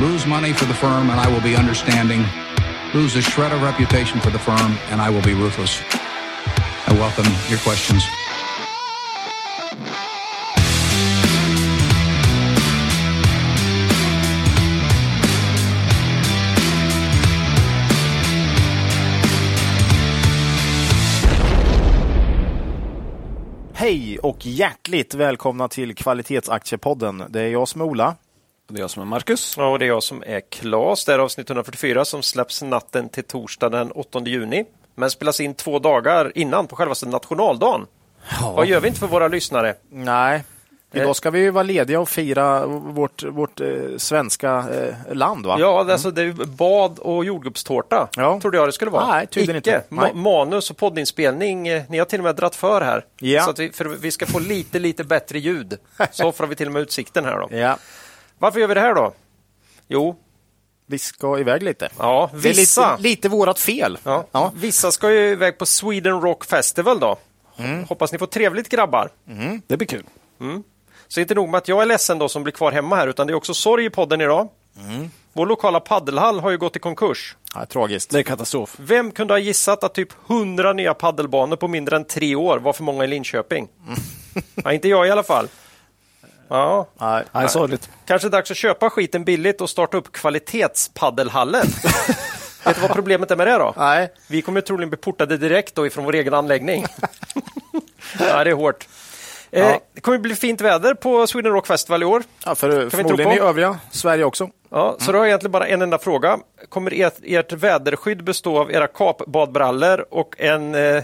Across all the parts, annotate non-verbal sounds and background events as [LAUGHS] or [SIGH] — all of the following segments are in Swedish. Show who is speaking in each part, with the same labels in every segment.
Speaker 1: Lose money for the firm, and I will be understanding. Lose a shred of reputation for the firm, and I will be ruthless. I welcome your questions.
Speaker 2: Hej och hjärtligt välkomna till Kvalitetsaktiepodden. Det är jag som är Ola.
Speaker 3: Det är jag som är Marcus.
Speaker 4: Ja, och det är jag som är Klas. Det är avsnitt 144 som släpps natten till torsdag den 8 juni. Men spelas in två dagar innan på självaste nationaldagen. Vad gör vi inte för våra lyssnare?
Speaker 2: Nej,
Speaker 3: Eh.
Speaker 2: idag ska vi ju vara lediga och fira vårt, vårt eh, svenska eh, land. Va?
Speaker 4: Ja, alltså det är ju bad och jordgubbstårta,
Speaker 2: Ja.
Speaker 4: trodde jag det skulle vara.
Speaker 2: Nej, tydligen
Speaker 4: Icke.
Speaker 2: inte. Nej.
Speaker 4: Ma- manus och poddinspelning, eh, ni har till och med dratt för här.
Speaker 2: Ja.
Speaker 4: Så att vi, för vi ska få lite, lite
Speaker 2: [LAUGHS]
Speaker 4: bättre ljud. Så offrar vi till och med utsikten här då.
Speaker 2: Ja,
Speaker 4: Varför gör vi det här då? Jo,
Speaker 2: vi ska iväg lite.
Speaker 4: ja,
Speaker 2: Det är
Speaker 4: vissa.
Speaker 2: lite, lite vårat fel.
Speaker 4: Ja.
Speaker 2: Ja.
Speaker 4: Vissa ska ju iväg på Sweden Rock Festival då.
Speaker 2: Mm.
Speaker 4: Hoppas ni får trevligt grabbar.
Speaker 3: Mm. Det blir kul.
Speaker 4: Mm. Så inte nog med att jag är ledsen då som blir kvar hemma här, utan det är också sorg i podden idag. Vår lokala paddelhall har ju gått i konkurs.
Speaker 2: Ja, tragiskt.
Speaker 3: Det är katastrof.
Speaker 4: Vem kunde ha gissat att typ 100 nya paddelbanor på mindre än tre år var för många i Linköping? ja, inte jag i alla fall. Ja,
Speaker 2: Nej.
Speaker 3: Nej, sorgligt.
Speaker 4: Kanske dags att köpa skiten billigt och starta upp kvalitetspaddelhallen. Vet du vad problemet är med det då?
Speaker 2: Nej.
Speaker 4: Vi kommer troligen bli portade direkt då ifrån vår egen anläggning. ja, det är hårt. Eh,
Speaker 2: Ja.
Speaker 4: det kommer bli fint väder på Sweden Rock Festival i år.
Speaker 2: Ja, för,
Speaker 4: Kan vi inte
Speaker 2: förmodligen i
Speaker 4: hoppa om?
Speaker 2: övriga Sverige också.
Speaker 4: Ja,
Speaker 3: Mm.
Speaker 4: Så då har jag egentligen bara en enda fråga. Kommer ert, ert väderskydd bestå av era kapbadbrallor och en, eh,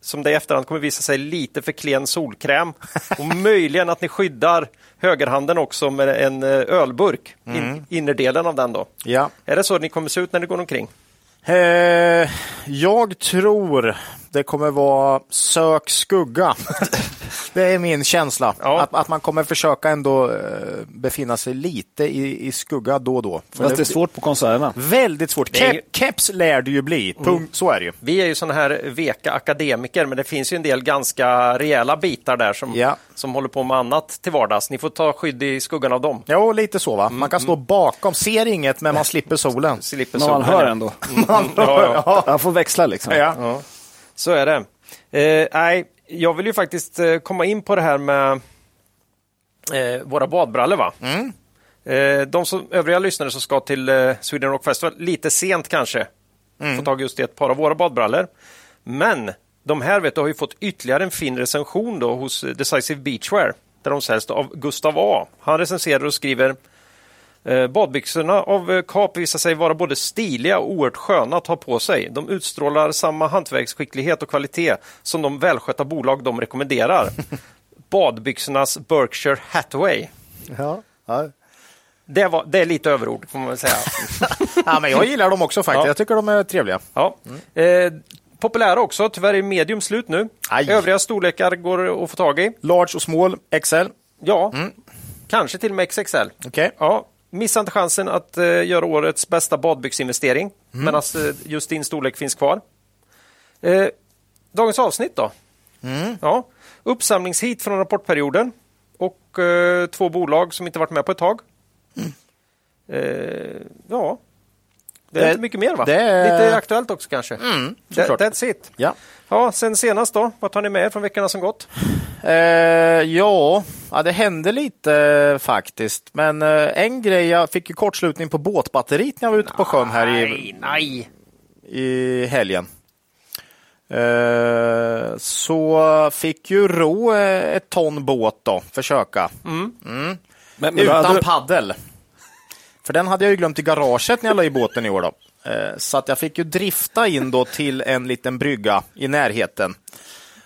Speaker 4: som det i efterhand kommer visa sig, lite för klen solkräm?
Speaker 3: [LAUGHS]
Speaker 4: Och möjligen att ni skyddar högerhanden också med en eh, ölburk,
Speaker 3: Mm.
Speaker 4: in, innerdelen av den då?
Speaker 2: Ja.
Speaker 4: Är det så ni kommer se ut när ni går omkring?
Speaker 2: Eh, jag tror det kommer vara sök skugga. [LAUGHS] det är min känsla.
Speaker 4: Ja.
Speaker 2: Att, att man kommer försöka ändå eh, befinna sig lite i, i skugga då och då. För
Speaker 3: Fast det är svårt på konserterna.
Speaker 2: Väldigt svårt.
Speaker 4: Det är ju-
Speaker 2: Kep, keps lär det ju bli. Punkt. Så är det ju.
Speaker 4: Vi är ju sådana här veka akademiker, men det finns ju en del ganska rejäla bitar där som,
Speaker 2: Ja.
Speaker 4: som håller på med annat till vardags. Ni får ta skydd i skuggan av dem.
Speaker 2: Jo, lite så va. Man kan stå bakom, ser inget men man slipper solen.
Speaker 4: Slipper
Speaker 3: Men man
Speaker 4: solen.
Speaker 3: hör ändå.
Speaker 2: Man [LAUGHS]
Speaker 3: [LAUGHS]
Speaker 4: ja.
Speaker 3: Jag får växla liksom.
Speaker 2: ja.
Speaker 4: Så är det. Eh, nej, jag vill ju faktiskt eh, komma in på det här med eh, våra badbrallor. Va? Eh, de som, övriga lyssnare som ska till eh, Sweden Rock Festival, lite sent kanske, få tag just i ett par av våra badbrallor. Men de här vet du, har ju fått ytterligare en fin recension då, hos eh, Decisive Beachwear, där de säljs då av Gustav A. Han recenserar och skriver Eh, Badbyxorna av eh, Kap visar sig vara både stiliga och oerhört sköna att ha på sig. De utstrålar samma hantverksskicklighet och kvalitet som de välskötta bolag de rekommenderar. Badbyxornas Berkshire Hathaway.
Speaker 2: Ja. Ja.
Speaker 4: Det, var, det är lite överord, får man väl säga.
Speaker 2: ja, men jag gillar dem också faktiskt.
Speaker 4: Ja.
Speaker 2: Jag tycker de är trevliga.
Speaker 4: Ja. Eh, populära också, tyvärr är medium slut nu.
Speaker 2: Aj.
Speaker 4: Övriga storlekar går att få tag i.
Speaker 2: Large och small, XL.
Speaker 4: Ja, kanske till och med XXL.
Speaker 2: Okej.
Speaker 4: Ja, missa inte chansen att eh, göra årets bästa badbyxinvestering
Speaker 2: Mm.
Speaker 4: medan eh, just din storlek finns kvar. Eh, dagens avsnitt då?
Speaker 2: Mm.
Speaker 4: Ja, uppsamlingshit från rapportperioden och eh, två bolag som inte varit med på ett tag.
Speaker 2: Mm.
Speaker 4: Eh, ja, det är
Speaker 2: Det-
Speaker 4: inte mycket mer va?
Speaker 2: det är-
Speaker 4: Lite aktuellt också kanske. Mm,
Speaker 2: såklart.
Speaker 4: That's it.
Speaker 2: Ja.
Speaker 4: Ja, sen senast då, vad tar ni med er från veckorna som gått?
Speaker 2: Eh, ja, ja, det hände lite eh, faktiskt. Men eh, en grej, jag fick ju kortslutning på båtbatteriet när jag var ute på sjön här i,
Speaker 4: nej.
Speaker 2: i helgen. Eh, så fick ju Ro eh, ett ton båt då, försöka.
Speaker 3: Men, Alltså, men, då
Speaker 2: Utan
Speaker 3: hade du,
Speaker 2: paddel. För den hade jag ju glömt i garaget när jag la i båten i år. Då. Eh, Så att jag fick ju drifta in då till en liten brygga i närheten.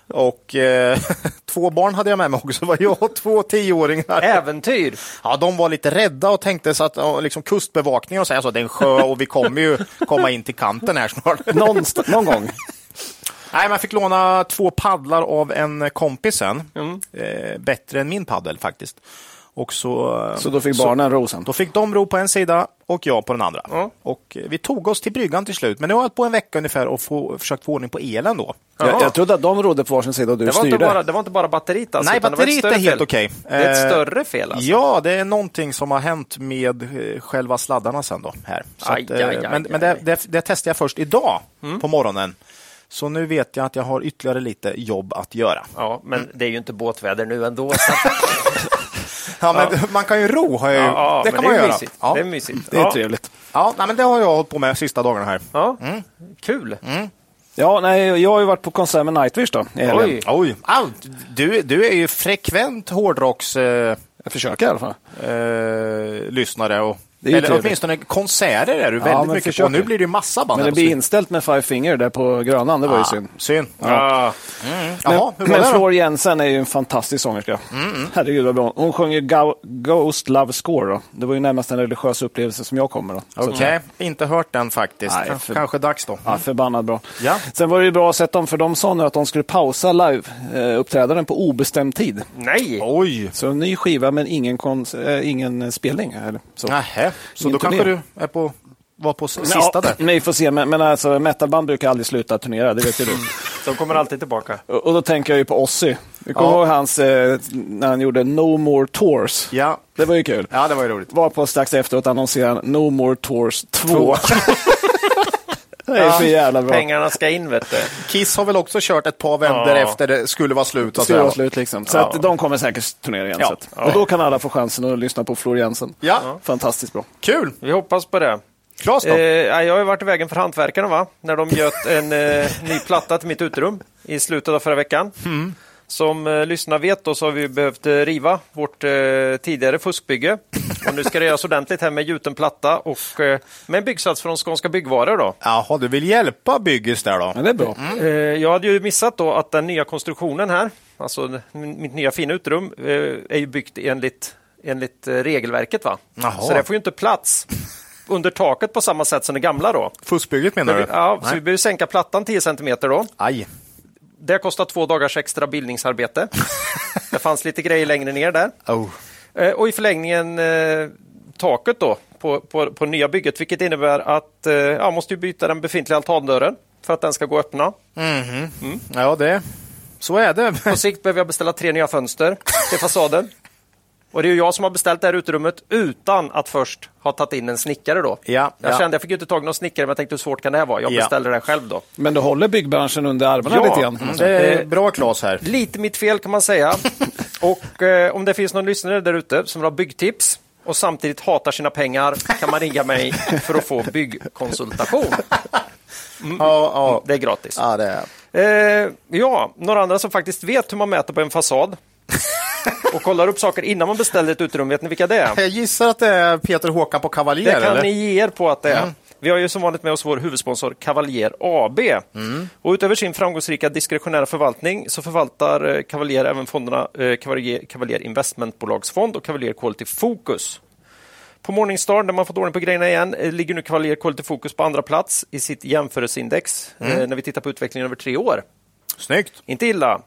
Speaker 2: Och eh, [LAUGHS] två barn hade jag med mig också, var jag och två tioåringar.
Speaker 4: Äventyr!
Speaker 2: Ja, de var lite rädda och tänkte så att ja, liksom kustbevakningen och så här, så det är en sjö och vi kommer ju komma in till kanten här snart. [LAUGHS]
Speaker 3: någonstans, någon gång.
Speaker 2: Nej, men jag fick låna
Speaker 3: Mm.
Speaker 2: två paddlar av en kompis sen. Eh, bättre än min paddel faktiskt. Och så, eh,
Speaker 3: Så då fick barnen rosen.
Speaker 2: Då fick de ro på en sida och jag på den andra.
Speaker 4: Ja.
Speaker 2: Och eh, vi tog oss till bryggan till slut, men det har hållit på en vecka ungefär och få, försökt få ordning på elen då.
Speaker 3: Jag,
Speaker 4: Jaha.
Speaker 3: jag trodde att de rodde på varsin sida och du
Speaker 4: Det var,
Speaker 3: styrde.
Speaker 4: inte bara, det var inte bara batteriet alltså,
Speaker 2: Nej,
Speaker 4: utan det var ett
Speaker 2: batteriet
Speaker 4: större
Speaker 2: är helt
Speaker 4: fel.
Speaker 2: okej.
Speaker 4: Det är ett
Speaker 2: Eh,
Speaker 4: större fel alltså.
Speaker 2: Ja, det är någonting som har hänt med eh, själva sladdarna sen då. Här. Så
Speaker 4: Aj,
Speaker 2: att, eh,
Speaker 4: aj, aj,
Speaker 2: men men det, det, det testade jag först idag på morgonen. Så nu vet jag att jag har ytterligare lite jobb att göra.
Speaker 4: Ja, men det är ju inte båtväder nu ändå. Så att,
Speaker 2: [LAUGHS] Ja, men [LAUGHS] Man kan ju ro, har jag
Speaker 4: ja,
Speaker 2: ju.
Speaker 4: ja,
Speaker 2: det
Speaker 4: men
Speaker 2: kan man
Speaker 4: det är
Speaker 2: göra.
Speaker 4: Mysigt.
Speaker 2: Ja.
Speaker 4: Det är mysigt.
Speaker 3: Det är
Speaker 4: ja.
Speaker 3: trevligt.
Speaker 2: Ja, nej, men det har jag hållit på med sista dagarna här.
Speaker 4: Ja. Kul.
Speaker 2: Mm.
Speaker 3: Ja, nej, jag har ju varit på konsert med Nightwish då. i helgen.
Speaker 4: Oj.
Speaker 2: Oj, allt. Du, du är ju frekvent hårdrocks... Eh,
Speaker 3: Jag försöker i alla fall.
Speaker 2: eh, lyssnare och
Speaker 3: Det är ju
Speaker 2: eller
Speaker 3: trevligt.
Speaker 2: åtminstone konserter är du väldigt
Speaker 3: Ja, men
Speaker 2: mycket
Speaker 3: försöker.
Speaker 2: på. Nu blir det ju massa band.
Speaker 3: Men
Speaker 2: här
Speaker 3: det
Speaker 2: på
Speaker 3: blir
Speaker 2: slutet.
Speaker 3: inställt med Five Finger där på Grönan, det var ju
Speaker 2: Ah,
Speaker 3: synd.
Speaker 2: synd.
Speaker 4: Ja.
Speaker 2: Jaha, hur var
Speaker 3: Men
Speaker 2: det då?
Speaker 3: Floor Jensen är ju en fantastisk sångerska. Herregud vad bra. Hon sjunger Go- Ghost Love Score. Då. Det var ju närmast en religiös upplevelse som jag kommer. Då. Så att-
Speaker 2: Okej, inte hört den faktiskt.
Speaker 3: Mm. Nej,
Speaker 2: Kans-
Speaker 3: för-
Speaker 2: Kanske dags då.
Speaker 3: Ja, förbannat bra.
Speaker 2: Mm. Ja.
Speaker 3: Sen var det ju bra sett dem, för de sa nu att de skulle pausa live-uppträdandet på obestämd tid.
Speaker 4: Nej!
Speaker 2: Oj!
Speaker 3: Så en ny skiva men ingen, kons- eh, ingen spelning. Eller så.
Speaker 2: Nähä, så då
Speaker 3: Ingen
Speaker 2: kanske
Speaker 3: turné.
Speaker 2: du är på, var på s-
Speaker 3: Ja,
Speaker 2: sista där.
Speaker 3: Nej, vi får se. Men, men alltså, metalband brukar aldrig sluta turnera, det vet ju du.
Speaker 2: Mm.
Speaker 4: De kommer alltid tillbaka.
Speaker 3: [LAUGHS] Och och då tänker jag ju på Ozzy. Du kommer
Speaker 2: Ja.
Speaker 3: ihåg hans, eh, när han gjorde No More Tours?
Speaker 2: Ja.
Speaker 3: Det var ju kul.
Speaker 2: ja, det var ju roligt.
Speaker 3: Var på strax efteråt annonserade han No More Tours 2.
Speaker 2: Två.
Speaker 3: [LAUGHS] det är för jävla bra.
Speaker 4: Pengarna ska in vet du.
Speaker 2: [LAUGHS] Kiss har väl också kört ett par vändor
Speaker 4: Ja.
Speaker 2: efter det skulle vara slut. och
Speaker 3: Stora
Speaker 2: sådär.
Speaker 3: slut liksom. Så
Speaker 4: Ja.
Speaker 3: att de kommer säkert turnera igen.
Speaker 2: Ja.
Speaker 3: Så att. Och då kan alla få chansen att lyssna på Flor Jensen.
Speaker 2: Ja.
Speaker 3: Fantastiskt bra.
Speaker 2: Kul!
Speaker 4: Vi hoppas på det.
Speaker 2: Klas då?
Speaker 4: Eh, ja, jag har ju varit i vägen för Hantverkarna va? När de göt en eh, ny platta till mitt uterum i slutet av förra veckan. Som eh, lyssnarna vet då så har vi behövt eh, riva vårt eh, tidigare fuskbygge. Och nu ska det göras ordentligt här med gjuten platta och eh, med en byggsats från Skånska Byggvaror. Då.
Speaker 2: Jaha, du vill hjälpa Byggis där då?
Speaker 3: Men det är bra.
Speaker 4: Eh, Jag hade ju missat då att den nya konstruktionen här, alltså n- mitt nya fina uterum, eh, är ju byggt enligt, enligt eh, regelverket. va?
Speaker 2: Jaha.
Speaker 4: Så det får ju inte plats under taket på samma sätt som det gamla. då.
Speaker 2: Fuskbygget menar du?
Speaker 4: Ja, så
Speaker 2: Nej.
Speaker 4: vi behöver sänka plattan 10 centimeter då.
Speaker 2: Aj.
Speaker 4: Det kostar två dagars
Speaker 2: [LAUGHS]
Speaker 4: extra bildningsarbete. det fanns lite grejer längre ner där.
Speaker 2: Oh.
Speaker 4: Eh, Och i förlängningen eh, taket då på, på, på nya bygget, vilket innebär att eh, jag måste ju byta den befintliga altandörren för att den ska gå att öppna.
Speaker 2: Mm. Ja, det... Så är det.
Speaker 4: [LAUGHS] På sikt behöver jag beställa tre nya fönster till fasaden. Och det är ju jag som har beställt det här utrymmet utan att först ha tagit in en snickare då.
Speaker 2: Ja,
Speaker 4: jag
Speaker 2: ja.
Speaker 4: kände, jag fick ju inte tag i någon snickare, men jag tänkte hur svårt kan det här vara? Jag
Speaker 2: Ja.
Speaker 4: beställde den själv då.
Speaker 3: Men du håller byggbranschen under armarna
Speaker 4: Ja.
Speaker 3: lite grann. kan man säga.
Speaker 2: Det är bra Klas här.
Speaker 4: Lite mitt fel kan man säga. Och eh, om det finns någon lyssnare där ute som vill ha byggtips och samtidigt hatar sina pengar kan man ringa mig för att få byggkonsultation.
Speaker 2: Ja, ja.
Speaker 4: Det är gratis.
Speaker 2: Ja, det är...
Speaker 4: Eh, ja, några andra som faktiskt vet hur man mäter på en fasad och kollar upp saker innan man beställer ett uterum, vet ni vilka det är?
Speaker 2: Jag gissar att det är Peter Håkan på Cavalier,
Speaker 4: Det kan
Speaker 2: eller? Mm.
Speaker 4: ni ge er på att det är. Vi har ju som vanligt med oss vår huvudsponsor Cavalier AB.
Speaker 2: Mm.
Speaker 4: Och utöver sin framgångsrika diskretionära förvaltning så förvaltar eh, Cavalier även fonderna eh, Cavalier, Cavalier Investmentbolagsfond och Cavalier Quality Focus. På Morningstar, där man fått ordning på grejerna igen, eh, ligger nu Cavalier Quality Focus på andra plats i sitt jämförelseindex
Speaker 2: Mm.
Speaker 4: eh, när vi tittar på utvecklingen över tre år.
Speaker 2: Snyggt!
Speaker 4: Inte illa.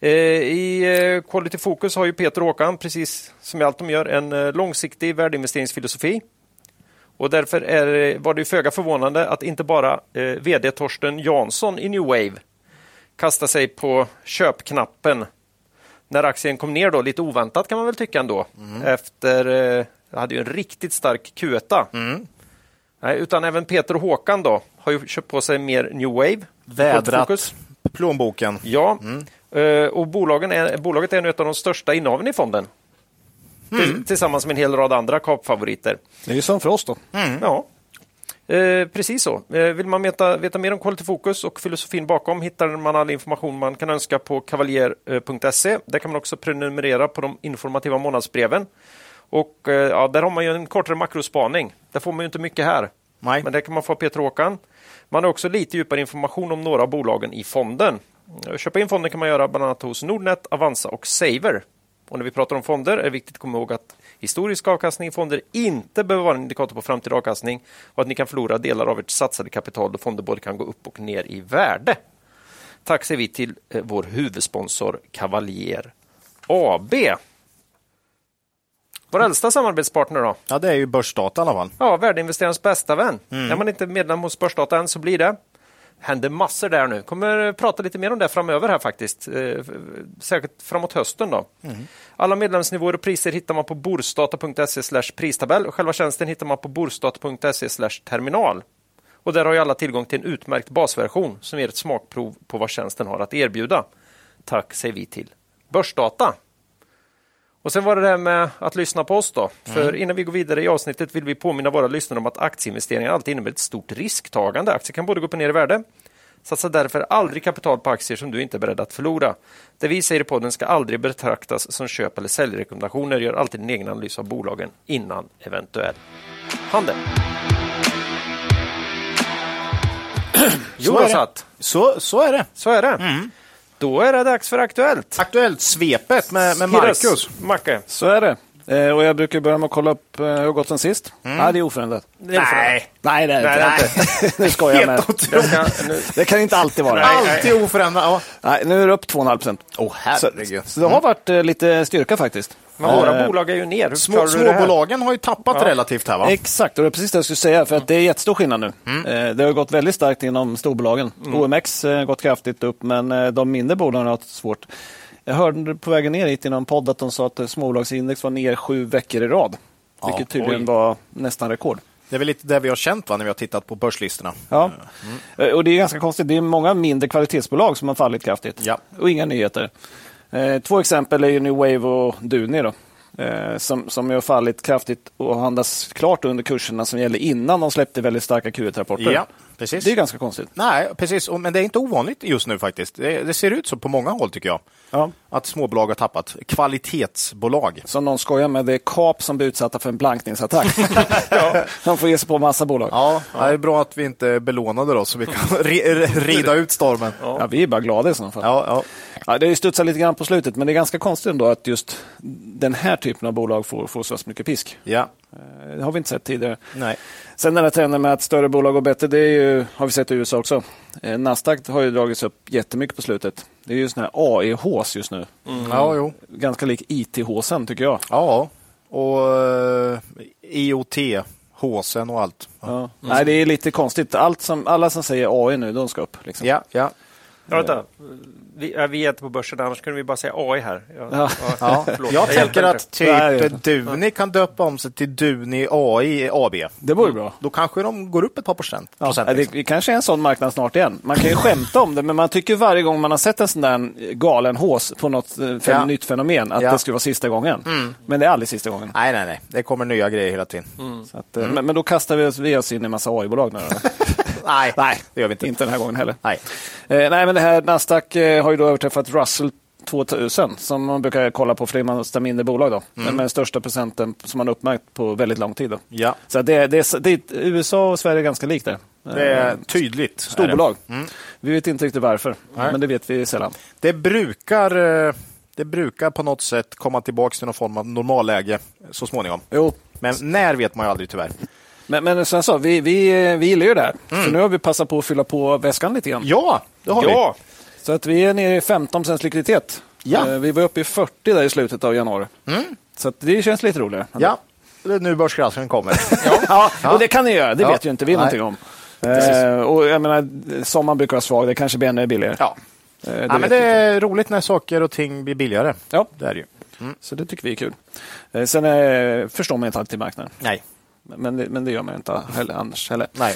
Speaker 4: Eh, I eh, Quality Focus har ju Peter och Håkan, precis som i allt de gör, en eh, långsiktig värdeinvesteringsfilosofi. Och därför är, det- var det ju föga förvånande att inte bara eh, VD Torsten Jansson i New Wave kastade sig på köpknappen när aktien kom ner, då, lite oväntat kan man väl tycka ändå, efter eh, jag hade ju en riktigt stark Q1. Nej, utan även Peter och Håkan då, har ju köpt på sig mer New Wave. Quality Focus.
Speaker 2: Vädrat plånboken.
Speaker 4: Ja, Eh, och bolagen är, bolaget är nu ett av de största innehaven i fonden. Till- Tillsammans med en hel rad andra kapfavoriter.
Speaker 3: Det är ju som för oss då.
Speaker 4: Ja. Eh, precis så. Eh, vill man veta, veta mer om Quality Focus och filosofin bakom hittar man all information man kan önska på kavaljer.se. Där kan man också prenumerera på de informativa månadsbreven. Och, eh, ja, där har man ju en kortare makrospaning. Där får man ju inte mycket här.
Speaker 2: Nej.
Speaker 4: Men där kan man få Peter Åkan. Man har också lite djupare information om några av bolagen i fonden. Eh, Köpa in fonden kan man göra bland annat hos Nordnet, Avanza och Saver. Och när vi pratar om fonder är det viktigt att komma ihåg att historisk avkastning i fonder inte behöver vara en indikator på framtida avkastning och att ni kan förlora delar av ert satsade kapital då fonder både kan gå upp och ner i värde. Tack säger vi till eh, vår huvudsponsor Cavalier AB. Vår äldsta samarbetspartner då?
Speaker 2: Ja, det är ju Börsdata i alla fall.
Speaker 4: Ja, värdeinvesterarens bästa vän. Är man inte medlem hos Börsdata än så blir det. händer massor där nu. kommer eh, prata lite mer om det framöver här faktiskt. Eh, f- Särskilt framåt hösten då. Alla medlemsnivåer och priser hittar man på borsdata.se slash pristabell och själva tjänsten hittar man på borsdata.se slash terminal. Och där har ju alla tillgång till en utmärkt basversion som ger ett smakprov på vad tjänsten har att erbjuda. Tack säger vi till Börsdata. Och sen var det det här med att lyssna på oss då.
Speaker 2: Mm.
Speaker 4: För innan vi går vidare i avsnittet vill vi påminna våra lyssnare om att aktieinvesteringar alltid innebär ett stort risktagande. Aktier kan både gå upp och ner i värde. Satsa därför aldrig kapital på aktier som du inte är beredd att förlora. Det vi säger i podden ska aldrig betraktas som köp eller säljrekommendationer. Gör alltid din egen analys av bolagen innan eventuell
Speaker 2: [CLEARS THROAT]
Speaker 4: handel. Jo,
Speaker 2: är det. Mm.
Speaker 4: satt.
Speaker 2: Så, så är det.
Speaker 4: Så är det. Då är det dags för Aktuellt.
Speaker 2: Aktuellt svepet med, med
Speaker 4: Hirres,
Speaker 2: Marcus.
Speaker 4: Macke.
Speaker 3: Så är det. Eh, och jag brukar börja med att kolla upp eh, hur det har gått sen sist. Nej, det är oförändrat.
Speaker 2: Nej,
Speaker 3: Nej, det
Speaker 4: Nej,
Speaker 3: är
Speaker 4: det är
Speaker 3: det inte. [LAUGHS] nu skojar jag med.
Speaker 2: helt otroligt.
Speaker 4: Jag ska, nu,
Speaker 3: Det kan inte alltid vara.
Speaker 4: Nej.
Speaker 2: Alltid oförändrat. Ja.
Speaker 3: Nej, nu är det upp 2,5 procent.
Speaker 2: Åh,
Speaker 3: Så,
Speaker 2: herregud.
Speaker 3: så det har varit eh, lite styrka faktiskt.
Speaker 4: Men våra bolag är ju ner. Hur
Speaker 2: eh, Små,
Speaker 4: klarar du det här?
Speaker 2: småbolagen har ju tappat relativt här va? Mm.
Speaker 3: Exakt, och det är precis det jag skulle säga, för att det är jättestor skillnad nu. Eh, Det har gått väldigt starkt inom storbolagen. OMX har eh, gått kraftigt upp, men eh, de mindre bolagen har haft svårt. Jag hörde på vägen ner hit i någon podd att de sa att eh, småbolagsindex var ner sju veckor i rad, vilket tydligen
Speaker 2: oj.
Speaker 3: var nästan rekord.
Speaker 2: Det är väl lite det vi har känt va, när vi har tittat på börslistorna.
Speaker 3: Ja. Eh, Och det är ganska konstigt. Det är många mindre kvalitetsbolag som har fallit kraftigt.
Speaker 2: Ja.
Speaker 3: Och inga nyheter. Eh, två exempel är ju New Wave och Duni då. Eh, som, som ju har fallit kraftigt och handlas klart under kurserna som gäller innan de släppte väldigt starka Q1-rapporter.
Speaker 2: Ja, precis.
Speaker 3: Det är ganska konstigt.
Speaker 2: Nej, precis. Och- Men det är inte ovanligt just nu faktiskt. Det, det ser ut så på många håll tycker jag.
Speaker 3: Ja.
Speaker 2: Att småbolag har tappat. Kvalitetsbolag.
Speaker 3: Som någon skojar med, det är Kap som blir utsatta för en blankningsattack. ja. De får ge sig på massa bolag. Ja.
Speaker 2: Ja, det är bra att vi inte är belånade då, så vi kan [LAUGHS] ri- rida ut stormen. Ja,
Speaker 3: vi är bara glada i sådana fall.
Speaker 2: ja. ja.
Speaker 3: Ja, det har ju studsat lite grann på slutet, men det är ganska konstigt ändå att just den här typen av bolag får, får så mycket pisk. Eh, Det har vi inte sett tidigare.
Speaker 2: Nej.
Speaker 3: Sen den här trenden med att större bolag går bättre, det är ju, har vi sett i USA också. Eh, Nasdaq har ju dragits upp jättemycket på slutet. Det är ju sån här AEHs just nu. Mm.
Speaker 2: Ja, jo.
Speaker 3: Ganska lik IT-håsen tycker jag.
Speaker 2: Mm. Ja, och eh, IoT, HSN och allt.
Speaker 3: Ja. Nej, det är lite konstigt. Allt som, alla som säger AI nu, de ska upp. Liksom.
Speaker 2: Ja, ja.
Speaker 4: Ja, vänta. Vi, ja, vi är inte på börsen, annars kunde vi bara säga AI här. Ja,
Speaker 3: Ja.
Speaker 2: [LAUGHS] Ja,
Speaker 4: förlåt.
Speaker 2: jag
Speaker 4: Det hjälper
Speaker 2: tänker
Speaker 4: inte.
Speaker 2: att typ
Speaker 3: Nej, det är inte.
Speaker 2: Duni kan döpa om sig till Duni AI AB.
Speaker 3: Det vore bra.
Speaker 2: Då kanske de går upp ett par procent.
Speaker 3: Ja,
Speaker 2: procent
Speaker 3: det
Speaker 2: liksom.
Speaker 3: det kanske är en sån marknad snart igen.
Speaker 2: [LAUGHS]
Speaker 3: Man kan ju skämta om det, men man tycker varje gång man har sett en sån där galen hås på något eh, fe-
Speaker 2: Ja.
Speaker 3: nytt fenomen att
Speaker 2: Ja. Mm.
Speaker 3: det skulle vara sista gången. Men det är aldrig sista gången.
Speaker 2: Nej, nej, nej. Det kommer nya grejer hela tiden.
Speaker 3: Så att, eh, men, men då kastar vi oss, vi oss in i en massa AI-bolag nu. då.
Speaker 2: Nej,
Speaker 3: [LAUGHS] Nej,
Speaker 2: det gör vi inte.
Speaker 3: Inte den här gången heller.
Speaker 2: Nej.
Speaker 3: Eh, nej, men det här Nasdaq eh, har ju då överträffat Russell 2000 som man brukar kolla på för det är massa mindre bolag. Då. Men Med den största procenten som man har uppmärkt på väldigt lång tid. Då.
Speaker 2: Ja.
Speaker 3: Så att det, det, det, USA och Sverige är ganska likt där.
Speaker 2: Det är
Speaker 3: Eh,
Speaker 2: tydligt.
Speaker 3: Storbolag. Vi vet inte riktigt varför, men det vet vi sällan.
Speaker 2: Det brukar, eh, det brukar på något sätt komma tillbaka till någon form av normalläge så småningom.
Speaker 3: Jo.
Speaker 2: Men när vet man ju aldrig tyvärr.
Speaker 3: Men, men sen så, vi, vi, vi gillar ju det här. Så nu har vi passat på att fylla på väskan lite grann.
Speaker 2: Ja, det har
Speaker 4: Ja,
Speaker 3: Så att vi är nere i 15 procents likviditet.
Speaker 2: Ja.
Speaker 3: Eh, Vi var uppe i 40 där i slutet av januari. Så att det känns lite roligare.
Speaker 2: vi. Ja, det är nu börskraschen kommer.
Speaker 3: [LAUGHS] ja, och det kan ni göra. Det
Speaker 2: Ja.
Speaker 3: vet ju inte vi
Speaker 2: Nej.
Speaker 3: någonting om. Eh, och jag menar, sommaren brukar vara svag. Det kanske blir ännu billigare.
Speaker 2: ja.
Speaker 3: Eh, det
Speaker 2: ja, men
Speaker 3: vet
Speaker 2: det
Speaker 3: vi inte.
Speaker 2: är roligt när saker och ting blir billigare.
Speaker 3: ja,
Speaker 2: Det är det ju. Mm.
Speaker 3: så det tycker vi är kul. Eh, sen eh, förstår man inte alltid marknaden.
Speaker 2: Nej.
Speaker 3: Men det, men det gör man inte heller, annars heller.
Speaker 2: Nej.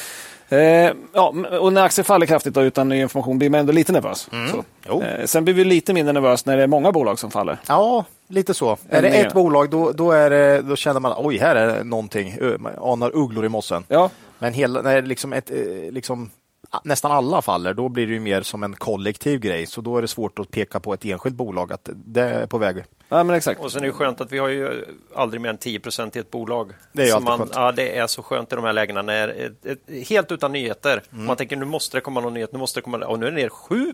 Speaker 3: Eh, ja, m- och när aktier faller kraftigt då, utan ny information blir man ändå lite nervös. Så.
Speaker 2: Mm. Jo.
Speaker 3: Eh, sen blir vi lite mindre nervös när det är många bolag som faller.
Speaker 2: Ja, lite så. Är det
Speaker 3: mer.
Speaker 2: ett bolag då, då, är det, då känner man oj, här är det någonting. Ö, Man anar ugglor i mossen.
Speaker 3: Ja,
Speaker 2: Men hela, när det liksom ett, eh, liksom, a- nästan alla faller, då blir det ju mer som en kollektiv grej. Så då är det svårt att peka på ett enskilt bolag att det är på väg.
Speaker 3: ja men exakt.
Speaker 4: och sen är det skönt att vi har ju aldrig mer än 10 i ett bolag.
Speaker 2: Det är ju
Speaker 4: Så
Speaker 2: alltid
Speaker 4: man,
Speaker 2: skönt.
Speaker 4: Ja, det är så skönt i de här lägena, när, ett, ett, helt utan nyheter.
Speaker 2: Mm.
Speaker 4: Man tänker nu måste det komma någon nyhet, nu måste det komma, och nu är det ner 7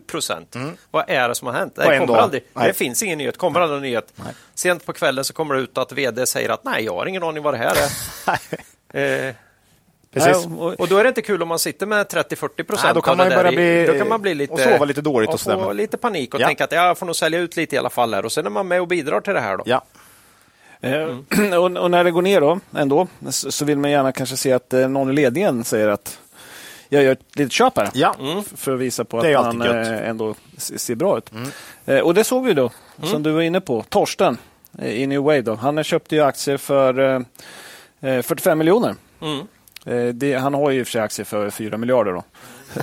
Speaker 4: Vad är det som har hänt?
Speaker 2: Mm. På
Speaker 4: Det,
Speaker 2: en
Speaker 4: kommer
Speaker 2: dag.
Speaker 4: aldrig,
Speaker 2: Nej.
Speaker 4: det finns ingen nyhet, kommer aldrig någon nyhet. Sent på kvällen så kommer det ut att vd säger att nej, jag har ingen aning vad det här
Speaker 2: [LAUGHS]
Speaker 4: är. eh,
Speaker 2: Precis.
Speaker 3: Ja, och,
Speaker 4: Och då är det inte kul om man sitter med 30-40
Speaker 2: Nej,
Speaker 4: procent.
Speaker 2: då kan man ju börja bli-
Speaker 4: då kan man bli lite,
Speaker 2: och sova lite dåligt och
Speaker 4: och
Speaker 2: sådär.
Speaker 4: få lite panik och
Speaker 2: Ja.
Speaker 4: tänka att ja, jag får nog sälja ut lite i alla fall här. Och sen är man med och bidrar till det här då.
Speaker 2: Ja.
Speaker 3: Eh, [CLEARS THROAT] och, och när det går ner då, ändå, så, så vill man gärna kanske se att eh, någon i ledningen säger att jag gör ett litet köp här.
Speaker 2: Ja.
Speaker 3: F- För att visa på
Speaker 2: Det är ju
Speaker 3: att
Speaker 2: alltid Mm.
Speaker 3: man eh, ändå se- ser bra ut. Eh, och det såg vi då, som du var inne på, Torsten eh, i New Wave. Då. Han eh, köpte ju aktier för eh, eh, 45 miljoner.
Speaker 2: Mm.
Speaker 3: Eh, det, han har ju i och för sig aktier för 4 miljarder. Då.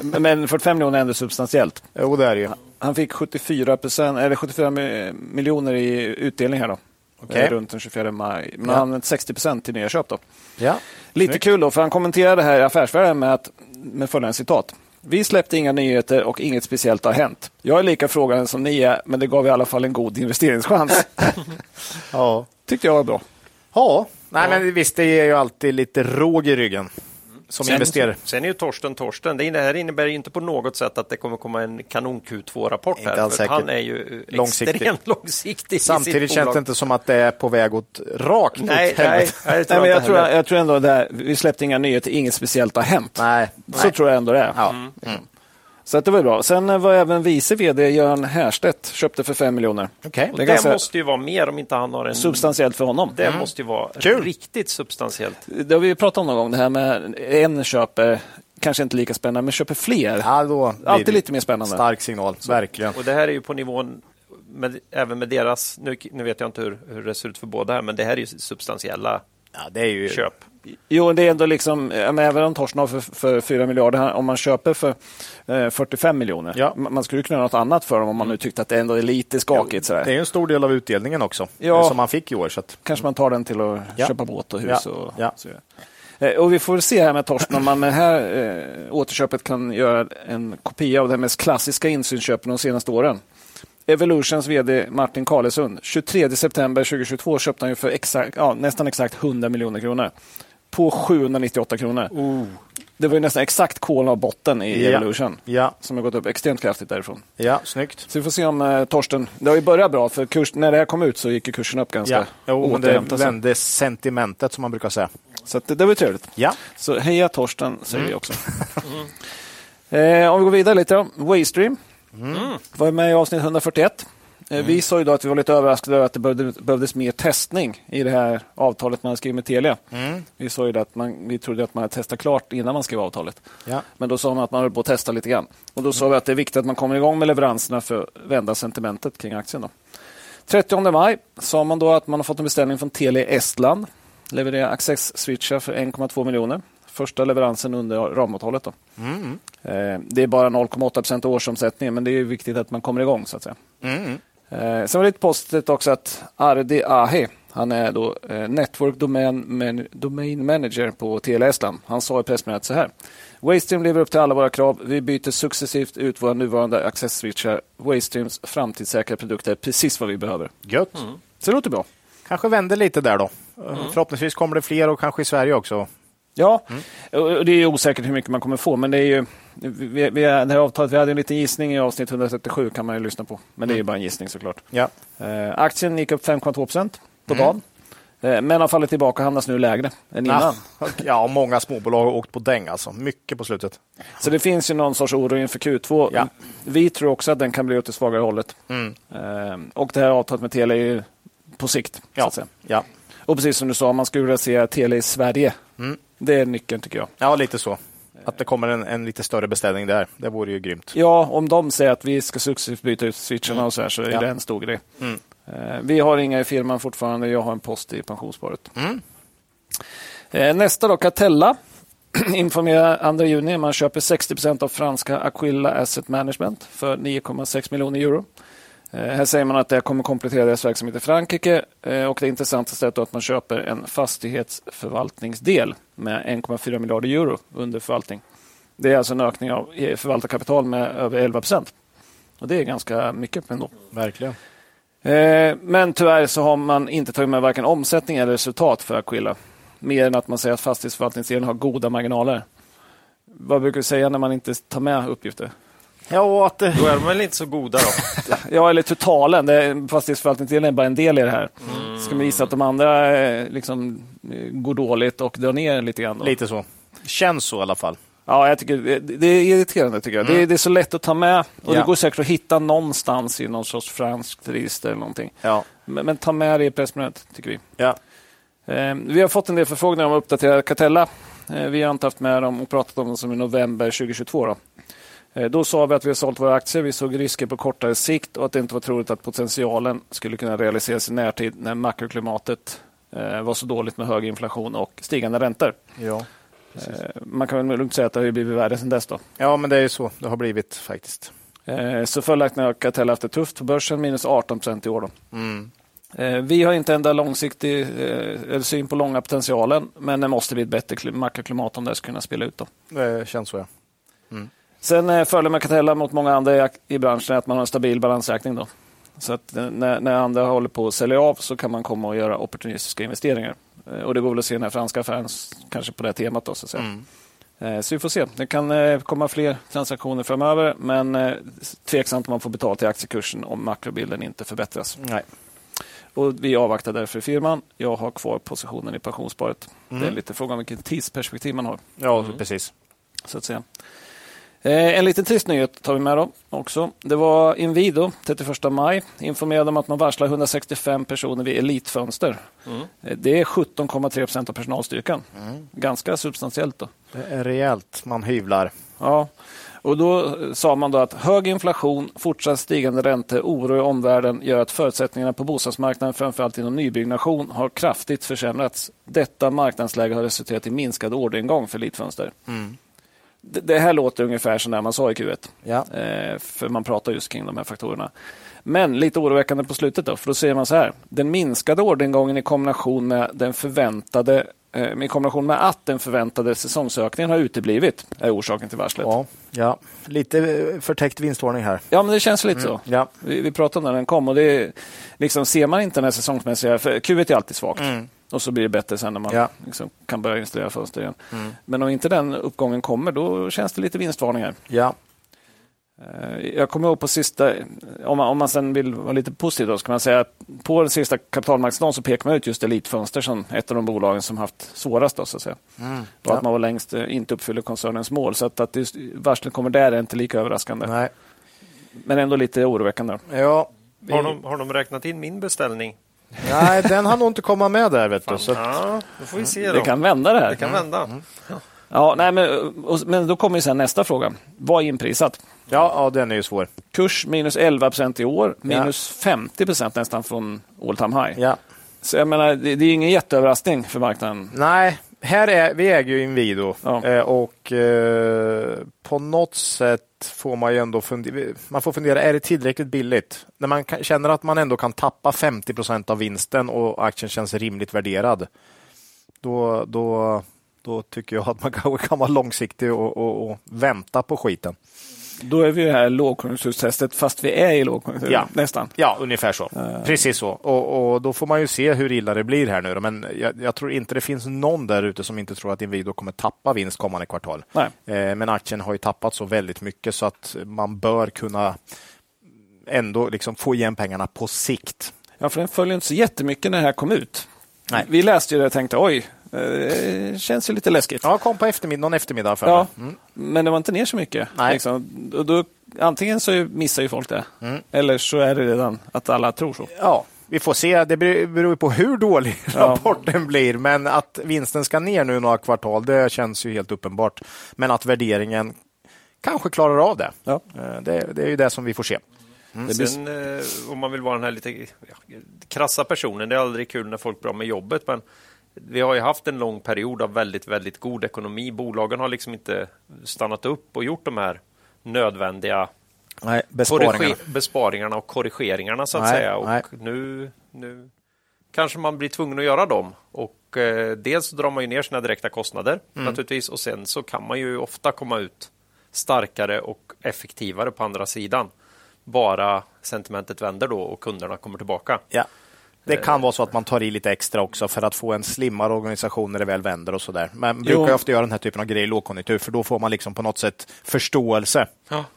Speaker 3: [LAUGHS] Men 45 miljoner är ändå substantiellt.
Speaker 2: Jo, det är det ju.
Speaker 3: Han fick 74, procent, eller 74 mi- miljoner i utdelning här då.
Speaker 2: Okej.
Speaker 3: Eh, Runt den 24 maj. Men
Speaker 2: Ja.
Speaker 3: han använt 60 procent till nya köp. Då.
Speaker 2: Ja.
Speaker 3: Lite kul då, för han kommenterade det här i Affärsvärlden med, att- med följande citat. Vi släppte inga nyheter och inget speciellt har hänt. Jag är lika frågande som ni är, men det gav i alla fall en
Speaker 4: [LAUGHS]
Speaker 3: god investeringschans.
Speaker 2: Ja.
Speaker 3: Tyckte jag var bra.
Speaker 2: ja. Nej, men visst, det ger ju alltid lite råg i ryggen som
Speaker 4: Sen-
Speaker 2: investerare.
Speaker 4: Sen är ju Torsten Torsten. Det här innebär ju inte på något sätt att det kommer komma en kanon Q2-rapport
Speaker 2: Inte
Speaker 4: här.
Speaker 2: alls
Speaker 4: För
Speaker 2: säkert.
Speaker 4: han är ju eh,
Speaker 2: Långsiktig.
Speaker 4: extremt [LAUGHS] långsiktig i
Speaker 2: Samtidigt
Speaker 4: sitt
Speaker 2: känns
Speaker 4: bolag.
Speaker 2: det inte som att det är på väg åt rakt åt
Speaker 4: Nej, nej,
Speaker 2: helvete.
Speaker 4: nej,
Speaker 2: [LAUGHS]
Speaker 4: det
Speaker 3: Nej,
Speaker 4: tror
Speaker 3: men
Speaker 4: jag
Speaker 3: jag,
Speaker 4: inte
Speaker 3: tror,
Speaker 4: heller.
Speaker 3: jag tror ändå det här, vi släppte inga nyheter, inget speciellt har hänt.
Speaker 2: Nej.
Speaker 3: Så tror jag ändå det är. Mm.
Speaker 2: Ja.
Speaker 3: Så att det var bra. Sen eh, var även vice vd Göran Härstedt köpte för 5 miljoner.
Speaker 2: Okej.
Speaker 4: Och
Speaker 3: det är
Speaker 4: det
Speaker 3: ganska-
Speaker 4: måste ju vara mer om inte han har en...
Speaker 3: Substantiellt för honom.
Speaker 4: det måste ju vara
Speaker 2: Mm. Kul.
Speaker 4: riktigt substantiellt.
Speaker 3: Det har vi ju pratat om någon gång, det här med en köper, kanske inte lika spännande, men köper fler.
Speaker 2: Ja, då blir det
Speaker 3: Alltid lite mer spännande.
Speaker 2: Stark signal, verkligen.
Speaker 4: Och det här är ju på nivån, med, även med deras, nu, nu vet jag inte hur, hur det ser ut för båda här, men det här är ju substantiella
Speaker 2: Ja, det är ju...
Speaker 4: köp.
Speaker 3: Jo, det är ändå liksom, ja, men även om Torsten har för, för 4 miljarder, han- om man köper för eh, 45 miljoner,
Speaker 2: Ja.
Speaker 3: man man skulle ju kunna göra något annat för dem om man nu tyckte att det ändå är lite skakigt. Sådär.
Speaker 2: Det är ju en stor del av utdelningen också,
Speaker 3: Ja.
Speaker 2: eh, som man fick i år. Så att,
Speaker 3: Kanske man tar den till att
Speaker 2: Ja.
Speaker 3: köpa båt och hus.
Speaker 2: Ja.
Speaker 3: Och,
Speaker 2: Ja.
Speaker 3: Så. Eh, och vi får väl se här med Torsten om man med det här eh, återköpet kan göra en kopia av det mest klassiska insynsköpen de senaste åren. Evolutions vd Martin Karlesund. 23 september 2022 köpte han ju för exakt, ja, nästan exakt 100 miljoner kronor. På 798 kronor. Det var ju nästan exakt kolan av botten i
Speaker 2: Oh. Ja.
Speaker 3: Evolution.
Speaker 2: ja,
Speaker 3: Som har gått upp extremt kraftigt därifrån.
Speaker 2: ja, snyggt.
Speaker 3: Så vi får se om eh, Torsten... Det har ju börjat bra, för kurs, när det här kom ut så gick ju kursen upp ganska
Speaker 2: Ja. Jo, men det
Speaker 3: återhämtat sig.
Speaker 2: vände sentimentet, som man brukar säga.
Speaker 3: Så att det, det var ju trevligt.
Speaker 2: Ja.
Speaker 3: Så heja Torsten säger vi också. eh, om vi går vidare lite då. Waystream var med i avsnitt 141. Eh, Vi sa ju då att vi var lite överraskade över att det behövde, behövdes mer testning i det här avtalet man skrev med Telia. Vi sa ju det att man, vi trodde att man hade testat klart innan man skrev avtalet.
Speaker 2: Ja.
Speaker 3: Men då sa man att man höll på att testa lite grann. Och då sa vi att det är viktigt att man kommer igång med leveranserna för att vända sentimentet kring aktien. Då. 30 maj sa man då att man har fått en beställning från Telia Estland. Leverera access-switchar för 1,2 miljoner. Första leveransen under ramavtalet. Då. Eh, Det är bara 0,8 procent av årsomsättningen, men det är viktigt att man kommer igång. så att säga. Eh, Sen var det lite positivt också att Ardi Ahe, han är då eh, Network Domain, Man- Domain Manager på Telia Estland. Han sa i pressmeddelandet så här. Waystream lever upp till alla våra krav. Vi byter successivt ut våra nuvarande access-switchar. Waystreams framtidssäkra produkter är precis vad vi behöver.
Speaker 2: Gött.
Speaker 3: Så det låter bra.
Speaker 2: Kanske vänder lite där då.
Speaker 3: Mm.
Speaker 2: Förhoppningsvis kommer det fler och kanske i Sverige också.
Speaker 3: Ja, och- och det är ju osäkert hur mycket man kommer få, men det är ju... Vi, vi, det här avtalet, vi hade en liten gissning i avsnitt 137, kan man ju lyssna på. Men det är ju bara en gissning såklart.
Speaker 2: Ja.
Speaker 3: Eh, aktien gick upp 5,2 procent på
Speaker 2: Mm.
Speaker 3: dagen. Eh, men har fallit tillbaka och hamnas nu lägre än
Speaker 2: Ah.
Speaker 3: innan.
Speaker 2: Ja, ja, många småbolag har åkt på däng alltså. Mycket på slutet.
Speaker 3: Så det finns ju någon sorts oro inför Q2.
Speaker 2: Ja. Mm.
Speaker 3: Vi tror också att den kan bli åt det svagare hållet. Eh, och det här avtalet med Telia är ju på sikt. Så
Speaker 2: Ja,
Speaker 3: att säga.
Speaker 2: ja.
Speaker 3: Och precis som du sa, man skulle vilja se Telia i Sverige.
Speaker 2: Mm.
Speaker 3: Det är nyckeln tycker jag.
Speaker 2: ja lite så. Att det kommer en, en lite större beställning där. Det vore ju grymt.
Speaker 3: Ja, om de säger att vi ska successivt byta ut switcharna och så här så är
Speaker 2: Ja.
Speaker 3: det en stor grej. Eh, Vi har inga i firman fortfarande. Jag har en post i pensionssparet. Eh, Nästa då, Catella. [CLEARS THROAT] Informerar 2 juni. Man köper 60 av franska Aquila Asset Management för 9,6 miljoner euro. Eh, Här säger man att det här kommer komplettera deras verksamhet i Frankrike. eh, Och det intressantaste är då att man köper en fastighetsförvaltningsdel med 1,4 miljarder euro under förvaltning. Det är alltså en ökning av eh, förvaltarkapital med över 11 procent. Och det är ganska mycket ändå.
Speaker 2: Verkligen.
Speaker 3: Eh, Men tyvärr så har man inte tagit med varken omsättning eller resultat för Aquila. Mer än att man säger att fastighetsförvaltningsdelen har goda marginaler. Vad brukar du säga när man inte tar med uppgifter?
Speaker 2: Ja, och att det...
Speaker 4: Då är de väl inte så goda då?
Speaker 3: Ja, eller totalen. Det är, fastighetsförvaltningsdelen är bara en del i det här. Ska man gissa att de andra eh, liksom, eh, går dåligt och drar ner lite grann? Då?
Speaker 2: Lite så. Känns så i alla fall.
Speaker 3: Ja, jag tycker, det- det är irriterande tycker jag. Det, är, det är så lätt att ta med och
Speaker 2: Ja.
Speaker 3: det går säkert att hitta någonstans i någon sorts franskt register eller någonting.
Speaker 2: Ja.
Speaker 3: Men, men ta med det i pressmeddelandet, tycker vi.
Speaker 2: Ja.
Speaker 3: Eh, vi har fått en del förfrågningar om att uppdatera Catella. Eh, vi har inte haft med dem och pratat om dem som i november 2022. Då. Eh, då sa vi att vi har sålt våra aktier, vi såg risker på kortare sikt och att det inte var troligt att potentialen skulle kunna realiseras i närtid när makroklimatet eh, var så dåligt med hög inflation och stigande räntor.
Speaker 2: Ja.
Speaker 3: Eh, man kan väl lugnt säga att det har ju blivit värre sedan dess. Då.
Speaker 2: ja, men det är ju så det har blivit faktiskt.
Speaker 3: Eh, Så följaktligen har Catella haft det tufft på börsen, minus 18 procent i år. Då.
Speaker 2: Mm.
Speaker 3: Eh, Vi har inte en där långsiktig eh, eller syn på långa potentialen, men det måste bli ett bättre kli- makroklimat om det här ska kunna spela ut. Då.
Speaker 2: Det känns så, ja.
Speaker 3: Sen eh, fördelen med Catella mot många andra i ak- i branschen är att man har en stabil balansräkning. Då. Så att eh, när, när andra håller på att sälja av så kan man komma och göra opportunistiska investeringar. Eh, Och Det går väl att se den här franska affären s- kanske på det här temat. Då, så, att säga.
Speaker 4: Mm.
Speaker 3: Eh, så vi får se. Det kan eh, komma fler transaktioner framöver men eh, tveksamt om man får betalt i aktiekursen om makrobilden inte förbättras.
Speaker 2: Nej.
Speaker 3: Och vi avvaktar därför firman. Jag har kvar positionen i pensionssparet. Det är lite fråga om vilket tidsperspektiv man har.
Speaker 2: Ja,
Speaker 4: Mm.
Speaker 2: precis.
Speaker 3: så att säga. Eh, En liten trist nyhet tar vi med då också. Det var Inwido 31 maj informerade om att man varslar 165 personer vid Elitfönster.
Speaker 2: Mm.
Speaker 3: Eh, Det är 17,3 procent av personalstyrkan. Ganska substantiellt. då.
Speaker 2: Det är rejält. Man hyvlar.
Speaker 3: Ja. Och då eh, sa man då att hög inflation, fortsatt stigande räntor, oro i omvärlden gör att förutsättningarna på bostadsmarknaden, framförallt inom nybyggnation, har kraftigt försämrats. Detta marknadsläge har resulterat i minskad orderingång för Elitfönster.
Speaker 4: Mm.
Speaker 3: Det, det här låter ungefär som det man sa i Q1.
Speaker 2: Ja.
Speaker 3: Eh, för man pratar just kring de här faktorerna. Men lite oroväckande på slutet då, för då säger man så här. Den minskade orderingången i kombination med den förväntade eh, i kombination med att den förväntade säsongsökningen har uteblivit är orsaken till varslet. Ja,
Speaker 2: Ja, ja. Lite eh, förtäckt vinstvarning här.
Speaker 3: men det känns lite så.
Speaker 2: Ja.
Speaker 3: Vi, vi pratade om det när den kom och det är, liksom, ser man inte den här säsongsmässiga, för Q1 är alltid svagt. Och så blir det bättre sen när man
Speaker 2: Mm. Ja. Mm.
Speaker 3: liksom, kan börja installera fönster igen. Men om inte den uppgången kommer, då känns det lite vinstvarningar.
Speaker 2: Ja.
Speaker 3: Eh, Jag kommer ihåg på sista, om man, om man sen vill vara lite positiv, då, så kan man säga att på den sista kapitalmarknadsdagen så pekar man ut just Elitfönster som ett av de bolagen som haft svårast. Då, så att säga. Och
Speaker 2: Mm. Ja.
Speaker 3: att man var längst, eh, inte uppfyller koncernens mål. Så att, att just varslen kommer där är inte lika överraskande,
Speaker 2: Nej.
Speaker 3: men ändå lite oroväckande.
Speaker 2: Ja. Vi...
Speaker 4: Mm. Har de, har de räknat in min beställning?
Speaker 2: Nej, den hann nog inte komma med där. Vet du. Så att... Mm.
Speaker 4: Ja, då får vi se. Då.
Speaker 3: Det kan vända det här.
Speaker 4: Det kan vända.
Speaker 3: Ja, nej, men, och, men då kommer ju sen nästa fråga. Vad är inprisat?
Speaker 2: ja, ja, den är ju svår.
Speaker 3: Kurs minus 11 procent i år, minus 50 procent nästan från all time high.
Speaker 2: Ja.
Speaker 3: Så jag menar, det, det är ingen jätteöverraskning för marknaden.
Speaker 2: Nej, här är, vi äger ju Inwido
Speaker 3: Ja.
Speaker 2: Eh, och eh, på något sätt får man ju ändå fundera, man får fundera, är det tillräckligt billigt? När man kan, känner att man ändå kan tappa 50 procent av vinsten och aktien känns rimligt värderad, då, då, då tycker jag att man [LAUGHS] kanske kan vara långsiktig och, och, och vänta på skiten.
Speaker 3: Då är vi ju här i lågkonjunkturstestet fast vi är i lågkonjunktur.
Speaker 2: Ja.
Speaker 3: Nästan.
Speaker 2: Ja, ungefär så. Precis så. Eh. Och, och då får man ju se hur illa det blir här nu. då. Men jag, jag tror inte det finns någon där ute som inte tror att Inwido kommer tappa vinst kommande kvartal.
Speaker 3: Nej.
Speaker 2: Eh, Men aktien har ju tappat så väldigt mycket så att man bör kunna ändå liksom få igen pengarna på sikt.
Speaker 3: Ja, för den följer inte så jättemycket när det här kom ut.
Speaker 2: Nej.
Speaker 3: Vi läste ju det och tänkte oj, eh, det känns ju lite läskigt.
Speaker 2: Ja, kom på eftermiddag, någon eftermiddag för
Speaker 3: Ja,
Speaker 2: mig. Mm.
Speaker 3: Men det var inte ner så mycket.
Speaker 2: Nej.
Speaker 3: Liksom. Och då, antingen så missar ju folk det,
Speaker 2: Mm.
Speaker 3: eller så är det redan att alla tror så.
Speaker 2: ja, vi får se. Det beror beror ju på hur dålig [LAUGHS] rapporten blir, men att vinsten ska ner nu några kvartal, det känns ju helt uppenbart. Men att värderingen kanske klarar av det.
Speaker 3: Ja.
Speaker 2: Eh, Det, det är ju det som vi får se. Mm.
Speaker 3: Det blir...
Speaker 4: Sen, eh, om man vill vara den här lite ja, krassa personen, det är aldrig kul när folk blir av med jobbet, men vi har ju haft en lång period av väldigt, väldigt god ekonomi. Bolagen har liksom inte stannat upp och gjort de här nödvändiga
Speaker 2: Nej,
Speaker 4: besparingarna, besparingarna och korrigeringarna så att
Speaker 2: Nej,
Speaker 4: säga. Och
Speaker 2: nej.
Speaker 4: nu, nu kanske man blir tvungen att göra dem. Och eh, dels drar man ju ner sina direkta kostnader
Speaker 2: Mm.
Speaker 4: naturligtvis och sen så kan man ju ofta komma ut starkare och effektivare på andra sidan. Bara sentimentet vänder då och kunderna kommer tillbaka.
Speaker 2: Ja. Det
Speaker 3: Eh,
Speaker 2: kan vara så att man tar i lite extra också för att få en slimmare organisation när det väl vänder och sådär. Men brukar ju ofta göra den här typen av grejer i lågkonjunktur för då får man liksom på något sätt förståelse.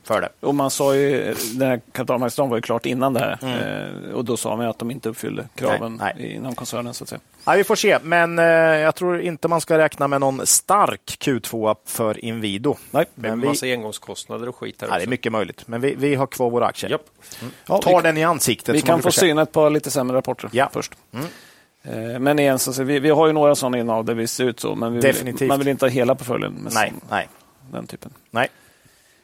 Speaker 2: för det.
Speaker 3: Och man sa ju, den här kapitalmarknadsdagen var ju klart innan det här. Eh, och då sa man ju att de inte uppfyllde kraven
Speaker 2: Mm. Nej, nej.
Speaker 3: inom koncernen. Så att säga.
Speaker 2: Ja, vi får se, men eh, jag tror inte man ska räkna med någon stark Q2 för Inwido.
Speaker 3: Nej.
Speaker 4: Med
Speaker 2: men vi,
Speaker 4: massa engångskostnader och skit här
Speaker 2: ja, det är mycket möjligt, men vi, vi har kvar våra aktier.
Speaker 4: Japp.
Speaker 3: Ja,
Speaker 2: Tar
Speaker 3: vi,
Speaker 2: den i ansiktet.
Speaker 3: vi
Speaker 2: som
Speaker 3: kan
Speaker 2: man
Speaker 3: få
Speaker 2: brukar säga.
Speaker 3: syna ett par lite sämre rapporter
Speaker 2: Ja. Mm.
Speaker 3: först. Eh, Men igen, så, så vi, vi har ju några sådana innehav där vi ser ut så, men vi vill,
Speaker 2: Definitivt.
Speaker 3: man vill inte ha hela portföljen med
Speaker 2: Nej,
Speaker 3: sån-
Speaker 2: nej,
Speaker 3: den typen.
Speaker 2: nej.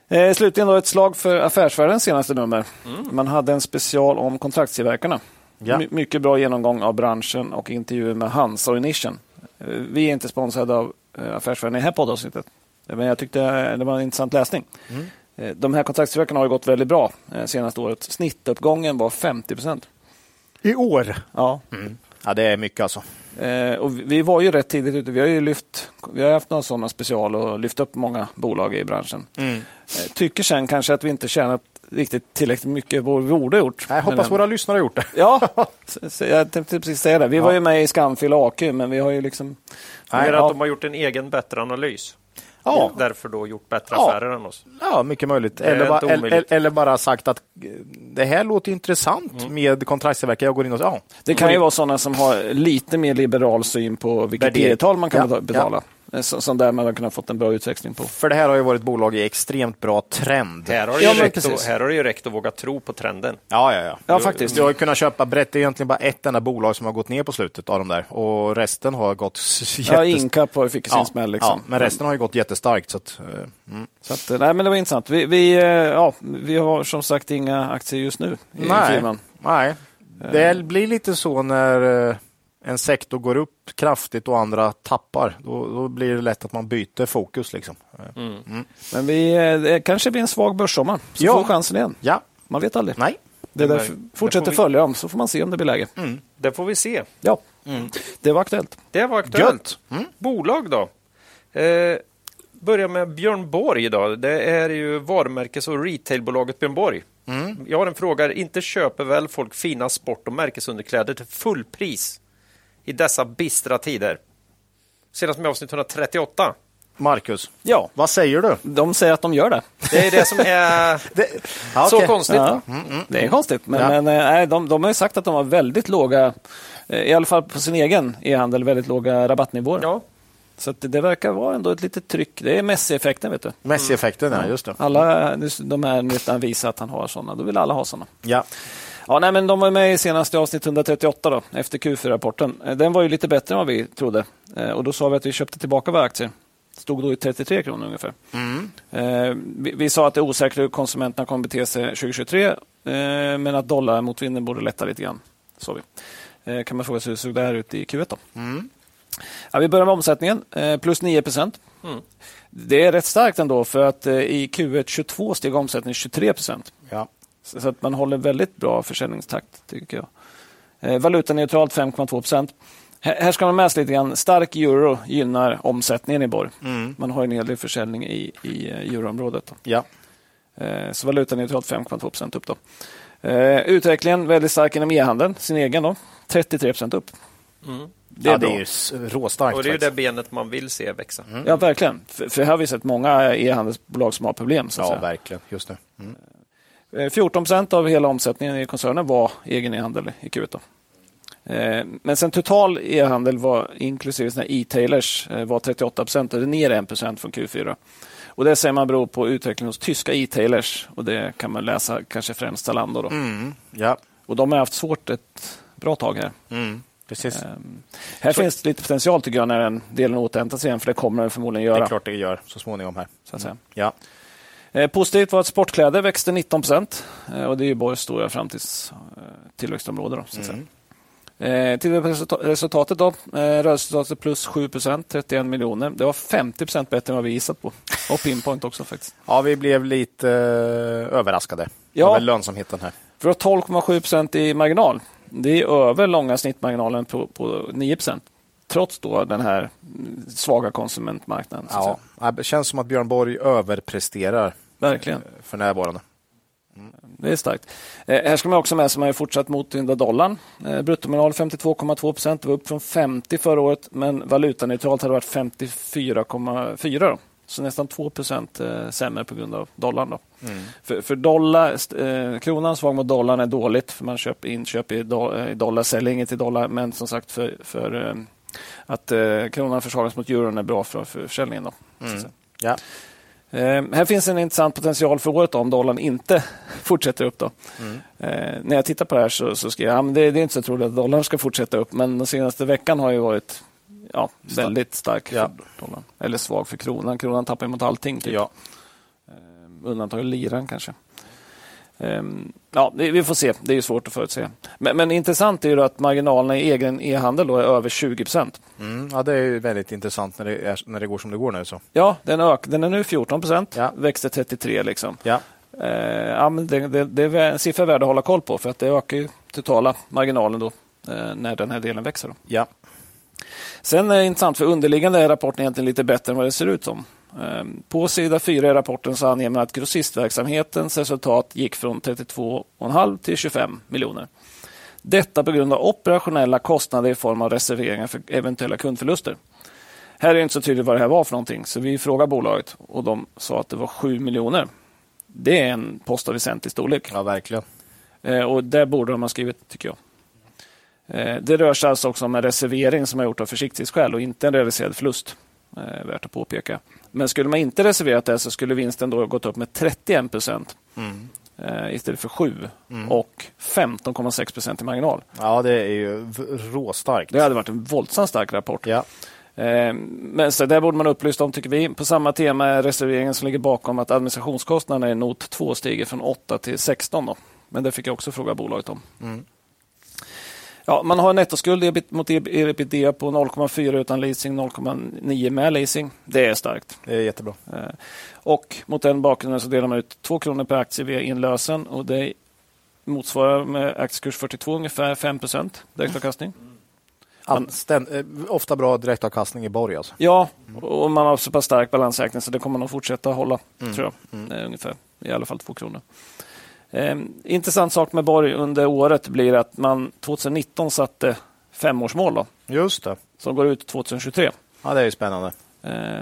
Speaker 3: Eh, slutligen då ett slag för Affärsvärldens senaste nummer. Man hade en special om kontraktstillverkarna.
Speaker 2: Ja.
Speaker 3: My- mycket bra genomgång av branschen och intervjuer med Hansa och Inission. Eh, vi är inte sponsrade av eh, Affärsvärlden i det här poddavsnittet. Eh, Men jag tyckte eh, det var en intressant läsning. Eh, de här kontraktstillverkarna har ju gått väldigt bra eh, senaste året. Snittuppgången var 50 procent.
Speaker 2: I år?
Speaker 3: Ja.
Speaker 2: Ja, det är mycket alltså.
Speaker 3: Eh, och vi- vi var ju rätt tidigt ute. Vi har ju lyft, vi har haft några sådana special och lyft upp många bolag i branschen.
Speaker 2: Mm.
Speaker 3: Eh, Tycker sen kanske att vi inte tjänat riktigt tillräckligt mycket vad vi borde ha gjort.
Speaker 2: Jag
Speaker 3: Men,
Speaker 2: hoppas
Speaker 3: eh,
Speaker 2: våra lyssnare har gjort det.
Speaker 3: Ja, så- så jag tänkte precis säga det. Vi var ju med i Skamfil och AQ, men vi har ju liksom...
Speaker 4: Mer
Speaker 3: ja,
Speaker 4: att de har gjort en egen bättre analys.
Speaker 2: Ja.
Speaker 4: Och Därför då gjort bättre
Speaker 2: Ja.
Speaker 4: affärer än oss.
Speaker 2: Ja, mycket möjligt.
Speaker 4: är
Speaker 2: Eller,
Speaker 4: inte
Speaker 2: bara, eller,
Speaker 4: omöjligt.
Speaker 2: eller bara sagt att eh, det här låter intressant
Speaker 4: Mm.
Speaker 2: med kontraktstillverkare. Jag går in och ja.
Speaker 3: det kan ju vara sådana som har lite mer liberal syn på vilket
Speaker 2: Värdering.
Speaker 3: P-tal man kan
Speaker 2: Ja,
Speaker 3: beta- betala. Eh, så- Som där man har kunnat fått en bra utväxling på.
Speaker 2: För det här har ju varit bolag i extremt bra trend.
Speaker 4: Här har, det
Speaker 3: Ja,
Speaker 4: ju
Speaker 3: men
Speaker 4: räckt att,
Speaker 3: precis.
Speaker 4: här har det ju räckt att våga tro på trenden.
Speaker 2: Ja, ja, ja.
Speaker 3: Ja,
Speaker 2: Du-
Speaker 3: faktiskt.
Speaker 2: Du har ju kunnat köpa brett. Det är egentligen bara ett enda bolag som har gått ner på slutet av de där och resten har gått s-
Speaker 3: Ja,
Speaker 2: jättestarkt.
Speaker 3: Incap har- fick ju sin smäll. Liksom.
Speaker 2: ja, men resten har ju gått jättestarkt. Så att, eh, mm.
Speaker 3: Så att, eh, nej, men det var intressant. Vi, vi, eh, ja, vi har som sagt inga aktier just nu i
Speaker 2: Nej,
Speaker 3: firman. Eh.
Speaker 2: nej. Det blir lite så när eh, en sektor går upp kraftigt och andra tappar. Då, då blir det lätt att man byter fokus. Liksom. Eh,
Speaker 4: Mm.
Speaker 3: Men vi, eh, det kanske blir en svag börssommar. Så
Speaker 2: Ja.
Speaker 3: får vi chansen igen.
Speaker 2: Ja,
Speaker 3: Man vet aldrig.
Speaker 2: nej.
Speaker 3: Det är
Speaker 4: Nej.
Speaker 3: därför,
Speaker 4: Det
Speaker 3: fortsätter
Speaker 4: får vi- Mm.
Speaker 3: följa dem så får man se om det blir läge.
Speaker 4: Det får vi se.
Speaker 3: Ja. Det var aktuellt.
Speaker 4: Det var aktuellt. Mm. Bolag då? Eh, börja med Björn Borg idag. Det är ju varumärkes och retailbolaget Björn Borg. Jag har en fråga. Inte köper väl folk fina sport och märkesunderkläder till fullpris i dessa bistra tider? Senast med avsnitt 138.
Speaker 2: Marcus,
Speaker 3: Ja,
Speaker 2: vad säger du?
Speaker 3: de säger att de gör det.
Speaker 4: Det är det som är
Speaker 2: Ja,
Speaker 4: så
Speaker 2: okej.
Speaker 4: konstigt.
Speaker 3: Ja. Det är konstigt, men,
Speaker 2: Ja.
Speaker 3: men eh, nej, de, de har ju sagt att de har väldigt låga, eh, i alla fall på sin egen e-handel, väldigt låga rabattnivåer.
Speaker 4: Ja.
Speaker 3: Så att det, det verkar vara ändå ett litet tryck. Det är Messi-effekten, vet du.
Speaker 2: Messi-effekten, Mm. ja. just det.
Speaker 3: Alla nu- de här nyttan visar att han har sådana, då vill alla ha sådana.
Speaker 2: Ja.
Speaker 3: Ja, nej, men de var med i senaste avsnitt 138, då, efter Q4-rapporten. Eh, Den var ju lite bättre än vad vi trodde. Eh, Och då sa vi att vi köpte tillbaka våra aktier. Stod då i 33 kronor ungefär. Eh, Vi, vi sa att det är osäkert hur konsumenterna kommer bete sig 2023, eh, men att dollarmotvinden borde lätta lite grann. Sa vi. Eh, Kan man fråga sig hur såg det här ut i Q1? Då? Ja, vi börjar med omsättningen, eh, plus 9 procent. Det är rätt starkt ändå, för att eh, i Q1 22 steg omsättningen 23 procent.
Speaker 2: Ja.
Speaker 3: Så så att man håller väldigt bra försäljningstakt, tycker jag. Eh, valutaneutralt 5,2 procent. Här här ska man med sig lite grann. Stark euro gynnar omsättningen i Borg.
Speaker 2: Mm.
Speaker 3: Man har ju en hel del försäljning i, i eh, euroområdet. Då.
Speaker 2: Ja.
Speaker 3: Eh, Så valutaneutralt 5,2 procent upp. Då. Eh, Utvecklingen väldigt stark inom e-handeln, sin egen. Då. 33 procent upp.
Speaker 2: Det är, ja, det
Speaker 3: bra.
Speaker 2: är ju s- råstarkt.
Speaker 4: Och det är ju det
Speaker 2: faktiskt.
Speaker 4: benet man vill se växa.
Speaker 3: Ja, verkligen. För, för här har vi sett många e-handelsbolag som har problem. Så att
Speaker 2: Ja,
Speaker 3: säga.
Speaker 2: verkligen. Just det. Mm.
Speaker 3: Eh, 14 procent av hela omsättningen i koncernen var egen e-handel i Q1. då. Eh, Men sen total e-handel var inklusive sina e-tailers eh, var 38 procent, eller ner 1 procent från Q4. Och Det säger man beror på utvecklingen hos tyska e-tailers och det kan man läsa kanske främst Zalando. Då.
Speaker 2: Mm. Ja,
Speaker 3: Och de har haft svårt ett bra tag här.
Speaker 2: precis.
Speaker 3: Ehm, Här
Speaker 2: Mm. Så-
Speaker 3: finns det lite potential tycker jag när den delen återhämtar sig igen, för det kommer den förmodligen göra.
Speaker 2: Det är klart det gör så småningom här.
Speaker 3: Så att säga.
Speaker 2: Ja.
Speaker 3: Eh, Positivt var att sportkläder växte 19 procent Eh, och det är ju Borgs stora framtidstillväxtområde. Då, så att säga. Eh, Tittar vi på resulta- resultatet då. Eh, Rörelseresultatet plus 7 procent, 31 miljoner. Det var 50 procent bättre än vad vi gissat på. Och Pinpoint också faktiskt.
Speaker 2: ja, vi blev lite eh, överraskade
Speaker 3: Ja.
Speaker 2: över lönsamheten här.
Speaker 3: För att 12,7 procent i marginal. Det är över långa snittmarginalen på, på 9 procent. Trots då den här mm, svaga konsumentmarknaden. Så att
Speaker 2: Ja. Ja, Det känns som att Björn Borg överpresterar
Speaker 3: säga. Verkligen.
Speaker 2: för närvarande.
Speaker 3: Det är starkt. Eh, här ska man också med sig, man har ju fortsatt motvinda dollarn. Eh, bruttomarginal 52,2 procent, det var upp från 50 förra året, men valutaneutralt hade det varit 54,4. Då. Så nästan 2 procent eh, sämre på grund av dollarn. Då. För, för dollar, st- eh, kronan svag mot dollarn är dåligt, för man köper inköp i, do, eh, i dollar, säljer inget i dollar. Men som sagt, för, för eh, att eh, kronan försvagas mot euron är bra för, för försäljningen. Då, så att säga.
Speaker 2: Ja.
Speaker 3: Eh, här finns en intressant potential för året då, om dollarn inte [LAUGHS] fortsätter upp. Då.
Speaker 2: Mm.
Speaker 3: Eh, när jag tittar på det här så, så skriver jag att det, det är inte så troligt att dollarn ska fortsätta upp, men den senaste veckan har ju varit ja, väldigt stark
Speaker 2: Ja.
Speaker 3: för dollarn. Eller svag för kronan. Kronan tappar ju mot allting. Typ.
Speaker 2: Ja.
Speaker 3: Undantaget liran kanske. Ehm, Ja, det- vi får se. Det är ju svårt att förutse. Men, men intressant är ju då att marginalerna i egen e-handel då är över 20 procent.
Speaker 2: Mm, ja, det är ju väldigt intressant när det, är, när det går som det går nu. Så.
Speaker 3: Ja, den, ök, den är nu 14 procent,
Speaker 2: Ja.
Speaker 3: växte 33 liksom.
Speaker 2: Ja.
Speaker 3: Eh, ja, men det, det, det är en siffra värd att hålla koll på för att det ökar ju totala marginalen då eh, när den här delen växer. Då.
Speaker 2: Ja.
Speaker 3: Sen är det intressant för underliggande är rapporten egentligen lite bättre än vad det ser ut som. Eh, På sida 4 i rapporten så anger man att grossistverksamhetens resultat gick från 32,5 till 25 miljoner. Detta på grund av operationella kostnader i form av reserveringar för eventuella kundförluster. Här är det inte så tydligt vad det här var för någonting, så vi frågade bolaget och de sa att det var 7 miljoner. Det är en post av väsentlig storlek.
Speaker 2: ja, verkligen.
Speaker 3: Eh, Och det borde de ha skrivit, tycker jag. Eh, Det rör sig alltså också om en reservering som har gjort av försiktighetsskäl och inte en realiserad förlust. Eh, Värt att påpeka. Men skulle man inte reserverat det så skulle vinsten då ha gått upp med 31 procent eh, istället för 7 och 15,6 procent i marginal.
Speaker 2: Ja, det är ju v- råstarkt.
Speaker 3: Det hade varit en våldsamt stark rapport.
Speaker 2: Ja.
Speaker 3: Eh, Men så där borde man upplysta om, tycker vi. På samma tema är reserveringen som ligger bakom att administrationskostnaderna i not 2 stiger från 8 till 16. Då. Men det fick jag också fråga bolaget om. Ja, man har en nettoskuld ebit- mot ebitda på 0,4 utan leasing, 0,9 med leasing. Det är starkt.
Speaker 2: Det är jättebra.
Speaker 3: Eh, Och mot den bakgrunden så delar man ut 2 kronor per aktie via inlösen och det motsvarar med aktiekurs 42 ungefär 5 direktavkastning.
Speaker 2: Anständ, eh, ofta bra direktavkastning i borg. Alltså.
Speaker 3: Ja, och man har så pass stark balansräkning så det kommer nog fortsätta hålla, tror jag. Eh, Ungefär, i alla fall två kronor. Eh, intressant sak med Borg under året blir att man 2019 satte femårsmål då,
Speaker 2: Just det.
Speaker 3: som går ut 2023.
Speaker 2: Ja, det är ju spännande.
Speaker 3: Eh,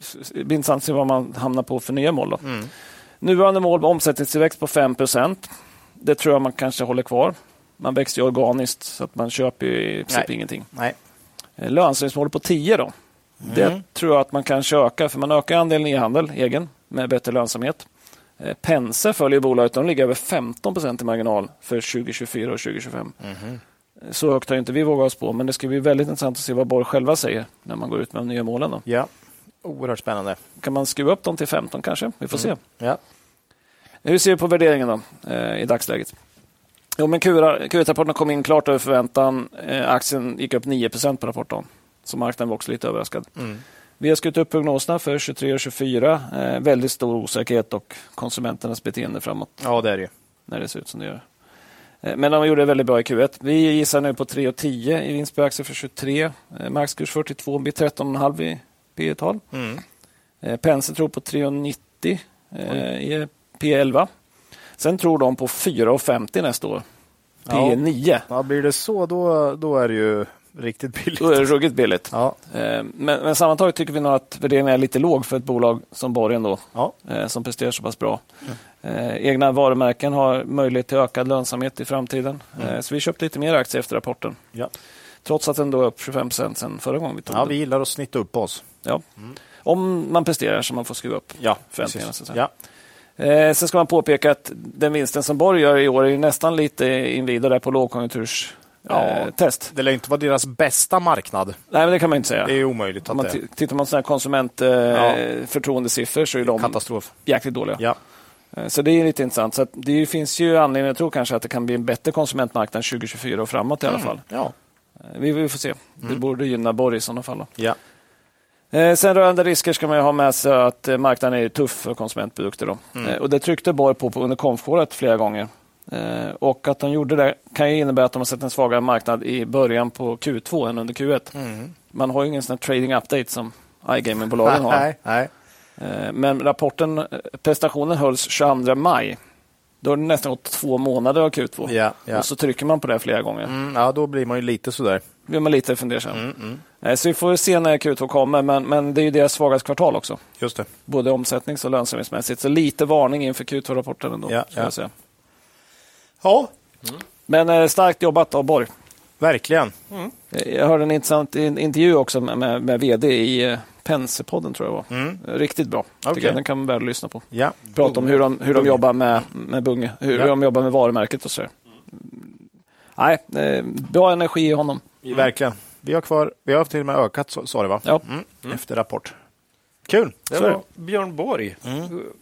Speaker 3: s- s- det blir intressant att se vad man hamnar på för nya mål. Då. Nuvarande mål med omsättningstillväxt på 5 Det tror jag man kanske håller kvar. Man växer ju organiskt så att man köper ju i princip
Speaker 2: Nej.
Speaker 3: ingenting.
Speaker 2: Nej.
Speaker 3: Eh, Lönsamhetsmålet på 10 då. Det tror jag att man kanske ökar, för man ökar andelen e-handel, egen, med bättre lönsamhet. Eh, Pense följer bolaget, de ligger över 15 i marginal för 2024 och 2025. Eh, Så högt har inte vi vågat oss på, men det ska bli väldigt intressant att se vad Borg själva säger när man går ut med de nya målen. Då.
Speaker 2: Ja. Oerhört spännande.
Speaker 3: Kan man skruva upp dem till 15 kanske? Vi får se.
Speaker 2: Ja.
Speaker 3: Hur ser vi på värderingen då, eh, i dagsläget? Jo, men Q1 Q1-rapporten kom in klart över förväntan. Eh, aktien gick upp 9 på rapporten, så marknaden var också lite överraskad. Vi har skrivit upp prognoserna för 23 och 24. Eh, väldigt stor osäkerhet och konsumenternas beteende framåt
Speaker 2: ja, det är det ju.
Speaker 3: när det ser ut som det gör. Eh, Men de gjorde det väldigt bra i Q1. Vi gissar nu på 3,10 i vinst per aktie för 23. Eh, Maxkurs 42, blir 13,5 i P tal Penser tror på 3,90 eh, i P11. Sen tror de på 4,50 nästa år. P9.
Speaker 2: Ja, blir det så, då, då är det ju riktigt billigt.
Speaker 3: Då är det ruggigt billigt.
Speaker 2: Ja.
Speaker 3: Eh, Men, men sammantaget tycker vi nog att värderingen är lite låg för ett bolag som Borgen då,
Speaker 2: Ja.
Speaker 3: eh, som presterar så pass bra. Eh, Egna varumärken har möjlighet till ökad lönsamhet i framtiden.
Speaker 2: Mm.
Speaker 3: Eh, Så vi köpte lite mer aktier efter rapporten,
Speaker 2: Ja.
Speaker 3: trots att den då är upp 25 procent sen förra gången vi tog
Speaker 2: ja,
Speaker 3: den.
Speaker 2: vi Mm. gillar att snitta upp oss.
Speaker 3: Ja. Om man presterar så man får skruva upp
Speaker 2: Ja,
Speaker 3: förväntningarna. Så att säga.
Speaker 2: Ja.
Speaker 3: Eh, sen ska man påpeka att den vinsten som Borg gör i år är ju nästan lite invidare där på lågkonjunkturstest. Eh,
Speaker 2: Ja.
Speaker 3: test.
Speaker 2: Det lär ju inte vara deras bästa marknad.
Speaker 3: Nej, men det kan man ju inte säga.
Speaker 2: Det är ju omöjligt
Speaker 3: Om
Speaker 2: att
Speaker 3: man
Speaker 2: det är
Speaker 3: t- tittar man på sådana här konsumentförtroendesiffror så är de
Speaker 2: katastrof.
Speaker 3: jäkligt dåliga.
Speaker 2: Ja.
Speaker 3: Eh, Så det är lite intressant. Så att det finns ju anledning, jag tror kanske att det kan bli en bättre konsumentmarknad 2024 och framåt i alla fall.
Speaker 2: Ja.
Speaker 3: Eh, Vi, vi får se. Det borde gynna Borg i sådana fall. Då.
Speaker 2: Ja.
Speaker 3: Eh, sen rörande risker ska man ju ha med sig att eh, marknaden är ju tuff för konsumentprodukter. Då. Eh, och det tryckte Borg på, på under konfkåret flera gånger. Eh, och att de gjorde det kan ju innebära att de har sett en svagare marknad i början på Q2 än under Q1. Man har ju ingen sån här trading update som iGamingbolagen har.
Speaker 2: [LAUGHS] Nej, nej.
Speaker 3: Eh, men rapporten, eh, prestationen hölls 22 maj. Då har det nästan gått två månader av Q2.
Speaker 2: Ja, ja.
Speaker 3: Och så trycker man på det flera gånger.
Speaker 2: Mm, ja, då blir man ju lite sådär.
Speaker 3: blir man lite fundersam. Eh, Så vi får se när Q2 kommer, men, men det är ju deras svagaste kvartal också.
Speaker 2: Just det.
Speaker 3: Både omsättnings och lönsamhetsmässigt. Så lite varning inför Q2-rapporten ändå.
Speaker 2: Ja,
Speaker 3: skulle
Speaker 2: ja.
Speaker 3: jag säga.
Speaker 2: Ja,
Speaker 3: Men eh, starkt jobbat av Borg.
Speaker 2: verkligen.
Speaker 3: Eh, Jag hörde en intressant in- intervju också med, med, med VD i eh, Penserpodden, tror jag det var. Eh, Riktigt bra.
Speaker 2: Mm. Okej.
Speaker 3: Tycker jag. Den kan man väl lyssna på.
Speaker 2: Ja.
Speaker 3: Prata om hur de, hur de jobbar med, med Bunge, hur, hur de jobbar med varumärket och så. där. Nej, eh, bra energi i honom.
Speaker 2: Mm. Verkligen. Vi har kvar, vi har till och med ökat, sa- sa det va?
Speaker 3: Ja.
Speaker 2: Mm. Efter rapport. Kul!
Speaker 4: Det
Speaker 2: Så är det. Mm.
Speaker 4: var Björn Borg,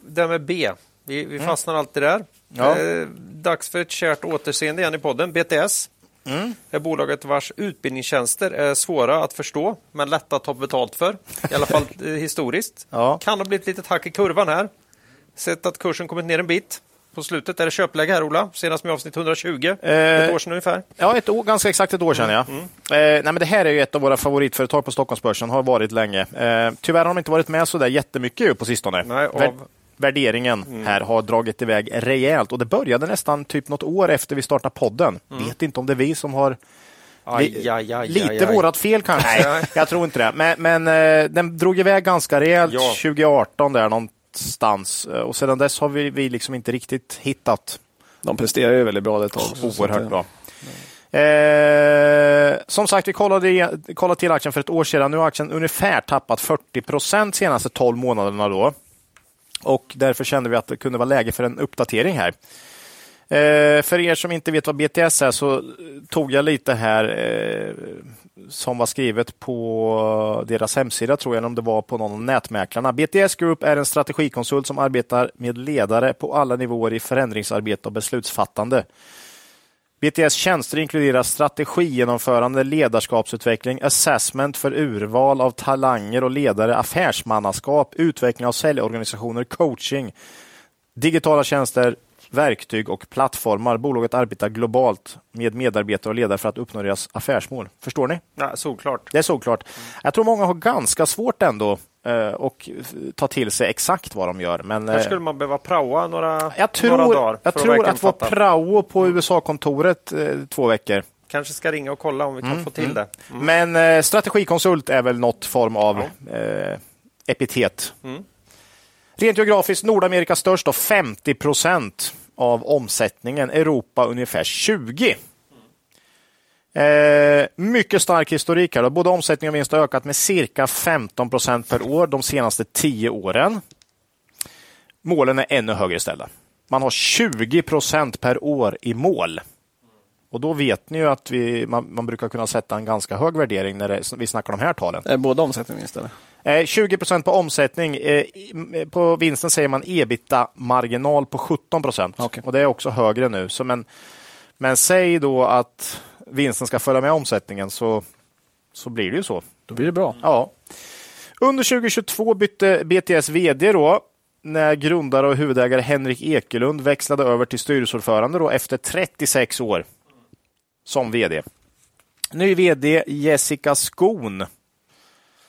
Speaker 4: det med B. Vi, vi fastnar alltid där.
Speaker 2: Ja.
Speaker 4: Eh, dags för ett kärt återseende igen i podden. BTS
Speaker 2: Mm.
Speaker 4: är bolaget vars utbildningstjänster är svåra att förstå, men lätta att ta betalt för. I
Speaker 2: [LAUGHS]
Speaker 4: alla fall eh, historiskt.
Speaker 2: Ja.
Speaker 4: Kan ha blivit ett litet hack i kurvan här. Sett att kursen kommit ner en bit. På slutet är det köpläge här, Ola. Senast med avsnitt 120.
Speaker 2: Eh,
Speaker 4: ett år sedan ungefär.
Speaker 2: Ja, ett år, ganska exakt ett år sedan. Ja.
Speaker 4: Mm.
Speaker 2: Eh, nej, men det här är ju ett av våra favoritföretag på Stockholmsbörsen, har varit länge. Eh, tyvärr har de inte varit med så där jättemycket ju på sistone.
Speaker 4: Nej, av- Mm.
Speaker 2: Vär- värderingen här har dragit iväg rejält och det började nästan typ något år efter vi startade podden. Vet inte om det är vi som har
Speaker 4: Mm. Aj, aj, aj,
Speaker 2: Lite
Speaker 4: aj, aj.
Speaker 2: vårat fel kanske. Nej, jag tror inte det. Men, men eh, den drog iväg ganska rejält
Speaker 4: Ja.
Speaker 2: 2018 där någonstans. Eh, Och sedan dess har vi, vi liksom inte riktigt hittat
Speaker 3: De presterar ju väldigt bra det tag. också, så att,
Speaker 2: oerhört
Speaker 3: eh,
Speaker 2: bra. Eh, som sagt, vi kollade, igen- kollade till aktien för ett år sedan. Nu har aktien ungefär tappat 40 procent senaste 12 månaderna. Då. Och därför kände vi att det kunde vara läge för en uppdatering här. Eh, för er som inte vet vad BTS är så eh, tog jag lite här eh, som var skrivet på deras hemsida, tror jag, eller om det var på någon av nätmäklarna. BTS Group är en strategikonsult som arbetar med ledare på alla nivåer i förändringsarbete och beslutsfattande. BTS tjänster inkluderar strategigenomförande, ledarskapsutveckling, assessment för urval av talanger och ledare, affärsmannaskap, utveckling av säljorganisationer, coaching, digitala tjänster, verktyg och plattformar. Bolaget arbetar globalt med medarbetare och ledare för att uppnå deras affärsmål. Förstår ni?
Speaker 4: Ja, såklart.
Speaker 2: Det är såklart. Jag tror många har ganska svårt ändå eh, att ta till sig exakt vad de gör. Men,
Speaker 4: Här
Speaker 2: eh,
Speaker 4: skulle man behöva praoa några,
Speaker 2: jag
Speaker 4: några
Speaker 2: tror,
Speaker 4: dagar.
Speaker 2: jag
Speaker 4: för
Speaker 2: tror
Speaker 4: verkligen
Speaker 2: att vara
Speaker 4: fatta.
Speaker 2: prao på USA-kontoret eh, två veckor
Speaker 4: Kanske ska ringa och kolla om vi kan få till det.
Speaker 2: Men eh, strategikonsult är väl något form av eh, epitet. Rent geografiskt, Nordamerika störst, då, 50 procent av omsättningen. Europa ungefär 20. Eh, mycket stark historik här. Då. Både omsättning och vinst har ökat med cirka 15 procent per år de senaste 10 åren. Målen är ännu högre ställda. Man har 20 procent per år i mål. Och då vet ni ju att vi, man, man brukar kunna sätta en ganska hög värdering när det, vi snackar de här talen.
Speaker 3: eh, Både omsättning och vinst, eller?
Speaker 2: Eh, 20 procent på omsättning. Eh, i- m- på vinsten säger man ebita-marginal på 17 procent.
Speaker 3: Okej.
Speaker 2: Och det är också högre nu. Så men, men säg då att vinsten ska följa med omsättningen så, så blir det ju så.
Speaker 3: Då blir det bra.
Speaker 2: Ja. Under 2022 bytte BTS vd då, när grundare och huvudägare Henrik Ekelund växlade över till styrelseordförande då, efter 36 år som vd. Ny vd Jessica Skon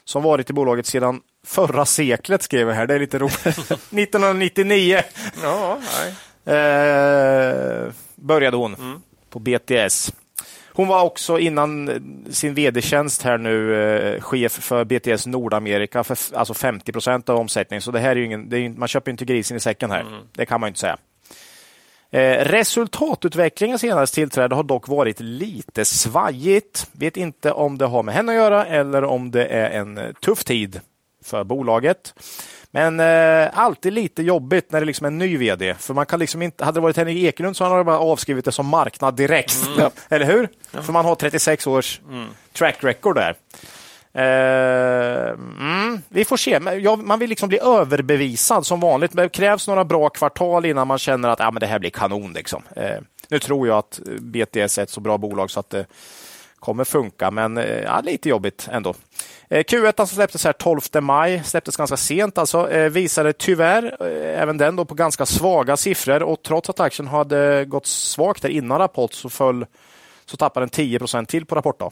Speaker 2: som varit i bolaget sedan förra seklet, skrev jag här. Det är lite roligt. 1999
Speaker 4: Ja, nej.
Speaker 2: eh, började hon på BTS. Hon var också innan sin vd-tjänst här nu eh, chef för BTS Nordamerika, för f- alltså 50 procent av omsättningen. Så det här är ju ingen, det är, ju inte- man köper ju inte grisen i säcken här. Det kan man ju inte säga. Eh, resultatutvecklingen senaste tillträde har dock varit lite svajigt. Vet inte om det har med henne att göra eller om det är en eh, tuff tid för bolaget. Men eh, alltid lite jobbigt när det liksom är en ny vd. För man kan liksom inte, hade det varit Henrik Ekelund så hade han bara avskrivit det som marknad direkt. [LAUGHS] Eller hur? För man har 36 års track record där. Eh, mm, vi får se. Men jag- Man vill liksom bli överbevisad som vanligt. Men det krävs några bra kvartal innan man känner att ah, men det här blir kanon. Liksom. Eh, nu tror jag att BTS är ett så bra bolag så att det kommer funka, men eh, ja, lite jobbigt ändå. Eh, Q1 som släpptes här 12 maj, släpptes ganska sent, alltså, eh, visade tyvärr eh, även den då på ganska svaga siffror och trots att aktien hade gått svagt där innan rapport så, föll, så tappade den 10 till på rapportdag.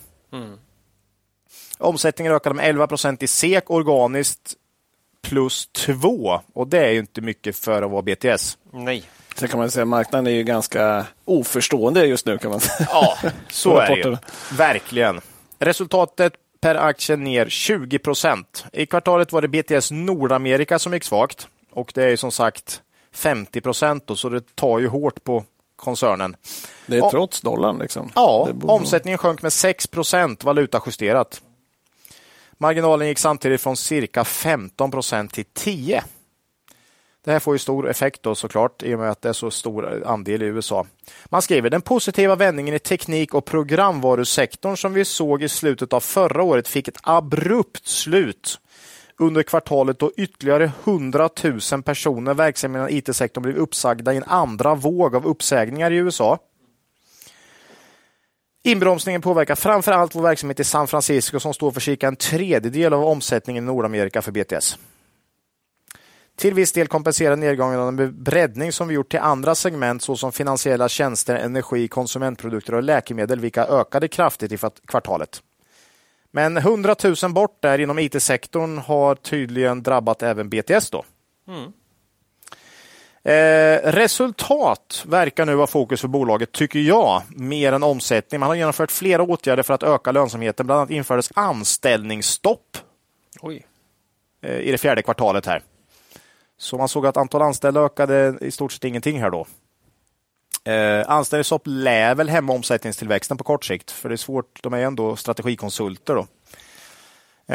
Speaker 2: Omsättningen ökade med 11 i SEK organiskt plus 2 och det är ju inte mycket för att vara BTS.
Speaker 4: nej.
Speaker 3: Sen kan man ju säga att marknaden är ju ganska oförstående just nu. kan man säga.
Speaker 2: Ja, så
Speaker 3: Och
Speaker 2: är det ju.
Speaker 3: rapporter.
Speaker 2: Verkligen. Resultatet per aktie ner 20 procent. I kvartalet var det BTS Nordamerika som gick svagt och det är ju som sagt 50 procent, så det tar ju hårt på koncernen.
Speaker 3: [LAUGHS] Det är
Speaker 2: Ja.
Speaker 3: trots dollarn. Liksom.
Speaker 2: Ja,
Speaker 3: Det borde-
Speaker 2: omsättningen sjönk med 6 procent valutajusterat. Marginalen gick samtidigt från cirka 15 procent till 10. Det här får ju stor effekt då såklart i och med att det är så stor andel i USA. Man skriver den positiva vändningen i teknik och programvarusektorn som vi såg i slutet av förra året fick ett abrupt slut under kvartalet då ytterligare 100 000 personer verksamma inom IT-sektorn blev uppsagda i en andra våg av uppsägningar i USA. Inbromsningen påverkar framför allt vår verksamhet i San Francisco som står för cirka en tredjedel av omsättningen i Nordamerika för BTS. Till viss del kompenserar nedgången av den breddning som vi gjort till andra segment såsom finansiella tjänster, energi, konsumentprodukter och läkemedel, vilka ökade kraftigt i fat- kvartalet. Men 100 000 bort där inom IT-sektorn har tydligen drabbat även BTS. då. Eh, resultat verkar nu vara fokus för bolaget, tycker jag, mer än omsättning. Man har genomfört flera åtgärder för att öka lönsamheten. Bland annat infördes anställningsstopp
Speaker 4: Oj.
Speaker 2: eh, i det fjärde kvartalet här. Så man såg att antal anställda ökade i stort sett ingenting här då. Eh, anställningsstopp lär väl hämma omsättningstillväxten på kort sikt, för det är svårt. De är ju ändå strategikonsulter då.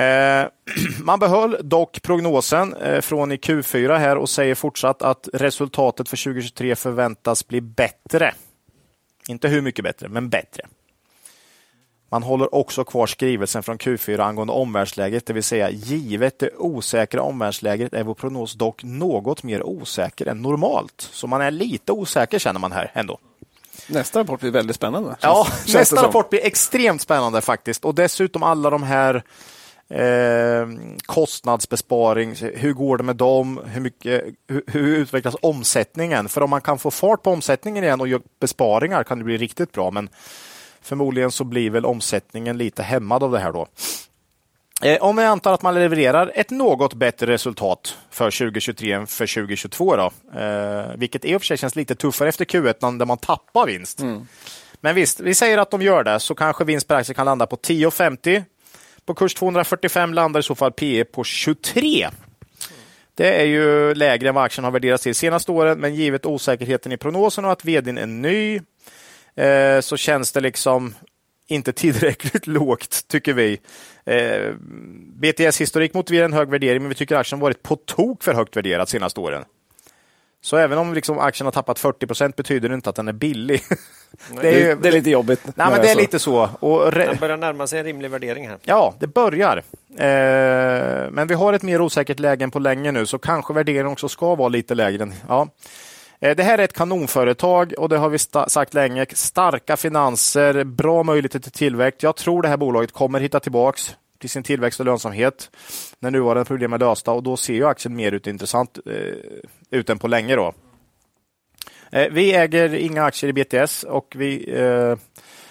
Speaker 2: Eh, [CLEARS THROAT] man behöll dock prognosen eh, från i Q4 här och säger fortsatt att resultatet för 2023 förväntas bli bättre. Inte hur mycket bättre, men bättre. Man håller också kvar skrivelsen från Q4 angående omvärldsläget, det vill säga givet det osäkra omvärldsläget är vår prognos dock något mer osäker än normalt. Så man är lite osäker känner man här ändå.
Speaker 3: Nästa rapport blir väldigt spännande. känns-
Speaker 2: Ja,
Speaker 3: känns det
Speaker 2: nästa
Speaker 3: som.
Speaker 2: rapport blir extremt spännande faktiskt. Och dessutom alla de här eh, kostnadsbesparing, hur går det med dem? Hur, mycket, hur, hur utvecklas omsättningen? För om man kan få fart på omsättningen igen och göra besparingar kan det bli riktigt bra. Men förmodligen så blir väl omsättningen lite hämmad av det här då. Eh, om vi antar att man levererar ett något bättre resultat för 2023 än för 2022, då, eh, vilket i och för sig känns lite tuffare efter Q1 där man tappar vinst.
Speaker 3: Mm.
Speaker 2: Men visst, vi säger att de gör det, så kanske vinst per aktie kan landa på 10,50. På kurs 245 landar i så fall PE på 23. Det är ju lägre än vad aktien har värderats till senaste åren, men givet osäkerheten i prognosen och att vdn är ny eh, så känns det liksom inte [LAUGHS] tillräckligt lågt, tycker vi. Eh, BTS historik motiverar en hög värdering, men vi tycker aktien varit på tok för högt värderad senaste åren. Så även om liksom aktien har tappat 40 procent betyder det inte att den är billig. [LAUGHS] det, är
Speaker 3: Det,
Speaker 2: ju-
Speaker 3: är- det alltså. är lite jobbigt.
Speaker 2: Nej, men det är lite så. Och re-
Speaker 4: Den börjar närma sig en rimlig värdering här.
Speaker 2: ja, det börjar. Eh, men vi har ett mer osäkert läge än på länge nu, så kanske värderingen också ska vara lite lägre. Än, ja. Eh, det här är ett kanonföretag och det har vi sta- sagt länge. Starka finanser, bra möjligheter till tillväxt. Jag tror det här bolaget kommer hitta tillbaks till sin tillväxt och lönsamhet när nuvarande problem är lösta och då ser ju aktien mer ut intressant eh, ut än på länge. Då. Eh, vi äger inga aktier i BTS och vi eh,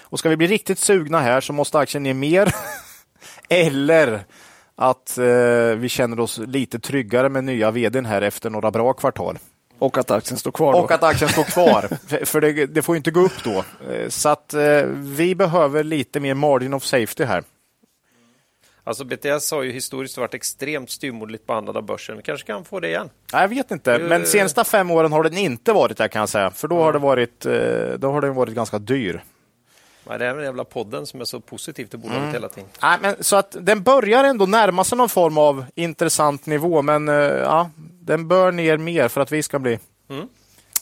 Speaker 2: och ska vi bli riktigt sugna här så måste aktien ner mer. [LAUGHS] Eller att eh, vi känner oss lite tryggare med nya vdn här efter några bra kvartal.
Speaker 3: Och att aktien står kvar.
Speaker 2: Och
Speaker 3: då.
Speaker 2: att aktien står kvar, för- för det, det får ju inte gå upp då. Eh, Så att eh, vi behöver lite mer margin of safety här.
Speaker 4: Alltså BTS har ju historiskt varit extremt styrmodligt behandlad av börsen. Vi kanske kan få det igen.
Speaker 2: Nej, Jag vet inte, men senaste fem åren har den inte varit där kan jag säga. För då har, det varit, eh, då har den varit ganska dyr.
Speaker 4: Nej, det är den jävla podden som är så positiv till bolaget hela tiden.
Speaker 2: Nej, men, så att den börjar ändå närma sig någon form av intressant nivå, men eh, ja, den bör ner mer för att vi ska bli...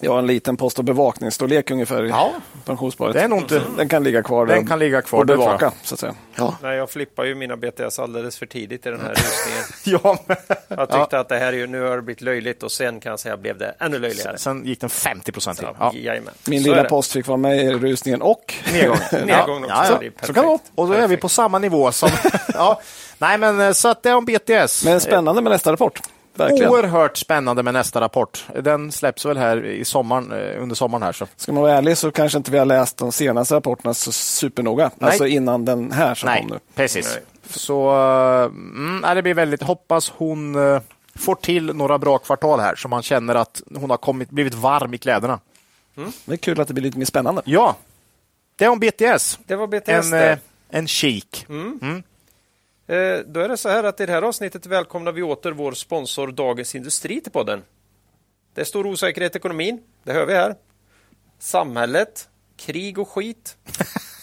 Speaker 3: Jag har en liten post och bevakningsstorlek ungefär i
Speaker 2: Ja.
Speaker 3: pensionssparet.
Speaker 2: Det är nog inte-
Speaker 3: Den kan ligga kvar.
Speaker 2: Den
Speaker 3: där
Speaker 2: kan ligga kvar,
Speaker 3: Och
Speaker 2: det tror
Speaker 3: bevaka,
Speaker 2: jag.
Speaker 3: så att säga. Ja.
Speaker 4: Nej, jag flippar ju mina BTS alldeles för tidigt i den här rusningen.
Speaker 2: [LAUGHS] Ja, men...
Speaker 4: Jag tyckte att det här är ju, nu har det blivit löjligt och sen kan jag säga blev det ännu löjligare.
Speaker 2: Sen gick den 50 procent till.
Speaker 4: Ja, jajamän.
Speaker 3: Min
Speaker 4: Så är
Speaker 3: lilla
Speaker 4: det.
Speaker 3: post fick vara med i rusningen och
Speaker 2: Nedgång.
Speaker 4: Nedgång också,
Speaker 2: ja,
Speaker 4: det är
Speaker 2: ja. Så kan det vara.
Speaker 4: perfekt.
Speaker 2: Och då är vi
Speaker 4: Perfekt.
Speaker 2: på samma nivå
Speaker 4: [LAUGHS]
Speaker 2: som... ja. Nej, men eh, så att det är om BTS.
Speaker 3: Men spännande med nästa rapport. Verkligen.
Speaker 2: Oerhört spännande med nästa rapport. Den släpps väl här i sommaren, eh, under sommaren här. Så.
Speaker 3: Ska man vara ärlig så kanske inte vi har läst de senaste rapporterna så supernoga.
Speaker 2: Nej.
Speaker 3: Alltså innan den här som
Speaker 2: Nej,
Speaker 3: kom nu.
Speaker 2: precis.
Speaker 4: Nej.
Speaker 2: Så eh, mm, nej, det blir väldigt... Hoppas hon... eh, får till några bra kvartal här som han känner att hon har kommit, blivit varm i kläderna.
Speaker 3: Det är kul att det blir lite mer spännande.
Speaker 2: Ja, det är om BTS.
Speaker 4: Det var BTS
Speaker 2: En,
Speaker 4: det. Mm.
Speaker 2: eh, en kik.
Speaker 4: Eh, Då är det så här att i det här avsnittet välkomnar vi åter vår sponsor Dagens Industri till podden. Det är stor osäkerhet i ekonomin, det hör vi här. Samhället, krig och skit.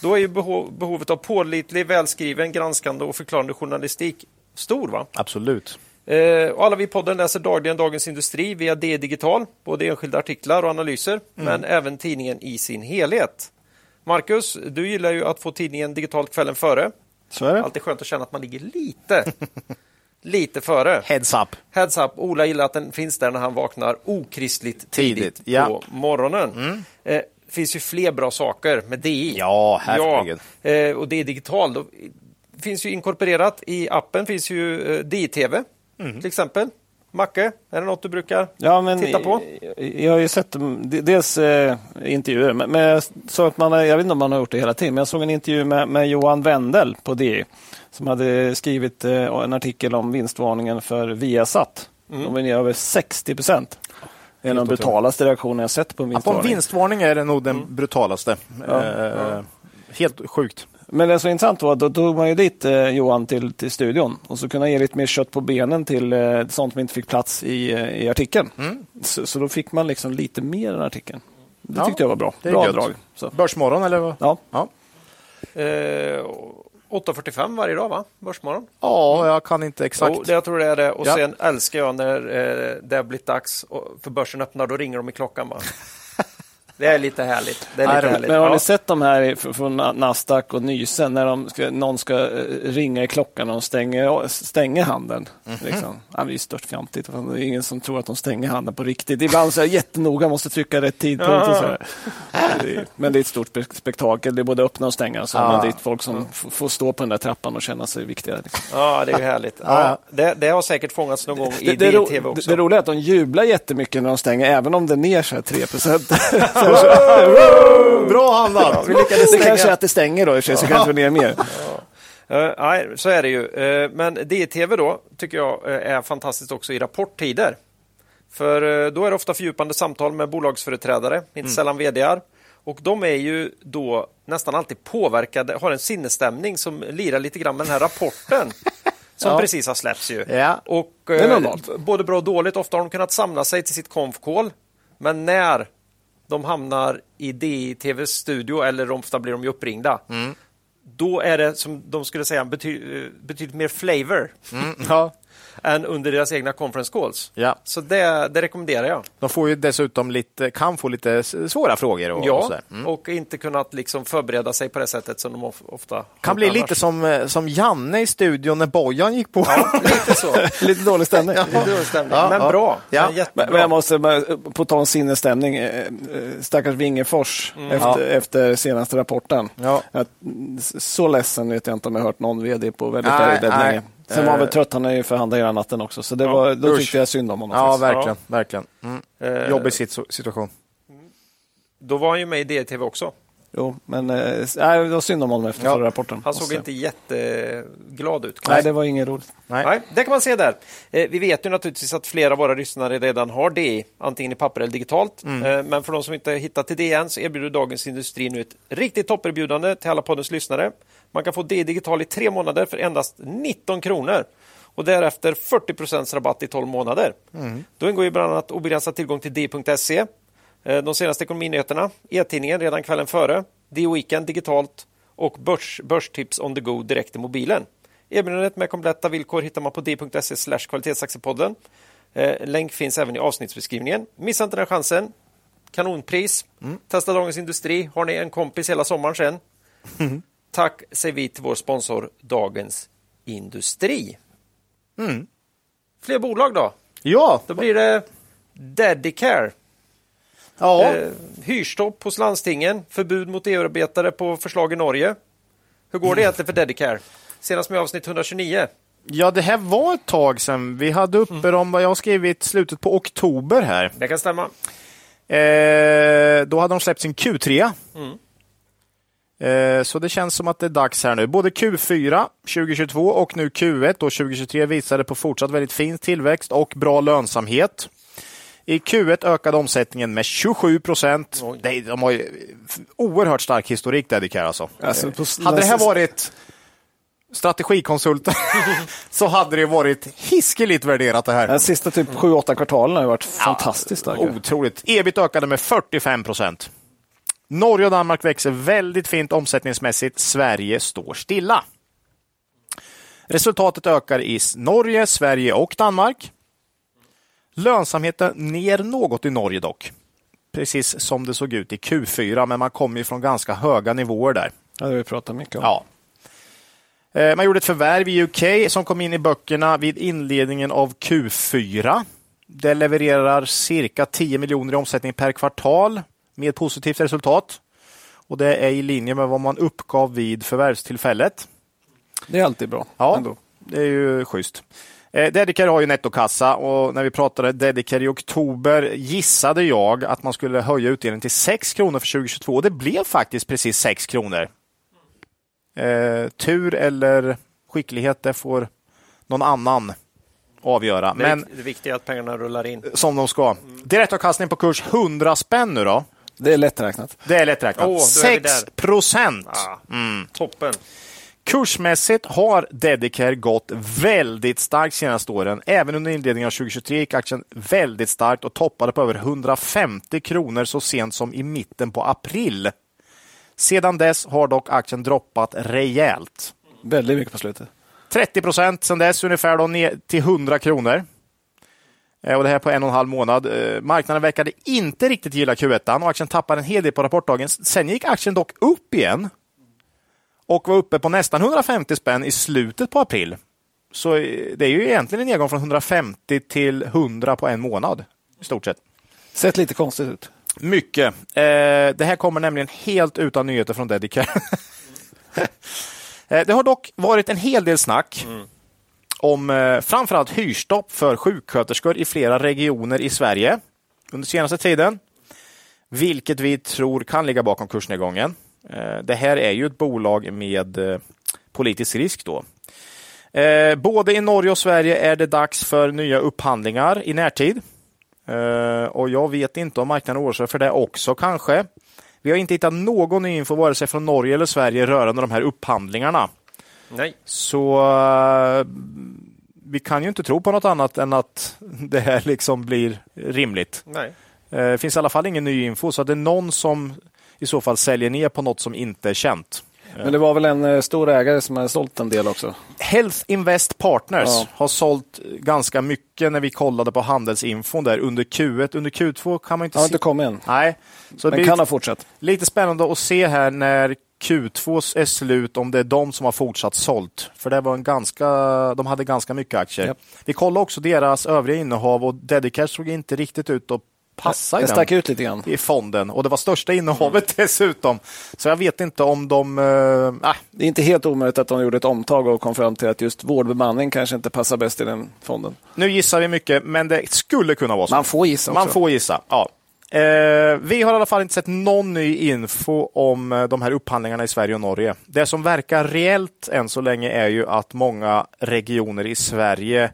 Speaker 4: Då är ju beho- behovet av pålitlig, välskriven, granskande och förklarande journalistik stor. va?
Speaker 2: Absolut.
Speaker 4: Eh, och alla vi i podden läser dagligen Dagens Industri via D Digital, både enskilda artiklar och analyser, men även tidningen i sin helhet. Marcus, du gillar ju att få tidningen digitalt kvällen före.
Speaker 3: Så är det.
Speaker 4: Alltid skönt att känna att man ligger
Speaker 2: [LAUGHS]
Speaker 4: lite, lite före.
Speaker 2: Heads up.
Speaker 4: Heads up, Ola gillar att den finns där när han vaknar okristligt tidigt,
Speaker 2: Tidigt, ja. Mm.
Speaker 4: på morgonen. Eh, det finns ju fler bra saker med DI.
Speaker 2: Ja, herregud.
Speaker 4: Ja, eh, och det är digitalt. Då finns ju inkorporerat i appen finns ju eh, DI-TV
Speaker 2: Mm.
Speaker 4: till exempel. Macke, är det något du brukar
Speaker 3: Ja, men
Speaker 4: titta på?
Speaker 3: Jag, jag har ju sett mm, d- dels eh, intervjuer, men, men jag, såg att man, har- jag vet inte om man har gjort det hela tiden, men jag såg en intervju med, med Johan Wendel på DI som hade skrivit eh, en artikel om vinstvarningen för Viasat. De är ner över 60 procent. Det är en av de brutalaste reaktionerna jag sett på en
Speaker 2: Ja, På en
Speaker 3: vinstvarning.
Speaker 2: vinstvarning är det nog den brutalaste. Eh, Helt sjukt.
Speaker 3: Men det som är intressant var att då tog man ju dit eh, Johan till, till studion och så kunde han ge lite mer kött på benen till eh, sånt som inte fick plats i, eh, i artikeln. Så, så då fick man liksom lite mer än artikeln. Det
Speaker 2: Mm. Ja,
Speaker 3: tyckte jag var bra.
Speaker 2: det är
Speaker 3: Bra
Speaker 2: gött.
Speaker 3: drag. Så.
Speaker 2: Börsmorgon eller? vad?
Speaker 3: Ja.
Speaker 2: Ja.
Speaker 4: Eh, 8.45 varje dag, va? Börsmorgon.
Speaker 2: ja, jag kan inte exakt.
Speaker 4: Jo, det, jag tror det är det. Och
Speaker 2: Ja.
Speaker 4: sen älskar jag när eh, det har blivit dags och, för börsen öppnar, då ringer de i klockan.
Speaker 3: [LAUGHS]
Speaker 4: Va? Det är lite härligt. Det är
Speaker 2: Nej,
Speaker 4: lite
Speaker 2: de-
Speaker 4: härligt.
Speaker 3: Men har
Speaker 4: ja.
Speaker 3: ni sett de här i- fr- från Na- Nasdaq och Nysen när de ska, någon ska eh, ringa i klockan och de stänger, stänger handen?
Speaker 4: Mhm.
Speaker 3: Liksom. Ja, det är ju stört fjantigt. Fan, Det är ingen som tror att de stänger handen på riktigt. Ibland så är jag jättenoga, måste trycka rätt tidpunkt. Och så här. Det är- Men det är ett stort spe- spektakel. Det är både öppna och stänga. Så
Speaker 2: Ja.
Speaker 3: men det är folk som f- får stå på den där trappan och känna sig viktiga. Liksom.
Speaker 4: ja, det är ju härligt. Ja,
Speaker 2: Ja.
Speaker 4: det, det har säkert fångats någon gång i
Speaker 3: det, ro-
Speaker 4: DTV
Speaker 3: det, det
Speaker 4: också.
Speaker 3: roliga är att de jublar jättemycket när de stänger, även om det är ner så här
Speaker 4: [LAUGHS]
Speaker 3: 3 procent.
Speaker 2: Bra handlat!
Speaker 4: Vi lyckades
Speaker 3: det kanske är
Speaker 4: stänga.
Speaker 3: att det stänger då i och för sig, så kanske det är ner mer.
Speaker 4: Eh, Nej, så är det ju. Eh, Men DTV då, tycker jag eh, är fantastiskt också i rapporttider. För eh, då är det ofta fördjupande samtal med bolagsföreträdare, inte
Speaker 2: Mm.
Speaker 4: sällan vdar. Och de är ju då nästan alltid påverkade, har en sinnesstämning som lirar lite grann med den
Speaker 2: [LAUGHS]
Speaker 4: här rapporten. Som
Speaker 2: Ja.
Speaker 4: precis har släppts ju.
Speaker 2: Ja.
Speaker 4: Och,
Speaker 3: är
Speaker 4: eh,
Speaker 3: normalt.
Speaker 4: både bra och dåligt, ofta har de kunnat samla sig till sitt konfkål. Men när de hamnar i DI-TVs studio, eller ofta blir de ju uppringda,
Speaker 2: Mm.
Speaker 4: då är det som de skulle säga bety- eh, betydligt mer flavor
Speaker 2: Ja.
Speaker 4: [LAUGHS] än under deras egna conference calls.
Speaker 2: Mm. Ja.
Speaker 4: Så det, det rekommenderar jag.
Speaker 2: De får ju dessutom lite, kan få lite s- svåra frågor. Och, och
Speaker 4: Ja,
Speaker 2: sådär. Mm.
Speaker 4: och inte kunnat liksom förbereda sig på det sättet som de of- ofta
Speaker 2: Kan
Speaker 4: gjort
Speaker 2: bli lite
Speaker 4: annars.
Speaker 2: som, eh, som Janne i studion när Bojan gick på.
Speaker 4: [LAUGHS] Lite så.
Speaker 3: Lite dålig stämning.
Speaker 4: Lite dålig
Speaker 2: [LAUGHS]
Speaker 4: stämning.
Speaker 2: Ja,
Speaker 4: men
Speaker 2: ja.
Speaker 4: bra.
Speaker 2: Ja.
Speaker 4: Men jättebra.
Speaker 3: Men men jag måste, bara, eh, på tal om sinnesstämning, eh, eh, stackars Wingefors
Speaker 2: Mm.
Speaker 3: efter, efter senaste rapporten.
Speaker 2: [LAUGHS] Ja.
Speaker 3: Att, mm, s- så ledsen vet jag inte om jag hört någon vd på väldigt,
Speaker 2: Nej,
Speaker 3: väldigt
Speaker 2: nej.
Speaker 3: länge. Sen var han väl
Speaker 2: Eh.
Speaker 3: trött, han har ju förhandlat hela natten också, så det var, då
Speaker 2: usch.
Speaker 3: tyckte jag synd om honom.
Speaker 2: Ja,
Speaker 3: faktiskt.
Speaker 2: verkligen. verkligen. Mm.
Speaker 4: Eh,
Speaker 2: Jobbig sit- situation.
Speaker 4: Då var han ju med i DTV också.
Speaker 3: Jo, men eh, s- nej, det var synd om honom efter
Speaker 2: Ja.
Speaker 3: förra rapporten.
Speaker 4: Han
Speaker 3: måste
Speaker 4: såg
Speaker 3: jag
Speaker 4: inte jätteglad ut. kan
Speaker 3: säga.
Speaker 4: jag
Speaker 3: Nej, det var inget roligt.
Speaker 2: Nej.
Speaker 4: Nej, det kan man se där. Eh, vi vet ju naturligtvis att flera av våra lyssnare redan har DI, antingen i papper eller digitalt.
Speaker 3: Mm.
Speaker 4: Eh, men för de som inte har hittat till det än så erbjuder Dagens Industri nu ett riktigt topperbjudande till alla poddens lyssnare. Man kan få DI digital i tre månader för endast 19 kronor och därefter 40 rabatt i 12 månader.
Speaker 3: Mm.
Speaker 4: Då ingår ju bland annat obegränsad tillgång till di.se, eh, de senaste ekonominyheterna, e-tidningen redan kvällen före, DI Weekend digitalt och börs, börstips on the go direkt i mobilen. Erbjudandet med kompletta villkor hittar man på d.se slash kvalitetsaktiepodden. Eh, länk finns även i avsnittsbeskrivningen. Missa inte den här chansen. Kanonpris. Testa Dagens Industri. Har ni en kompis hela sommaren sen? Tack säger vi till vår sponsor Dagens Industri. Fler bolag då?
Speaker 2: Ja,
Speaker 4: Då blir det Dedicare.
Speaker 2: ja.
Speaker 4: Eh, hyrstopp hos landstingen, förbud mot EU-arbetare på förslag i Norge. Hur
Speaker 2: Mm.
Speaker 4: går det egentligen för Dedicare? Senast med avsnitt 129.
Speaker 2: ja, det här var ett tag sedan. Vi hade uppe dem, vad jag har skrivit, slutet på oktober här.
Speaker 4: Det kan stämma.
Speaker 2: Eh, då hade de släppt sin Q3. Eh, Så det känns som att det är dags här nu. Både Q4 2022 och nu Q1 då 2023 visade på fortsatt väldigt fin tillväxt och bra lönsamhet. I Q1 ökade omsättningen med 27 procent. De har ju oerhört stark historik Dedicare alltså.
Speaker 3: Alltså, på-
Speaker 2: Hade det här varit strategikonsulter [LAUGHS] så hade det varit hiskeligt värderat det här.
Speaker 3: De sista typ
Speaker 2: Mm.
Speaker 3: 7-8 kvartalen har ju varit fantastiskt starka.
Speaker 2: Oh. Otroligt. Ebit ökade med 45 procent. Norge och Danmark växer väldigt fint omsättningsmässigt. Sverige står stilla. Resultatet ökar i S- Norge, Sverige och Danmark. Lönsamheten ner något i Norge dock. Precis som det såg ut i Q4, men man kommer ju från ganska höga nivåer där.
Speaker 3: Ja, det har vi pratat mycket om.
Speaker 2: Ja. Eh, Man gjorde ett förvärv i UK som kom in i böckerna vid inledningen av Q4. Det levererar cirka 10 miljoner i omsättning per kvartal med positivt resultat. Och Det är i linje med vad man uppgav vid förvärvstillfället.
Speaker 3: Det är alltid bra.
Speaker 2: Ja,
Speaker 3: Ändå.
Speaker 2: det är ju schysst. Eh, Dedicare har ju nettokassa och när vi pratade Dedicare i oktober gissade jag att man skulle höja utdelningen till 6 kronor för 2022 och det blev faktiskt precis 6 kronor. Eh, tur eller skicklighet, det får någon annan avgöra. Men
Speaker 4: det viktiga är att pengarna rullar in.
Speaker 2: som de ska. Direktavkastning på kurs 100 spänn nu då.
Speaker 3: Det är lätträknat.
Speaker 2: Det är lätträknat.
Speaker 4: Åh, då är vi
Speaker 2: 6 procent.
Speaker 4: Ah,
Speaker 2: Mm.
Speaker 4: Toppen.
Speaker 2: Kursmässigt har Dedicare gått väldigt starkt senaste åren. Även under inledningen av 2023 gick aktien väldigt starkt och toppade på över 150 kronor så sent som i mitten på april. Sedan dess har dock aktien droppat rejält.
Speaker 3: Väldigt mycket på slutet.
Speaker 2: 30 procent sedan dess ungefär då, ner till 100 kronor. Eh, Och det här på en och en halv månad. Eh, Marknaden verkade inte riktigt gilla Q1 och aktien tappade en hel del på rapportdagen. Sen gick aktien dock upp igen och var uppe på nästan 150 spänn i slutet på april. Så eh, det är ju egentligen en nedgång från 150 till 100 på en månad i stort sett.
Speaker 3: Sett lite konstigt ut.
Speaker 2: Mycket. Eh, det här kommer nämligen helt utan nyheter från Dedicare. eh, det har dock varit en hel del snack om eh, framförallt hyrstopp för sjuksköterskor i flera regioner i Sverige under senaste tiden, vilket vi tror kan ligga bakom kursnedgången. Eh, det här är ju ett bolag med eh, politisk risk då. Eh, både i Norge och Sverige är det dags för nya upphandlingar i närtid. Eh, och jag vet inte om marknaden oroar sig för det också kanske. Vi har inte hittat någon ny info vare sig från Norge eller Sverige rörande de här upphandlingarna.
Speaker 4: Nej.
Speaker 2: Så eh, vi kan ju inte tro på något annat än att [LAUGHS] det här liksom blir rimligt.
Speaker 4: Nej.
Speaker 2: Eh, Det finns i alla fall ingen ny info, så att det är någon som i så fall säljer ner på något som inte är känt.
Speaker 3: Men det var väl en eh, stor ägare som hade sålt en del också.
Speaker 2: Health Invest Partners
Speaker 3: Ja.
Speaker 2: har sålt ganska mycket när vi kollade på handelsinfon där under Q1. Under Q2 kan man inte
Speaker 3: Jag har
Speaker 2: se...
Speaker 3: inte kommit än.
Speaker 2: Nej, så det
Speaker 3: Men
Speaker 2: blir
Speaker 3: kan ha fortsatt.
Speaker 2: lite spännande att se här när Q2 är slut om det är de som har fortsatt sålt. För det var en ganska, de hade ganska mycket aktier.
Speaker 3: Japp.
Speaker 2: Vi kollade också deras övriga innehav och Dedicare såg inte riktigt ut att passa i
Speaker 3: Jag
Speaker 2: den
Speaker 3: stack ut lite grann.
Speaker 2: i fonden och det var största innehavet [LAUGHS] dessutom. Så jag vet inte om de... Eh, ah,
Speaker 3: Det är inte helt omöjligt att de gjorde ett omtag och kom fram till att just vårdbemanning kanske inte passar bäst i den fonden.
Speaker 2: nu gissar vi mycket, men det skulle kunna vara så.
Speaker 3: Man får gissa också.
Speaker 2: Man får gissa, ja. Eh, vi har i alla fall inte sett någon ny info om eh, de här upphandlingarna i Sverige och Norge. Det som verkar reellt än så länge är ju att många regioner i Sverige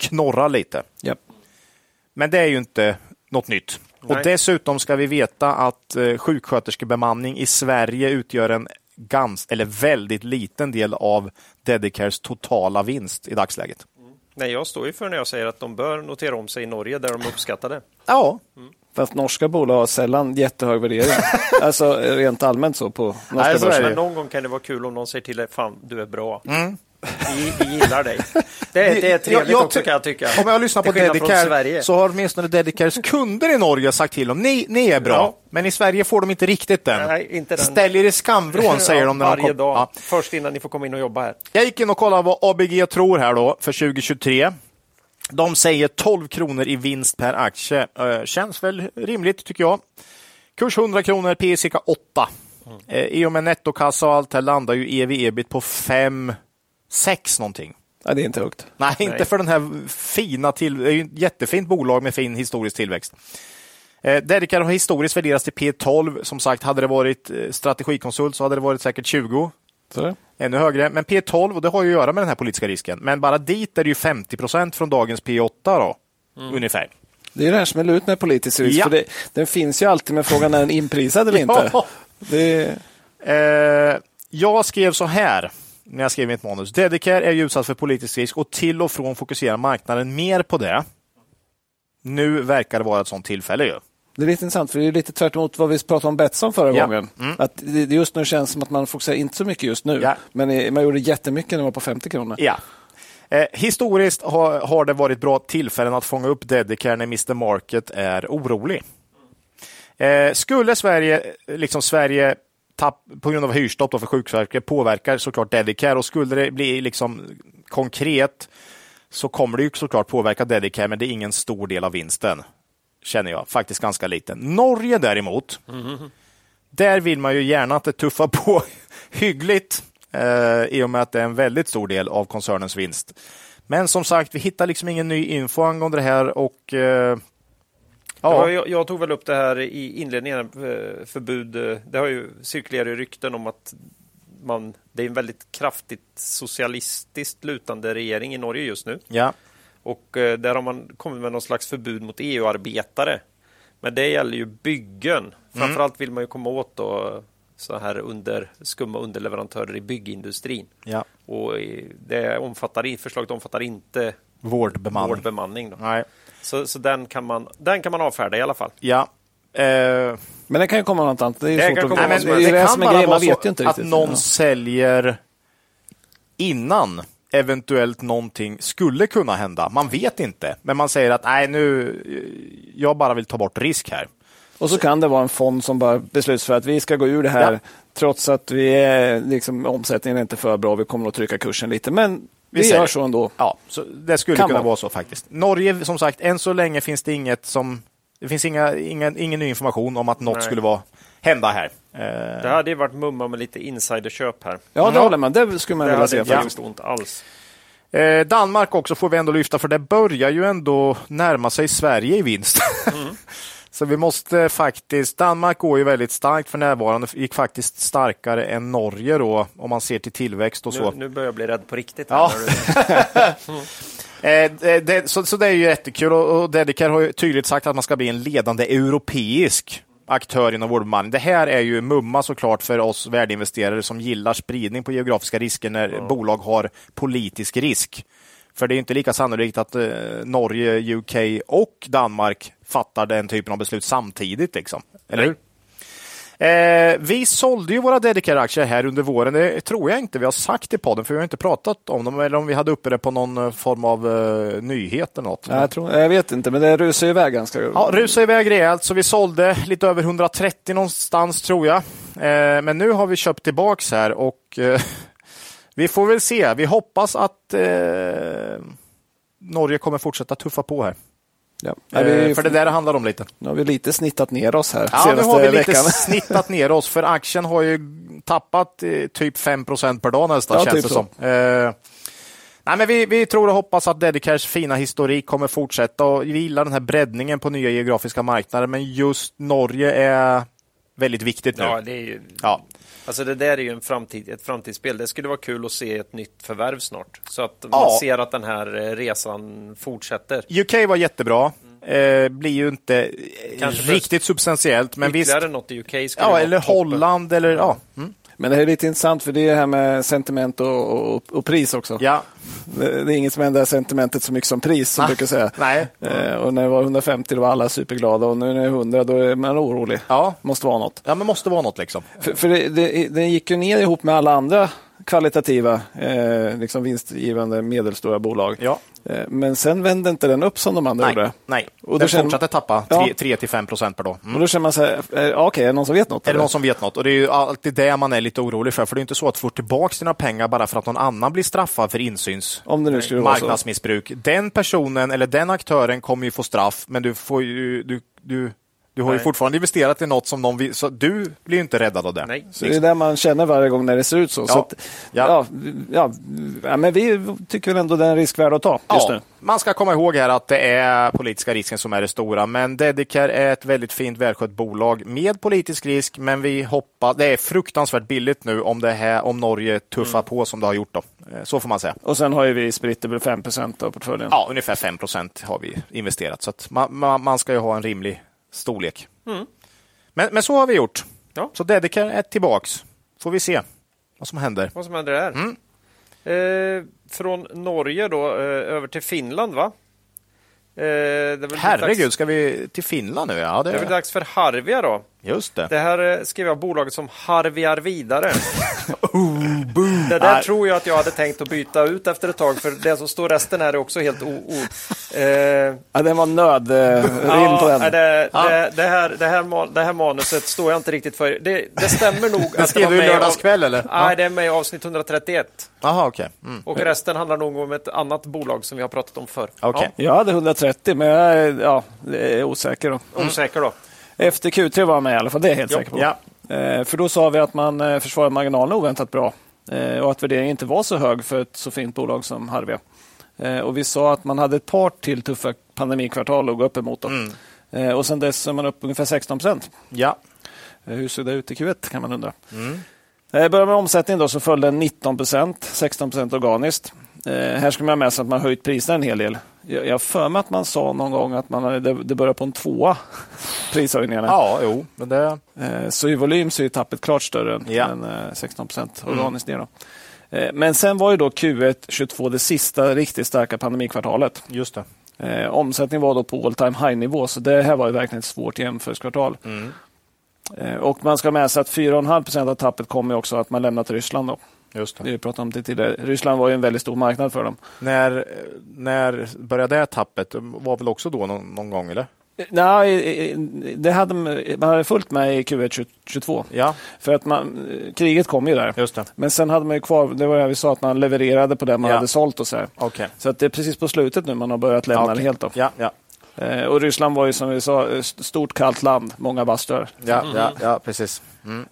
Speaker 2: knorrar lite.
Speaker 3: Japp.
Speaker 2: Men det är ju inte något nytt. Och
Speaker 4: Nej.
Speaker 2: dessutom ska vi veta att eh, sjuksköterskebemanning i Sverige utgör en gans, eller väldigt liten del av Dedicares totala vinst i dagsläget.
Speaker 4: Nej, jag står ju för när jag säger att de bör notera om sig i Norge där de är uppskattade.
Speaker 2: Ja,
Speaker 3: Fast norska bolag har sällan jättehög värdering.
Speaker 2: [LAUGHS]
Speaker 3: alltså rent allmänt så på norska
Speaker 2: Nej, så är
Speaker 3: börsen.
Speaker 2: det ju. Mm.
Speaker 4: Men någon gång kan det vara kul om någon säger till dig, fan du är bra. Vi, vi gillar dig. Det, det är trevligt
Speaker 2: Jag- jag
Speaker 4: också
Speaker 2: ty-
Speaker 4: kan jag tycka.
Speaker 2: Om jag lyssnar på
Speaker 4: Till skillnad från
Speaker 2: Dedicare
Speaker 4: Sverige.
Speaker 2: så har åtminstone Dedicares kunder i Norge sagt till dem, ni, ni är bra,
Speaker 4: Ja.
Speaker 2: men i Sverige får de inte riktigt den.
Speaker 4: Nej, inte den.
Speaker 2: Ställ er i
Speaker 4: [LAUGHS]
Speaker 2: skamvrån, säger de. När de
Speaker 4: Varje
Speaker 2: kom.
Speaker 4: dag.
Speaker 2: Ja.
Speaker 4: Först innan ni får komma in och jobba här.
Speaker 2: Jag gick in och kollade vad ABG tror här då för 2023. De säger 12 kronor i vinst per aktie. Eh, Känns väl rimligt tycker jag. Kurs 100 kronor, P E cirka 8.
Speaker 4: Mm.
Speaker 2: Eh, I och med nettokassa och allt här landar ju E ev-ebit på 5, 6 någonting.
Speaker 3: Nej, det är inte högt.
Speaker 2: Nej, inte för den här fina till... Det är ju ett jättefint bolag med fin historisk tillväxt. Eh, Derrickar har historiskt värderats till P12. Som sagt, hade det varit eh, strategikonsult så hade det varit säkert 20.
Speaker 3: Så är det.
Speaker 2: Ännu högre. Men P12, och det har ju att göra med den här politiska risken. Men bara dit är det ju 50 procent från dagens P8 då, ungefär.
Speaker 3: Det är det här som är lurt med politisk risk.
Speaker 2: Ja.
Speaker 3: För det, den finns ju alltid, men frågan är den
Speaker 2: [LAUGHS]
Speaker 3: inprisad eller inte?
Speaker 2: Ja.
Speaker 3: Det,
Speaker 2: Eh, jag skrev så här när jag skrev mitt manus. Dedicare är ju utsatt för politisk risk och till och från fokuserar marknaden mer på det. Nu verkar det vara ett sånt tillfälle ju.
Speaker 3: det är lite intressant, för det är lite tvärt emot vad vi pratade om Betsson förra
Speaker 2: Ja. Mm.
Speaker 3: gången. Att det, det just nu känns som att man fokuserar inte så mycket just nu,
Speaker 2: Ja.
Speaker 3: men eh, man gjorde jättemycket när man var på 50 kronor.
Speaker 2: Ja. Eh, historiskt har, har det varit bra tillfällen att fånga upp Dedicare när Mr Market är orolig. Eh, skulle Sverige, liksom Sverige tapp, på grund av hyrstopp då för sjukförsäkringar påverkar såklart Dedicare och skulle det bli liksom konkret så kommer det ju såklart påverka Dedicare men det är ingen stor del av vinsten. Känner jag, faktiskt ganska liten. Norge däremot, där vill man ju gärna att det tuffar på [LAUGHS] hyggligt eh, i och med att det är en väldigt stor del av koncernens vinst. Men som sagt, vi hittar liksom ingen ny info angående det här och eh,
Speaker 4: Ja.
Speaker 2: ja,
Speaker 4: Jag, jag tog väl upp det här i inledningen, eh, förbud. eh, Det har ju cirkulerat ju rykten om att man, det är en väldigt kraftigt socialistiskt lutande regering i Norge just nu.
Speaker 2: ja.
Speaker 4: Och eh, där har man kommit med någon slags förbud mot EU-arbetare. Men det gäller ju
Speaker 2: Mm.
Speaker 4: byggen. Framförallt vill man ju komma åt då så här under, skumma underleverantörer i byggindustrin.
Speaker 2: ja.
Speaker 4: Och eh, det omfattar, i- förslaget omfattar inte
Speaker 2: Vårdbemanning.
Speaker 4: vårdbemanning. Då.
Speaker 2: Nej.
Speaker 4: Så, så den, kan man, den kan man avfärda i alla fall.
Speaker 2: Ja. Eh,
Speaker 3: Men det kan ju komma något annat. Det är ju
Speaker 4: Det
Speaker 3: svårt
Speaker 4: kan
Speaker 3: att
Speaker 4: komma
Speaker 2: nej,
Speaker 4: vad
Speaker 2: men
Speaker 4: som
Speaker 3: alltså, det är ju
Speaker 2: det
Speaker 3: det
Speaker 2: kan
Speaker 3: som är
Speaker 2: bara
Speaker 3: grejen,
Speaker 2: vara
Speaker 3: man
Speaker 2: så
Speaker 3: vet ju inte
Speaker 2: att
Speaker 3: riktigt.
Speaker 2: någon
Speaker 3: Ja.
Speaker 2: säljer innan eventuellt någonting skulle kunna hända. Man vet inte, men man säger att nej, nu, jag bara vill ta bort risk här.
Speaker 3: Och så kan det vara en fond som bara besluts för att vi ska gå ur det här
Speaker 2: Ja.
Speaker 3: trots att vi är, liksom, omsättningen är inte för bra, vi kommer att trycka kursen lite. Men vi,
Speaker 2: säljer.
Speaker 3: gör så ändå.
Speaker 2: Ja, så det skulle
Speaker 3: Kan
Speaker 2: kunna
Speaker 3: vara.
Speaker 2: vara så faktiskt. Norge, som sagt, än så länge finns det inget som... Det finns inga, ingen, ingen ny information om att något
Speaker 4: Nej.
Speaker 2: skulle vara, hända här. Eh,
Speaker 4: Det hade ju varit mumma med lite insiderköp här.
Speaker 3: Ja, det
Speaker 2: Ja.
Speaker 3: håller man. Det skulle man
Speaker 4: Det
Speaker 3: vilja
Speaker 4: hade
Speaker 3: se.
Speaker 4: inte
Speaker 3: faktiskt.
Speaker 4: gjort ont alls.
Speaker 2: Eh, Danmark också får vi ändå lyfta, för det börjar ju ändå närma sig Sverige i vinst. [LAUGHS] Så vi måste faktiskt, Danmark går ju väldigt starkt för närvarande, gick faktiskt starkare än Norge då, om man ser till tillväxt och så.
Speaker 4: Nu, nu börjar jag bli rädd på riktigt.
Speaker 2: Ja.
Speaker 4: Här, när du-
Speaker 2: Eh, det, det, så, så det är ju jättekul och, och Dedicare har ju tydligt sagt att man ska bli en ledande europeisk aktör inom vårdbemanning. Det här är ju mumma såklart för oss värdeinvesterare som gillar spridning på geografiska risker när bolag har politisk risk. För det är ju inte lika sannolikt att eh, Norge, UK och Danmark fattar den typen av beslut samtidigt. Liksom. Eller hur? Eh, vi sålde ju våra Dedicare-aktier här under våren. Det tror jag inte vi har sagt i podden, för vi har inte pratat om dem, eller om vi hade uppe det på någon eh, form av eh, nyhet eller något.
Speaker 3: Ja, jag, tror, jag vet inte, men det rusar ju iväg ganska
Speaker 2: Ja, rusade iväg rejält, så vi sålde lite över 130 någonstans tror jag. Eh, men nu har vi köpt tillbaks här och eh, [LAUGHS] vi får väl se. Vi hoppas att eh, Norge kommer fortsätta tuffa på här.
Speaker 3: Ja.
Speaker 2: Eh,
Speaker 3: vi,
Speaker 2: för det där det handlar om lite.
Speaker 3: Nu har vi lite snittat ner oss här
Speaker 2: Ja, nu
Speaker 3: senaste
Speaker 2: har vi lite [LAUGHS]
Speaker 3: veckan.
Speaker 2: snittat ner oss, för aktien har ju tappat eh, typ 5 per dag nästan,
Speaker 3: Ja,
Speaker 2: känns
Speaker 3: typ
Speaker 2: det
Speaker 3: så.
Speaker 2: som. Eh, nej, men vi, vi tror och hoppas att Dedicares fina historik kommer fortsätta och vi gillar den här breddningen på nya geografiska marknader, men just Norge är väldigt viktigt nu.
Speaker 4: ja, det är ju...
Speaker 2: Ja.
Speaker 4: Alltså det där är ju en framtid, ett framtidsspel. Det skulle vara kul att se ett nytt förvärv snart. Så att man
Speaker 2: Ja.
Speaker 4: ser att den här eh, resan fortsätter.
Speaker 2: UK var jättebra, eh, blir ju inte eh,
Speaker 4: Kanske för-
Speaker 2: riktigt substantiellt, men visst.
Speaker 4: Ytterligare något i UK skulle
Speaker 2: Ja,
Speaker 4: vara
Speaker 2: eller
Speaker 4: toppen.
Speaker 2: Holland, eller ja. Mm.
Speaker 3: Men det här är lite intressant för det är det här med sentiment och, och, och pris också.
Speaker 2: ja.
Speaker 3: Det, det är inget som ändrar sentimentet så mycket som pris som
Speaker 2: Ah,
Speaker 3: brukar säga.
Speaker 2: nej.
Speaker 3: Eh, och när det var 150 då var alla superglada och nu när det är 100 då är man orolig.
Speaker 2: Ja.
Speaker 3: Måste vara något.
Speaker 2: ja, men måste vara något liksom.
Speaker 3: För, för det, det, den gick ju ner ihop med alla andra kvalitativa, eh, liksom vinstgivande medelstora bolag.
Speaker 2: Ja.
Speaker 3: Eh, men sen vände inte den upp som de andra
Speaker 2: Nej, Mm.
Speaker 3: gjorde.
Speaker 2: nej.
Speaker 3: Och då
Speaker 2: den
Speaker 3: känner-
Speaker 2: fortsatte tappa
Speaker 3: Ja.
Speaker 2: 3-5 procent per dag. Mm.
Speaker 3: Och då känner man så här, eh, ja, okej, är det någon som vet något?
Speaker 2: Är det
Speaker 3: eller?
Speaker 2: någon som vet något? Och det är ju alltid det man är lite orolig för, för det är inte så att få tillbaka sina pengar bara för att någon annan blir straffad för insyns
Speaker 3: Om det nu skulle vara så.
Speaker 2: marknadsmissbruk. Den personen eller den aktören kommer ju få straff, men du får ju, du, du Du har ju
Speaker 4: Nej.
Speaker 2: fortfarande investerat i något som någon vill, så du blir ju inte räddad av det.
Speaker 4: Nej.
Speaker 3: Så det är det man känner varje gång när det ser ut så. så att,
Speaker 2: Ja.
Speaker 3: ja. Ja, ja, men vi tycker väl ändå det är en risk värd att ta just nu.
Speaker 2: Man ska komma ihåg här att det är politiska risken som är det stora, men Dedicare är ett väldigt fint välskött bolag med politisk risk, men vi hoppas, det är fruktansvärt billigt nu om, det här, om Norge tuffar på som det har gjort. Då. Eh, Så får man säga.
Speaker 3: Och sen har ju vi Spritter 5 av portföljen.
Speaker 2: Ja, ungefär 5 har vi investerat, så att man, man, man ska ju ha en rimlig storlek. Men, men så har vi gjort.
Speaker 4: Ja.
Speaker 2: Så Dedicare är tillbaks. Får vi se vad som händer.
Speaker 4: Vad som händer där.
Speaker 2: Mm.
Speaker 4: Eh, från Norge då eh, över till Finland va? Eh, det är väl
Speaker 2: Herregud,
Speaker 4: Dags,
Speaker 2: ska vi till Finland nu? Ja,
Speaker 4: det är väl
Speaker 2: det,
Speaker 4: dags för Harvia då.
Speaker 2: just det.
Speaker 4: Det här eh, skrev jag bolaget som
Speaker 2: [LAUGHS]
Speaker 4: harviar vidare.
Speaker 2: Oh,
Speaker 4: det där tror jag att jag hade tänkt att byta ut efter ett tag, för det som står resten här är också helt o... o eh,
Speaker 3: Ja, den var nöd, eh, rim på
Speaker 4: ja,
Speaker 3: den.
Speaker 4: nej, det, det, det, här, det, här, ma- det här manuset står jag inte riktigt för. Det, det stämmer nog att
Speaker 2: [LAUGHS] Det skrev
Speaker 4: var
Speaker 2: du i
Speaker 4: med i av-
Speaker 2: lördagskväll, eller?
Speaker 4: Nej, det är med i avsnitt 131.
Speaker 2: Jaha, okej. Mm.
Speaker 4: Och resten handlar nog om ett annat bolag som vi har pratat om förr.
Speaker 2: Okej.
Speaker 3: Jag hade 130, men jag är, ja, är osäker. Då.
Speaker 2: Mm.
Speaker 4: Ja, osäker då.
Speaker 3: Efter Q3 var jag med i alla fall, det är jag helt
Speaker 4: Ja.
Speaker 3: säker på.
Speaker 2: Ja.
Speaker 3: Eh, För då sa vi att man eh, försvarade marginalen oväntat bra eh, och att värderingen inte var så hög för ett så fint bolag som Harvia. Eh, Och vi sa att man hade ett par till tuffa pandemikvartal att gå upp emot. Då. Eh, Och sen dess är man upp ungefär 16 procent. Eh,
Speaker 2: Ja.
Speaker 3: Hur såg det ut i Q1 kan man undra. Eh, Börjar med omsättningen då så föll den 19 procent, 16 procent organiskt. Eh, här ska man ha med sig att man har höjt priserna en hel del. Jag jag har för mig att man sa någon gång att man hade, det börjar på en tvåa, [LAUGHS] prishöjningarna.
Speaker 2: ja, jo, men det...
Speaker 3: Eh, Så i volym så är tappet klart större än-
Speaker 2: Ja. Mm.
Speaker 3: än eh, 16 procent organiskt ner. Då. Eh, Men sen var ju då Q1 22 det sista riktigt starka pandemikvartalet.
Speaker 2: Just det.
Speaker 3: Eh, Omsättningen var då på all time high nivå, så det här var ju verkligen ett svårt jämförelsekvartal. Eh, Och man ska ha med sig att 4,5 procent av tappet kommer ju också att man lämnat Ryssland. Då.
Speaker 2: Just
Speaker 3: Det
Speaker 2: det.
Speaker 3: vi pratade om tidigare. Ryssland var ju en väldigt stor marknad för dem.
Speaker 2: När, när började det tappet? var väl också då någon, någon gång, eller?
Speaker 3: Eh, Nej, eh, det hade, de- man hade fullt med i Q1 22.
Speaker 2: Ja,
Speaker 3: För att man, eh, kriget kom ju där.
Speaker 2: just det.
Speaker 3: Men sen hade man ju kvar, det var det vi sa, att man levererade på det man
Speaker 2: Ja.
Speaker 3: hade sålt och så här.
Speaker 2: Okej.
Speaker 3: Så att det är precis på slutet nu man har börjat lämna
Speaker 2: Ja,
Speaker 3: det
Speaker 2: okej.
Speaker 3: helt. Då.
Speaker 2: Ja, ja,
Speaker 3: Eh, och Ryssland var ju som vi sa, eh, st- stort kallt land, många bastöar.
Speaker 2: ja, ja, ja precis.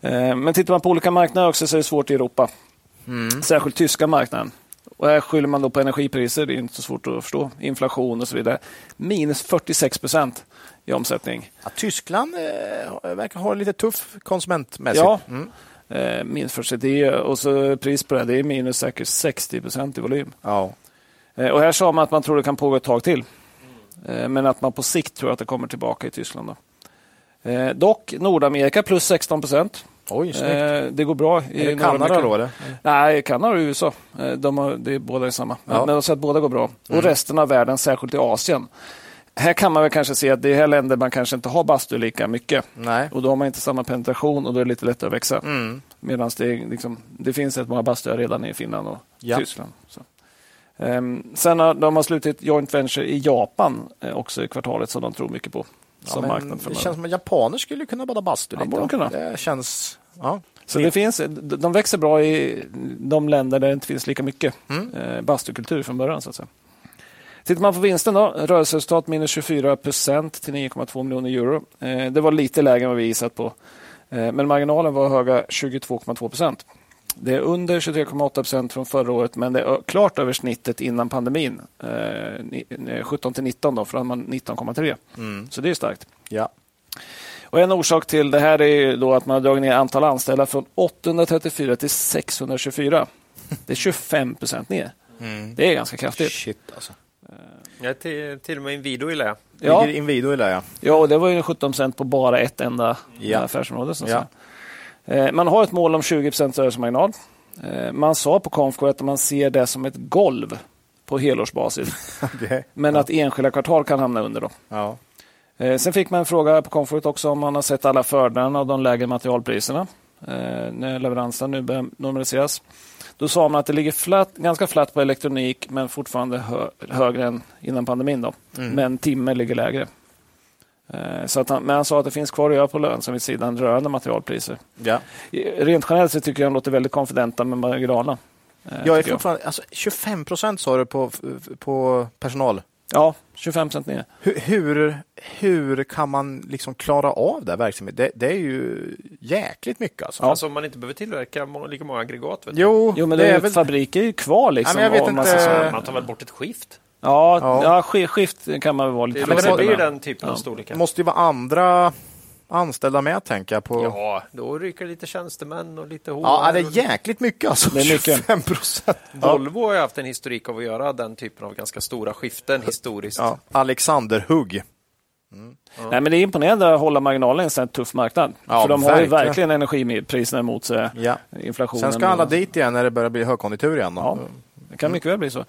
Speaker 3: Eh, men tittar man på olika marknader också så är det svårt i Europa.
Speaker 2: Mm.
Speaker 3: Särskilt tyska marknaden. Och här skyller man då på energipriser, det är inte så svårt att förstå. Inflation och så vidare. Minus 46 procent i omsättning.
Speaker 2: Ja, Tyskland eh, verkar ha det lite tuff konsumentmässigt.
Speaker 3: Ja, eh, minus 46. Det är, och så pris på det, det är minus säkert 60 procent i volym.
Speaker 2: ja.
Speaker 3: Eh, Och här sa man att man tror det kan pågå ett tag till. Eh, Men att man på sikt tror att det kommer tillbaka i Tyskland. Då. Eh, Dock Nordamerika plus 16 procent.
Speaker 2: Oj, snyggt.
Speaker 3: Det går bra. Eh, I
Speaker 2: är det Kanada
Speaker 3: Nordamerika.
Speaker 2: då? Eller?
Speaker 3: Nej, Kanada och USA. Eh, De har, det är båda är samma. Men-
Speaker 2: Ja. Mm.
Speaker 3: Men de säger att båda går bra. Och resten av världen, särskilt i Asien. Här kan man väl kanske se att det är här länder man kanske inte har bastu lika mycket.
Speaker 2: Nej.
Speaker 3: Och då har man inte samma penetration och då är det lite lättare att växa.
Speaker 2: Mm.
Speaker 3: Medan det, är liksom, det finns rätt många bastuar redan i Finland och
Speaker 2: Ja.
Speaker 3: Tyskland. Så. Ehm, sen har de har slutit joint venture i Japan eh, också i kvartalet som de tror mycket på.
Speaker 2: Ja,
Speaker 3: Som
Speaker 2: men
Speaker 3: marknad
Speaker 2: det
Speaker 3: framöver.
Speaker 2: känns som att japaner skulle kunna bada bastu
Speaker 3: Ja,
Speaker 2: lite.
Speaker 3: borde de kunna.
Speaker 2: Det känns... Ja.
Speaker 3: Så det finns, de växer bra i de länder där det inte finns lika mycket mm. bastukultur från början. Så att säga. Tittar man på vinsten då, rörelseresultat minus 24 procent till 9,2 miljoner euro. Eh, Det var lite lägre än vad vi gissat på. Eh, Men marginalen var höga 22,2 procent. Det är under 23,8 procent från förra året men det är ö- klart över snittet innan pandemin. eh, ni- eh, 17 till 19 då, för då hade man 19,3. Så det är starkt.
Speaker 2: Ja.
Speaker 3: Och en orsak till det här är ju då att man har dragit ner antal anställda från 834 till 624. Det är 25 procent ner.
Speaker 2: Mm.
Speaker 3: Det är ganska kraftigt.
Speaker 2: Shit alltså.
Speaker 4: Jag är till, till och med Inwido gillar jag.
Speaker 3: Ja.
Speaker 2: Ligger Inwido i det, ja. [LAUGHS]
Speaker 3: Ja, och det var ju 17 procent på bara ett enda eh,
Speaker 2: Ja.
Speaker 3: affärsområde. Så att
Speaker 2: Ja.
Speaker 3: säga. Eh, Man har ett mål om 20 procents rörelsemarginal. Eh, Man sa på Confco att man ser det som ett golv på helårsbasis, [LAUGHS]
Speaker 2: Okej.
Speaker 3: men att enskilda kvartal kan hamna under. Då.
Speaker 2: ja.
Speaker 3: Eh, Sen fick man en fråga på Comfort också om man har sett alla fördelarna av de lägre materialpriserna eh, när leveransen nu börjar normaliseras. Då sa man att det ligger flatt, ganska flatt på elektronik men fortfarande hö, högre än innan pandemin. Då.
Speaker 2: Mm.
Speaker 3: Men timme ligger lägre. Eh, Så att han, men han sa att det finns kvar att göra på lönsamhetssidan rörande materialpriser.
Speaker 2: ja.
Speaker 3: Eh, Rent generellt så tycker jag de låter väldigt konfidenta med marginalerna. eh,
Speaker 2: Jag är
Speaker 3: tycker jag.
Speaker 2: fortfarande, alltså 25 procent sa du på, på personal.
Speaker 3: Ja, 25 procent ner.
Speaker 2: Hur, hur, hur kan man liksom klara av det här verksamheten? Det, det är ju jäkligt mycket alltså.
Speaker 4: Alltså om man inte behöver tillverka må- lika många aggregat. Vet du.
Speaker 2: Jo, eh.
Speaker 3: Jo, men det är
Speaker 2: väl...
Speaker 3: fabriker är ju kvar liksom.
Speaker 2: men jag vet
Speaker 3: och massa
Speaker 2: inte.
Speaker 3: sådana-
Speaker 4: Man tar väl bort ett skift?
Speaker 3: Ja,
Speaker 2: Ja.
Speaker 3: ja. sk- skift kan man väl vara
Speaker 4: Det,
Speaker 3: lite
Speaker 4: är-
Speaker 2: men
Speaker 4: det
Speaker 2: det-
Speaker 3: flexibel
Speaker 4: blir
Speaker 3: med.
Speaker 4: den typen av
Speaker 2: Det
Speaker 4: storlekar.
Speaker 2: måste ju vara andra anställda med, tänker jag. På... Ja.
Speaker 4: Ja, då ryker lite tjänstemän och lite HR.
Speaker 2: det är jäkligt mycket alltså.
Speaker 3: Det är mycket.
Speaker 2: 25 procent.
Speaker 4: Volvo har ju haft en historik av att göra den typen av ganska stora skiften historiskt.
Speaker 2: Ja. Alexander Hugg.
Speaker 3: Nej, men det är imponerande att hålla marginalen i en sån här tuff marknad.
Speaker 2: Ja,
Speaker 3: För de har ju
Speaker 2: verkligen.
Speaker 3: verkligen energipriserna emot sig.
Speaker 2: Ja.
Speaker 3: Inflationen.
Speaker 2: Sen ska alla
Speaker 3: och-
Speaker 2: dit igen när det börjar bli högkonjunktur igen. Då.
Speaker 3: Ja, det kan mycket väl bli så.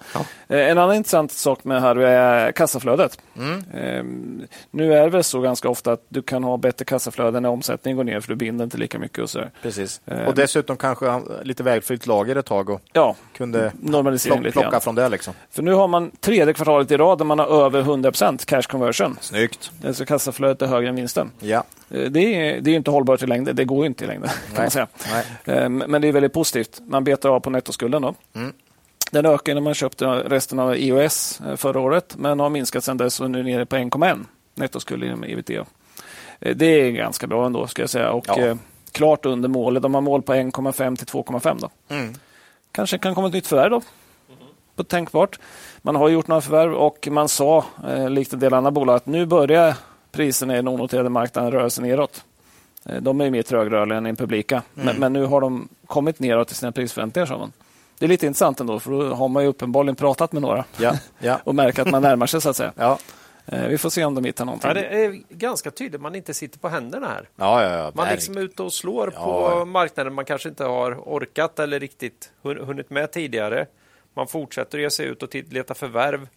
Speaker 3: Eh, En annan intressant sak med det här är kassaflödet.
Speaker 2: Mm.
Speaker 3: Eh, Nu är det väl så ganska ofta att du kan ha bättre kassaflöden när omsättningen går ner för du binder inte lika mycket. Och så. där.
Speaker 2: Precis.
Speaker 3: Eh,
Speaker 2: Och dessutom kanske han- lite välfyllt lager ett tag och
Speaker 3: Ja,
Speaker 2: kunde
Speaker 3: normalisering
Speaker 2: plock,
Speaker 3: lite
Speaker 2: plocka
Speaker 3: grann.
Speaker 2: från det. Liksom.
Speaker 3: För nu har man tredje kvartalet i rad där man har över 100% cash conversion.
Speaker 2: Snyggt.
Speaker 3: Alltså kassaflödet är högre än vinsten.
Speaker 2: Ja.
Speaker 3: Eh, Det är, det är inte hållbart i längden. Det går ju inte i längden. [LAUGHS] Kan man säga.
Speaker 2: Nej. Mm.
Speaker 3: Eh, Men det är väldigt positivt. Man betar av på nettoskulden. Då. Den ökade när man köpte resten av EOS eh, förra året men har minskat sedan dess och nu är nere på 1,1 nettoskuld inom ebitda. Eh, Det är ganska bra ändå ska jag säga och
Speaker 2: Ja.
Speaker 3: eh, klart under målet. De har mål på 1,5 till 2,5. Då.
Speaker 2: Mm.
Speaker 3: Kanske kan komma ett nytt förvärv då. På tänkbart. Man har gjort några förvärv och man sa, eh, likt en del andra bolag, att nu börjar priserna i den onoterade marknaden röra sig neråt. Eh, De är ju mer trögrörliga än publika,
Speaker 4: Mm.
Speaker 3: men, men nu har de kommit neråt i sina prisförväntningar. sa man. Det är lite intressant ändå, för då har man ju uppenbarligen pratat med några
Speaker 2: Ja. Ja.
Speaker 3: och märker att man närmar sig. så att säga.
Speaker 2: Ja.
Speaker 3: Eh, Vi får se om de hittar någonting.
Speaker 4: Ja, det är ganska tydligt, man inte sitter på händerna här.
Speaker 2: Ja, ja, ja.
Speaker 4: Man
Speaker 2: Verk-
Speaker 4: liksom är ute och slår
Speaker 2: Ja.
Speaker 4: på marknaden man kanske inte har orkat eller riktigt hun- hunnit med tidigare. Man fortsätter att ge sig ut och tit- leta förvärv.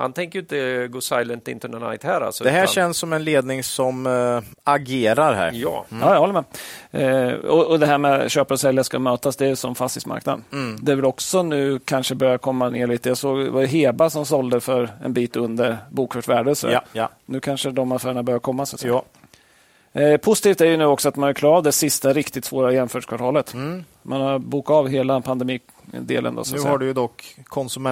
Speaker 4: Han tänker ju inte gå silent into the night här. Alltså,
Speaker 2: Det här
Speaker 4: utan-
Speaker 2: känns som en ledning som eh, agerar här.
Speaker 4: Ja,
Speaker 3: Mm. Ja, jag håller med. Eh, och, och det här med köpare och säljare ska mötas, det är som fastighetsmarknaden.
Speaker 2: Mm.
Speaker 3: Det är väl också nu kanske börjar komma ner lite. Jag såg det var Heba som sålde för en bit under bokförsvärde. Så
Speaker 2: Ja, ja.
Speaker 3: Nu kanske de affärerna börjar komma. Så att säga. Eh, positivt är ju nu också att man är klar av det sista riktigt svåra jämförelsekvartalet. Man har bokat av hela pandemidelen. Då, så
Speaker 2: Mm. Nu
Speaker 3: att säga.
Speaker 2: har du ju dock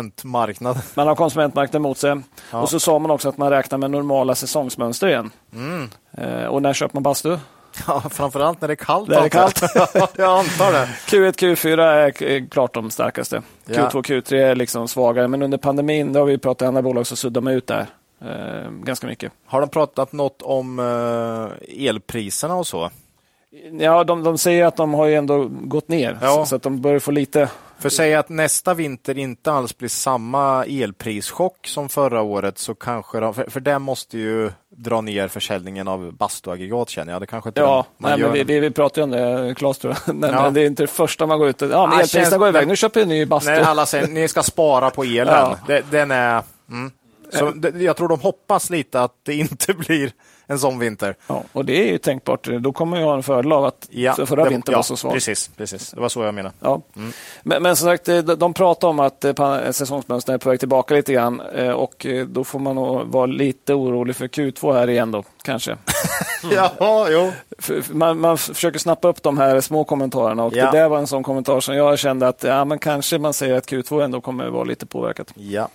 Speaker 2: konsumentmarknaden.
Speaker 3: Man har konsumentmarknaden mot sig.
Speaker 2: [LAUGHS] Ja.
Speaker 3: Och så sa man också att man räknar med normala säsongsmönster igen.
Speaker 2: Mm.
Speaker 3: Eh, och när köper man bastu?
Speaker 2: Ja, framförallt när det är kallt.
Speaker 3: När det är kallt.
Speaker 2: antar jag. [LAUGHS] jag antar det.
Speaker 3: Q1, Q4 är k- är klart de starkaste.
Speaker 2: Ja.
Speaker 3: Q2, Q3 är liksom svagare. Men under pandemin, det har vi pratat i andra bolag, så suddar man ut där eh, ganska mycket.
Speaker 2: Har de pratat något om eh, elpriserna och så?
Speaker 3: Ja, de, de säger att de har ju ändå gått ner,
Speaker 2: Ja.
Speaker 3: så, så att de börjar få lite...
Speaker 2: För säg att nästa vinter inte alls blir samma elprischock som förra året så kanske de, för, för det måste ju dra ner försäljningen av bastuaggregat känner jag. Det kanske inte
Speaker 3: Ja,
Speaker 2: man
Speaker 3: nej,
Speaker 2: gör
Speaker 3: men vi,
Speaker 2: det.
Speaker 3: vi, vi pratade ju om det, Claes, tror jag. [LAUGHS] Nej,
Speaker 2: Ja.
Speaker 3: men det är inte det första man går ut och... Ja, men
Speaker 2: Ah,
Speaker 3: elpriserna
Speaker 2: känns-
Speaker 3: går iväg. Nu köper jag en ny bastu.
Speaker 2: När alla säger ni ska spara på elen.
Speaker 3: Ja.
Speaker 2: Det, den är... Mm. Så det, jag tror de hoppas lite att det inte [LAUGHS] blir en sån vinter.
Speaker 3: Ja, och det är ju tänkbart. Då kommer jag ha en fördel av att förra
Speaker 2: det-
Speaker 3: vintern
Speaker 2: ja,
Speaker 3: var så svag.
Speaker 2: Precis, precis, det var så jag menade.
Speaker 3: Ja. Men, men som sagt, eh, de de pratar om att eh, pan- säsongsmönstren är på väg tillbaka lite grann eh, och eh, då får man nog vara lite orolig för Q2 här igen då, kanske. Mm.
Speaker 2: Jaha, jo.
Speaker 3: För- för Man, man f- försöker snappa upp de här små kommentarerna och
Speaker 2: Ja.
Speaker 3: det där var en sån kommentar som jag kände att ja, men kanske man säger att Q2 ändå kommer vara lite påverkat.
Speaker 2: Ja.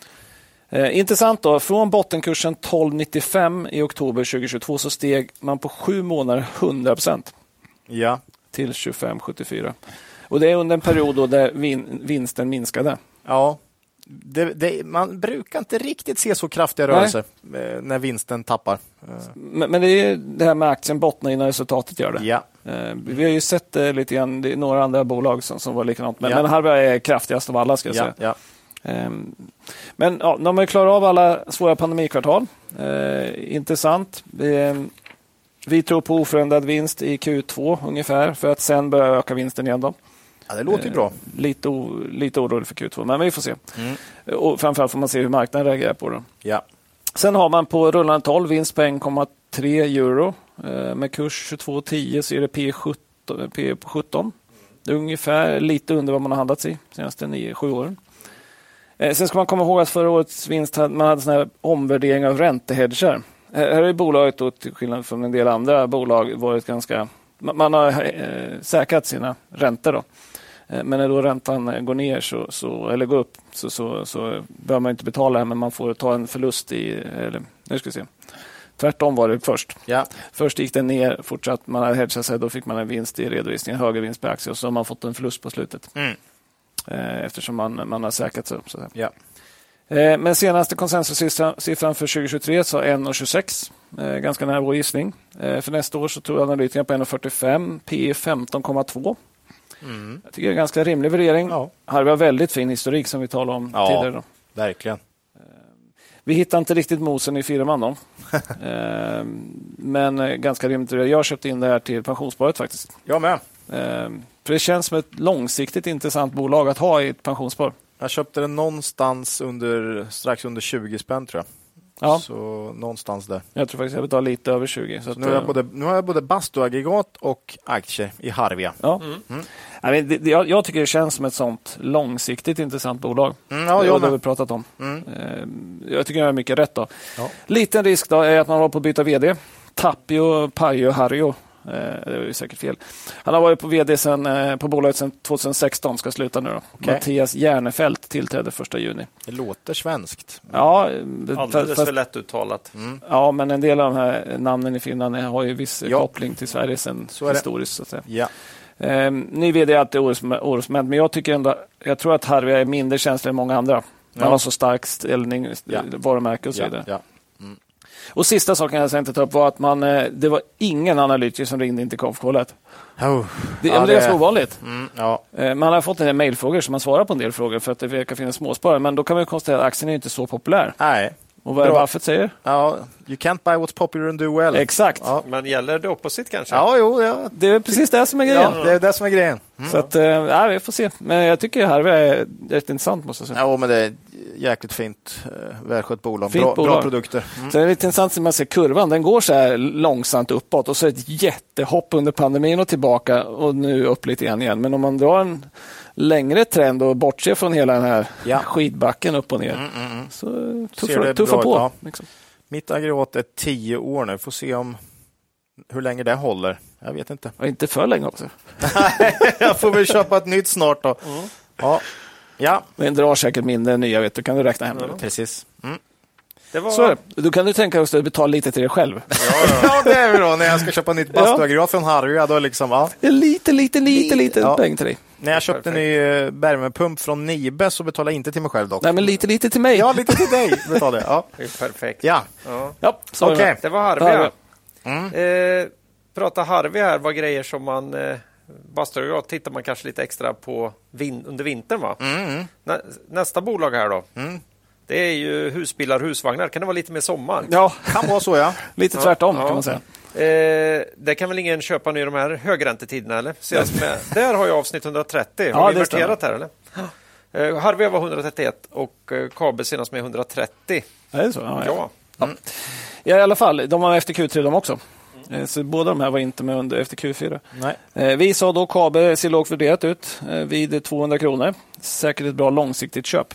Speaker 3: Eh, intressant då, från bottenkursen 12,95 i oktober 2022 så steg man på sju månader 100 procent.
Speaker 2: Ja.
Speaker 3: till 25,74. Och det är under en period då där vin, vinsten minskade.
Speaker 2: ja. Det, det, man brukar inte riktigt se så kraftiga
Speaker 3: Nej.
Speaker 2: rörelser eh, när vinsten tappar. Eh,
Speaker 3: Men, men det är ju det här med aktien bottnar innan resultatet gör det.
Speaker 2: Ja.
Speaker 3: Eh, vi har ju sett det lite grann, det är några andra bolag som, som var likadant. Men,
Speaker 2: Ja.
Speaker 3: men Harvia är kraftigast av alla ska jag
Speaker 2: Ja,
Speaker 3: säga.
Speaker 2: ja.
Speaker 3: Ehm, Men ja, de har ju klarat av alla svåra pandemikvartal. Eh, intressant. Vi, ehm, vi tror på oförändrad vinst i Q2 ungefär för att sen börja öka vinsten igen. Då.
Speaker 2: ja, det
Speaker 3: Eh.
Speaker 2: låter ju bra.
Speaker 3: lite, o, lite orolig för Q2, men vi får se.
Speaker 2: Mm.
Speaker 3: Och framförallt får man se hur marknaden reagerar på det.
Speaker 2: Ja.
Speaker 3: Sen har man på rullande 12 vinst på 1,3 euro. Eh, Med kurs 22,10 så är det P 17, P på 17. Det är ungefär lite under vad man har handlats i de senaste 9-7 åren. Eh, Sen ska man komma ihåg att förra årets vinst hade, man hade sån här omvärdering av räntehedgar. Eh, Här här har ju bolaget, då, till skillnad från en del andra bolag, varit ganska... Man man har eh, säkrat sina räntor. Då. Eh, Men när då räntan eh, går ner så, så, eller går upp så, så, så behöver man inte betala det här, men man får ta en förlust i... Eller, nu ska vi se. Tvärtom var det först.
Speaker 2: Ja.
Speaker 3: Först gick den ner, fortsatt man hade hedgat sig, då fick man en vinst i redovisningen, högre vinst per aktie och så har man fått en förlust på slutet.
Speaker 2: Mm.
Speaker 3: Eh, Eftersom man, man har säkrat sig upp. Så att säga.
Speaker 2: Ja.
Speaker 3: Eh, Men senaste konsensussiffran siffran för 2023 sa 1,26. Eh, Ganska nära vår gissning. Eh, För nästa år så tror analytikerna på 1,45. P E 15,2.
Speaker 2: Mm.
Speaker 3: Jag tycker det är en ganska rimlig värdering.
Speaker 2: Ja.
Speaker 3: Här var väldigt fin historik som vi talade om
Speaker 2: Ja.
Speaker 3: tidigare. Då.
Speaker 2: Verkligen.
Speaker 3: Vi hittar inte riktigt mosen i
Speaker 2: [LAUGHS]
Speaker 3: firman då. Eh, Men eh, ganska rimligt. Jag har köpt in det här till pensionssparet faktiskt.
Speaker 2: Jag med.
Speaker 3: Eh, För det känns som ett långsiktigt intressant bolag att ha i ett pensionsspar.
Speaker 2: Jag köpte den någonstans under, strax under 20 spänn tror jag.
Speaker 3: Ja,
Speaker 2: Så någonstans där.
Speaker 3: jag tror faktiskt jag betalar lite över 20. Så att,
Speaker 2: Så nu, har jag
Speaker 3: eh,
Speaker 2: både, nu har jag både bastuaggregat och aktier i Harvia.
Speaker 3: Ja. Nej, men det, det, jag, jag tycker det känns som ett sånt långsiktigt intressant bolag.
Speaker 2: Mm, ja,
Speaker 3: Och
Speaker 2: jag
Speaker 3: det har vi
Speaker 2: med.
Speaker 3: pratat om.
Speaker 2: Mm.
Speaker 3: Eh, jag tycker jag har mycket rätt. då.
Speaker 2: Ja.
Speaker 3: Liten risk då är att man håller på att byta vd. Tapio Pajo Harjo. Eh, det var ju säkert fel. Han har varit på vd sen, eh, på bolaget sedan 2016, ska sluta nu. Då.
Speaker 2: Okej. Mm.
Speaker 3: Mattias Järnefelt tillträdde 1 juni.
Speaker 2: Det låter svenskt.
Speaker 3: Ja, det-
Speaker 4: Alldeles
Speaker 3: fast-
Speaker 4: för lätt uttalat.
Speaker 2: Mm.
Speaker 3: ja, men en del av de här namnen i Finland eh, har ju viss eh,
Speaker 2: Ja.
Speaker 3: koppling till Sverige sen
Speaker 2: Så är det.
Speaker 3: historiskt. Så att säga.
Speaker 2: Ja.
Speaker 3: Eh, ny vd är alltid orosmänd, men jag, tycker ändå, jag tror att Harvia är mindre känslig än många andra. Man
Speaker 2: Ja.
Speaker 3: har så stark ställning, st-
Speaker 2: Ja.
Speaker 3: varumärke och så
Speaker 2: Ja,
Speaker 3: vidare.
Speaker 2: ja.
Speaker 3: Och sista saken jag tänkte ta upp var att man, eh, det var ingen analytiker som ringde in till konfkålet.
Speaker 2: Oh.
Speaker 3: Det,
Speaker 2: Ja,
Speaker 3: ja, det
Speaker 2: det-
Speaker 3: är ganska ovanligt.
Speaker 2: Mm, ja.
Speaker 3: Eh, Man har fått en del mejlfrågor som man svarar på en del frågor för att det verkar finnas småsparare. Men då kan man ju konstatera att aktien är inte så populär.
Speaker 2: Nej.
Speaker 3: Och vad är det
Speaker 2: Bra.
Speaker 3: Buffett säger?
Speaker 2: Ja. You can't buy what's popular and do well.
Speaker 3: Exakt.
Speaker 2: Ja.
Speaker 4: Men gäller det opposite kanske?
Speaker 2: Ja, jo, ja.
Speaker 3: Det är precis det som är grejen.
Speaker 2: ja, Mm. det är det som är grejen. Mm.
Speaker 3: Så att, eh, ja, vi får se. Men jag tycker Harvia är rätt intressant måste jag säga.
Speaker 2: Ja, men det är ett jäkligt fint, eh, välskött bolag.
Speaker 3: Fint
Speaker 2: bra, bra
Speaker 3: bolag.
Speaker 2: produkter. Mm.
Speaker 3: Så det är lite intressant när man ser kurvan. Den går så här långsamt uppåt och så ett jättehopp under pandemin och tillbaka och nu upp lite grann igen. Men om man drar en längre trend och bortser från hela den här
Speaker 2: Ja. Mm,
Speaker 3: skidbacken upp och ner så
Speaker 2: Ser det
Speaker 3: tuffa, tuffa
Speaker 2: bra ut,
Speaker 3: på.
Speaker 2: ja.
Speaker 3: liksom.
Speaker 2: Mitt aggregat är 10 år nu. Får se om hur länge det håller. Jag vet inte.
Speaker 3: Och inte för länge också.
Speaker 2: [LAUGHS] Jag får väl köpa ett nytt snart då. Ja. ja,
Speaker 3: Den drar säkert mindre än nya, vet du. kan du räkna hem det.
Speaker 2: precis. Mm.
Speaker 4: Det var...
Speaker 3: Så är det. Då kan du tänka dig också att betala lite till dig själv. [LAUGHS]
Speaker 2: [LAUGHS] Ja, det är bra. När jag ska köpa [LAUGHS] nytt bastuaggregat från Harry, då liksom, ja.
Speaker 3: Det är lite, lite, lite, lite
Speaker 2: Ja.
Speaker 3: peng till dig.
Speaker 2: När jag köpte en ny eh, värmepump från Nibe så betalade jag inte till mig själv dock.
Speaker 3: Nej, men lite, lite till mig.
Speaker 2: Ja, lite till dig betalade jag. Ja,
Speaker 4: Det är Perfekt.
Speaker 2: ja.
Speaker 4: Ja.
Speaker 3: Ja, så är det.
Speaker 2: Okej.
Speaker 4: Det var Harvia.
Speaker 3: Harvia. Mm.
Speaker 4: Eh, prata Harvia här var grejer som man eh, Bastor och jag tittar man kanske lite extra på vin under vintern. Va?
Speaker 3: Mm,
Speaker 4: Nä, nästa bolag här då. Det är ju husbilar och husvagnar. Kan det vara lite mer sommar?
Speaker 3: Ja,
Speaker 2: kan vara så ja.
Speaker 3: lite tvärtom
Speaker 4: Ja.
Speaker 3: kan man säga.
Speaker 4: Eh, det kan väl ingen köpa nu i de här högräntetiderna? Eller? Senast med, [LAUGHS] där har jag avsnitt 130. Har
Speaker 3: Ja,
Speaker 4: vi
Speaker 3: det
Speaker 4: inverterat här eller? Eh, Harvia var 131 och eh, KB senast med 130.
Speaker 3: Är det så? Ja, ja.
Speaker 4: Ja.
Speaker 3: Ja, i alla fall. De var efter Q3 de också. Eh, Så båda de här var inte med under efter Q4.
Speaker 2: Nej.
Speaker 3: Eh, Vi sa då KABE ser lågt värderat ut eh, vid 200 kronor. Säkert ett bra långsiktigt köp.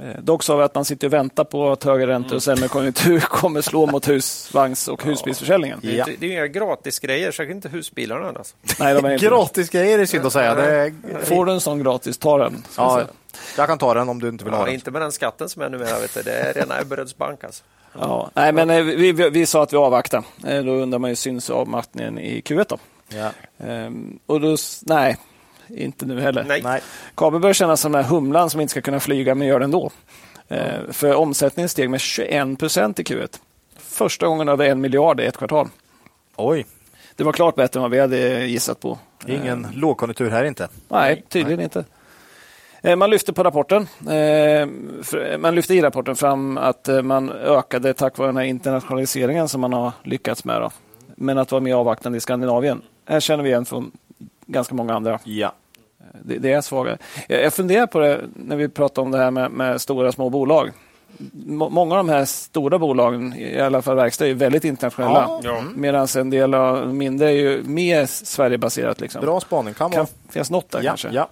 Speaker 3: Eh, Dock sa vi att man sitter och väntar på att högre räntor och sämre konjunktur [LAUGHS] kommer slå mot husvagns och husbilsförsäljningen.
Speaker 4: Det är ju
Speaker 2: Ja.
Speaker 4: inte- det är ju inga gratisgrejer, särskilt inte husbilarna. Alltså.
Speaker 3: Nej, de är inte.
Speaker 2: Gratis grejer är synd att säga. Det är...
Speaker 3: Får du en sån gratis, ta den. ska jag
Speaker 2: ja,
Speaker 3: säga.
Speaker 2: jag kan ta den om du inte vill ha
Speaker 4: Ja,
Speaker 2: den.
Speaker 4: inte med den skatten som är numera. Vet du. Det är rena Ebberöds bank. Alltså.
Speaker 3: Ja. Nej, men eh, vi, vi, vi sa att vi avvaktar. Eh, Då undrar man ju, syns avmattningen i Q1 då?
Speaker 2: Ja.
Speaker 3: Ehm, Och då, s- nej, inte nu heller.
Speaker 4: Nej.
Speaker 2: Nej.
Speaker 3: Kabel börjar kännas som den här humlan som inte ska kunna flyga men gör det ändå. Eh, för omsättningen steg med 21 procent i Q1. Första gången över en miljard i ett kvartal.
Speaker 2: Oj,
Speaker 3: Det var klart bättre än vad vi hade gissat på.
Speaker 2: ingen lågkonjunktur här inte.
Speaker 3: Nej, tydligen inte. Eh, Man lyfte på rapporten. eh, fr- Man lyfte i rapporten fram att eh, man ökade tack vare den här internationaliseringen som man har lyckats med. Då. Men att vara mer avvaktande i Skandinavien. Här känner vi igen från ganska många andra.
Speaker 2: Ja.
Speaker 3: Det, det är svagare. Jag, jag funderar på det när vi pratar om det här med, med stora små bolag. Må- många av de här stora bolagen, i alla fall verkstad, är ju väldigt internationella.
Speaker 4: Ja.
Speaker 3: Medan en del av de mindre är ju mer Sverigebaserat. Liksom.
Speaker 2: Bra spaning, kan vara.
Speaker 3: Kan finnas något där
Speaker 2: Ja,
Speaker 3: kanske.
Speaker 2: ja.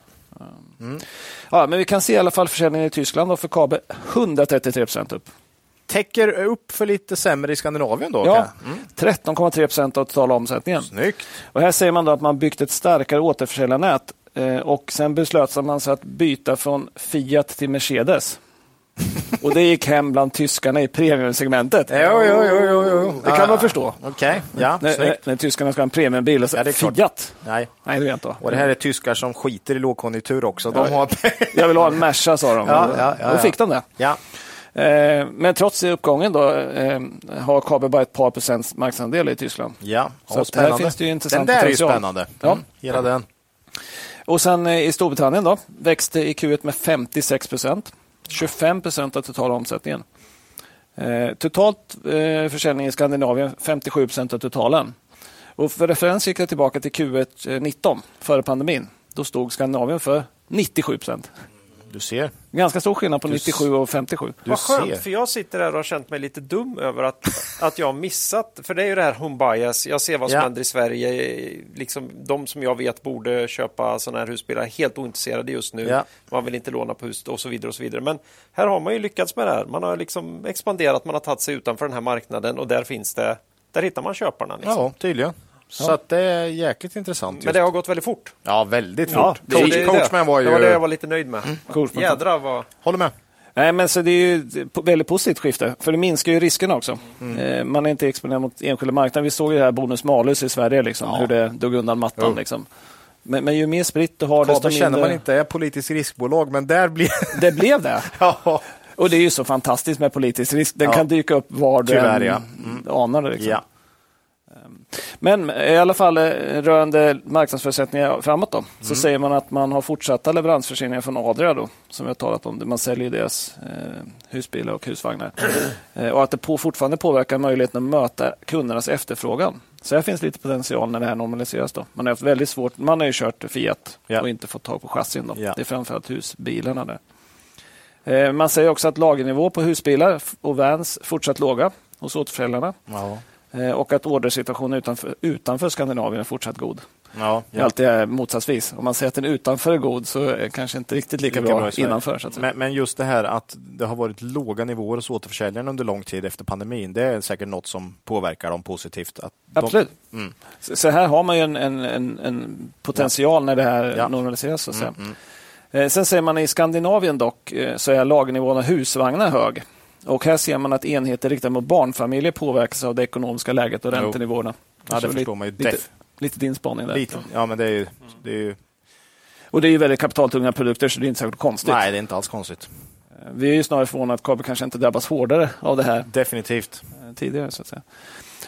Speaker 3: Ja, men vi kan se i alla fall försäljningen i Tyskland då för KABE 133 procent upp.
Speaker 2: Täcker upp för lite sämre i Skandinavien då?
Speaker 3: Ja,
Speaker 2: kan-
Speaker 3: 13,3 procent av totala omsättningen.
Speaker 2: Snyggt.
Speaker 3: Och här säger man då att man byggt ett starkare återförsäljarnät Eh, och sen beslöt man sig att byta från Fiat
Speaker 2: [LAUGHS]
Speaker 3: till Mercedes. och det gick hem bland tyskarna i premiumsegmentet.
Speaker 2: Jo, jo, jo, jo, jo.
Speaker 3: Det kan man förstå.
Speaker 2: Oh. Okej, ja,
Speaker 3: När, när,
Speaker 2: snyggt.
Speaker 3: när tyskarna ska ha en premiumbil och så
Speaker 2: Ja, det är klart.
Speaker 3: Fiat.
Speaker 2: Nej.
Speaker 3: Nej, det vill jag inte ha.
Speaker 2: Och det här är tyskar som skiter i lågkonjunktur också. De har...
Speaker 3: Jag vill ha en Merca, sa de.
Speaker 2: Ja, ja, ja,
Speaker 3: Då fick
Speaker 2: ja.
Speaker 3: de det.
Speaker 2: ja,
Speaker 3: Eh, Men trots uppgången då, eh, har Kabe bara ett par procents marknadsandel i Tyskland.
Speaker 2: ja.
Speaker 3: Så
Speaker 2: ja
Speaker 3: att här finns det ju intressant
Speaker 2: Den där är ju
Speaker 3: potential.
Speaker 2: spännande.
Speaker 3: Ja.
Speaker 2: Mm. Hela den.
Speaker 3: Och sen eh, i Storbritannien då, växte i Q1 med 56 procent. 25 procent av totala omsättningen. Eh, Totalt eh, försäljning i Skandinavien 57 procent av totalen. Och för referens gick jag tillbaka till Q1 eh, 19, före pandemin. Då stod Skandinavien för 97 procent.
Speaker 2: Du ser.
Speaker 3: Ganska stor skillnad på 97 och 57.
Speaker 2: [LAUGHS] Du
Speaker 4: Vad skönt,
Speaker 2: ser.
Speaker 4: för jag sitter här och har känt mig lite dum över att, att jag har missat. För det är ju det här home bias. Jag ser vad som
Speaker 2: Ja.
Speaker 4: händer i Sverige. Liksom, de som jag vet borde köpa sådana här husbilar är helt ointresserade just nu.
Speaker 2: Ja.
Speaker 4: Man vill inte låna på hus och så vidare. och så vidare. Men här har man ju lyckats med det här. Man har liksom expanderat, man har tagit sig utanför den här marknaden och där finns det, där hittar man köparna. Liksom.
Speaker 2: Ja, tydligen. Så att det är jäkligt intressant.
Speaker 4: Men
Speaker 2: just.
Speaker 4: det har gått väldigt fort.
Speaker 2: Ja, väldigt fort.
Speaker 3: Ja,
Speaker 4: Så
Speaker 2: Coach,
Speaker 4: det är
Speaker 2: coachman
Speaker 4: det.
Speaker 2: var ju... Mm,
Speaker 4: det var det jag var lite nöjd med.
Speaker 3: Coachman.
Speaker 4: Jädrar vad...
Speaker 2: Håller med.
Speaker 3: Nej, men så det är ju ett väldigt positivt skifte, för det minskar ju riskerna också.
Speaker 2: Mm.
Speaker 3: Eh, Man är inte exponerad mot enskilda marknader. Vi såg ju det här bonus malus i Sverige, liksom, hur det dog undan mattan. Liksom. Men, men ju mer spritt du har, desto
Speaker 2: Kabe känner man
Speaker 3: mindre...
Speaker 2: inte är politiskt riskbolag, men där blir... [LAUGHS]
Speaker 3: Det blev det.
Speaker 2: ja.
Speaker 3: Och det är ju så fantastiskt med politisk risk. Den
Speaker 2: Ja.
Speaker 3: kan dyka upp var du
Speaker 2: Tyvärr,
Speaker 3: än
Speaker 2: ja. Mm.
Speaker 3: anar det. Liksom.
Speaker 2: ja.
Speaker 3: Men i alla fall eh, rörande marknadsförutsättningar framåt då,
Speaker 2: Mm.
Speaker 3: så säger man att man har fortsatta leveransförseningar från Adria då, som vi har talat om. Man säljer ju deras eh, husbilar och husvagnar.
Speaker 2: [CLEARS THROAT]
Speaker 3: eh, och att det på, fortfarande påverkar möjligheten att möta kundernas efterfrågan. Så här finns lite potential när det här normaliseras. Då. Man har haft väldigt svårt, man har ju kört Fiat
Speaker 2: Ja.
Speaker 3: och inte fått tag på chassin. Då.
Speaker 2: Ja.
Speaker 3: Det är framförallt husbilarna där. Eh, man säger också att lagernivå på husbilar f- och vans fortsatt låga hos återförsäljarna.
Speaker 2: Ja.
Speaker 3: Eh, och att ordersituationen utanför, utanför Skandinavien är fortsatt god.
Speaker 2: Ja.
Speaker 3: Det är alltid eh, motsatsvis. Om man säger att den utanför är god så är den kanske inte riktigt lika, bra,
Speaker 2: i Sverige.
Speaker 3: innanför. Så att säga.
Speaker 2: men, men just det här att det har varit låga nivåer hos återförsäljaren under lång tid efter pandemin, det är säkert något som påverkar dem positivt. Att de-
Speaker 3: Absolut.
Speaker 2: Mm.
Speaker 3: Så, så här har man ju en, en, en, en potential när det här
Speaker 2: Ja. Mm,
Speaker 3: normaliseras. Så att säga. Eh, Sen säger man i Skandinavien dock eh, så är lagernivån av husvagnar hög. Och här ser man att enheter riktade mot barnfamiljer påverkas av det ekonomiska läget och
Speaker 2: Jo.
Speaker 3: räntenivåerna.
Speaker 2: ja,
Speaker 3: Så
Speaker 2: det förstår
Speaker 3: lite-
Speaker 2: man ju.
Speaker 3: Lite,
Speaker 2: Def,
Speaker 3: lite din spaning där.
Speaker 2: lite, ja, men det är ju, det är ju
Speaker 3: Och det är ju väldigt kapitaltunga produkter så det är inte särskilt konstigt.
Speaker 2: nej, det är inte alls konstigt.
Speaker 3: Vi är ju snarare förvånade att kabel kanske inte drabbas hårdare av det här
Speaker 2: Definitivt.
Speaker 3: eh, tidigare. Så att säga.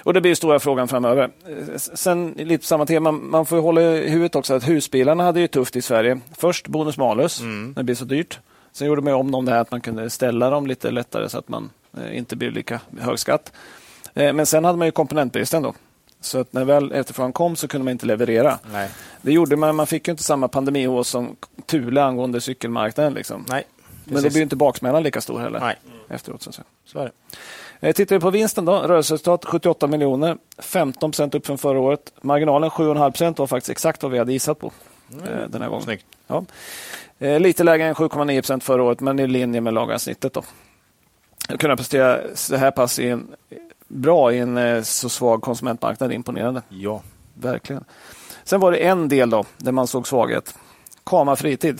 Speaker 3: Och Det blir ju stora frågan framöver. Eh, s- Sen lite på samma tema, man får ju hålla i huvudet också att husbilarna hade ju tufft i Sverige. Först bonus malus,
Speaker 2: Mm.
Speaker 3: när det blev så dyrt. Sen gjorde man ju om dem det här att man kunde ställa dem lite lättare så att man eh, inte blev lika hög skatt. Eh, Men sen hade man ju komponentbristen då. Så att när väl efterfrågan kom så kunde man inte leverera.
Speaker 2: Nej.
Speaker 3: Det gjorde man, man fick ju inte samma pandemihås som Thule angående cykelmarknaden. Liksom.
Speaker 2: Nej,
Speaker 3: Men då
Speaker 2: precis.
Speaker 3: blir ju inte baksmällan lika stor heller.
Speaker 2: Nej.
Speaker 3: Efteråt, så att säga.
Speaker 2: så är det.
Speaker 3: Eh, Tittar vi på vinsten då, rörelseresultat 78 miljoner, 15 procent upp från förra året. Marginalen 7,5 procent var faktiskt exakt vad vi hade gissat på eh, den här gången.
Speaker 2: Snyggt.
Speaker 3: Ja. Eh, Lite lägre än 7,9 procent förra året, men i linje med lagansnittet. Då. Att kunna prestera så här pass i en, bra i en eh, så svag konsumentmarknad är imponerande.
Speaker 2: Ja.
Speaker 3: Verkligen. Sen var det en del då, där man såg svaghet. Kama fritid.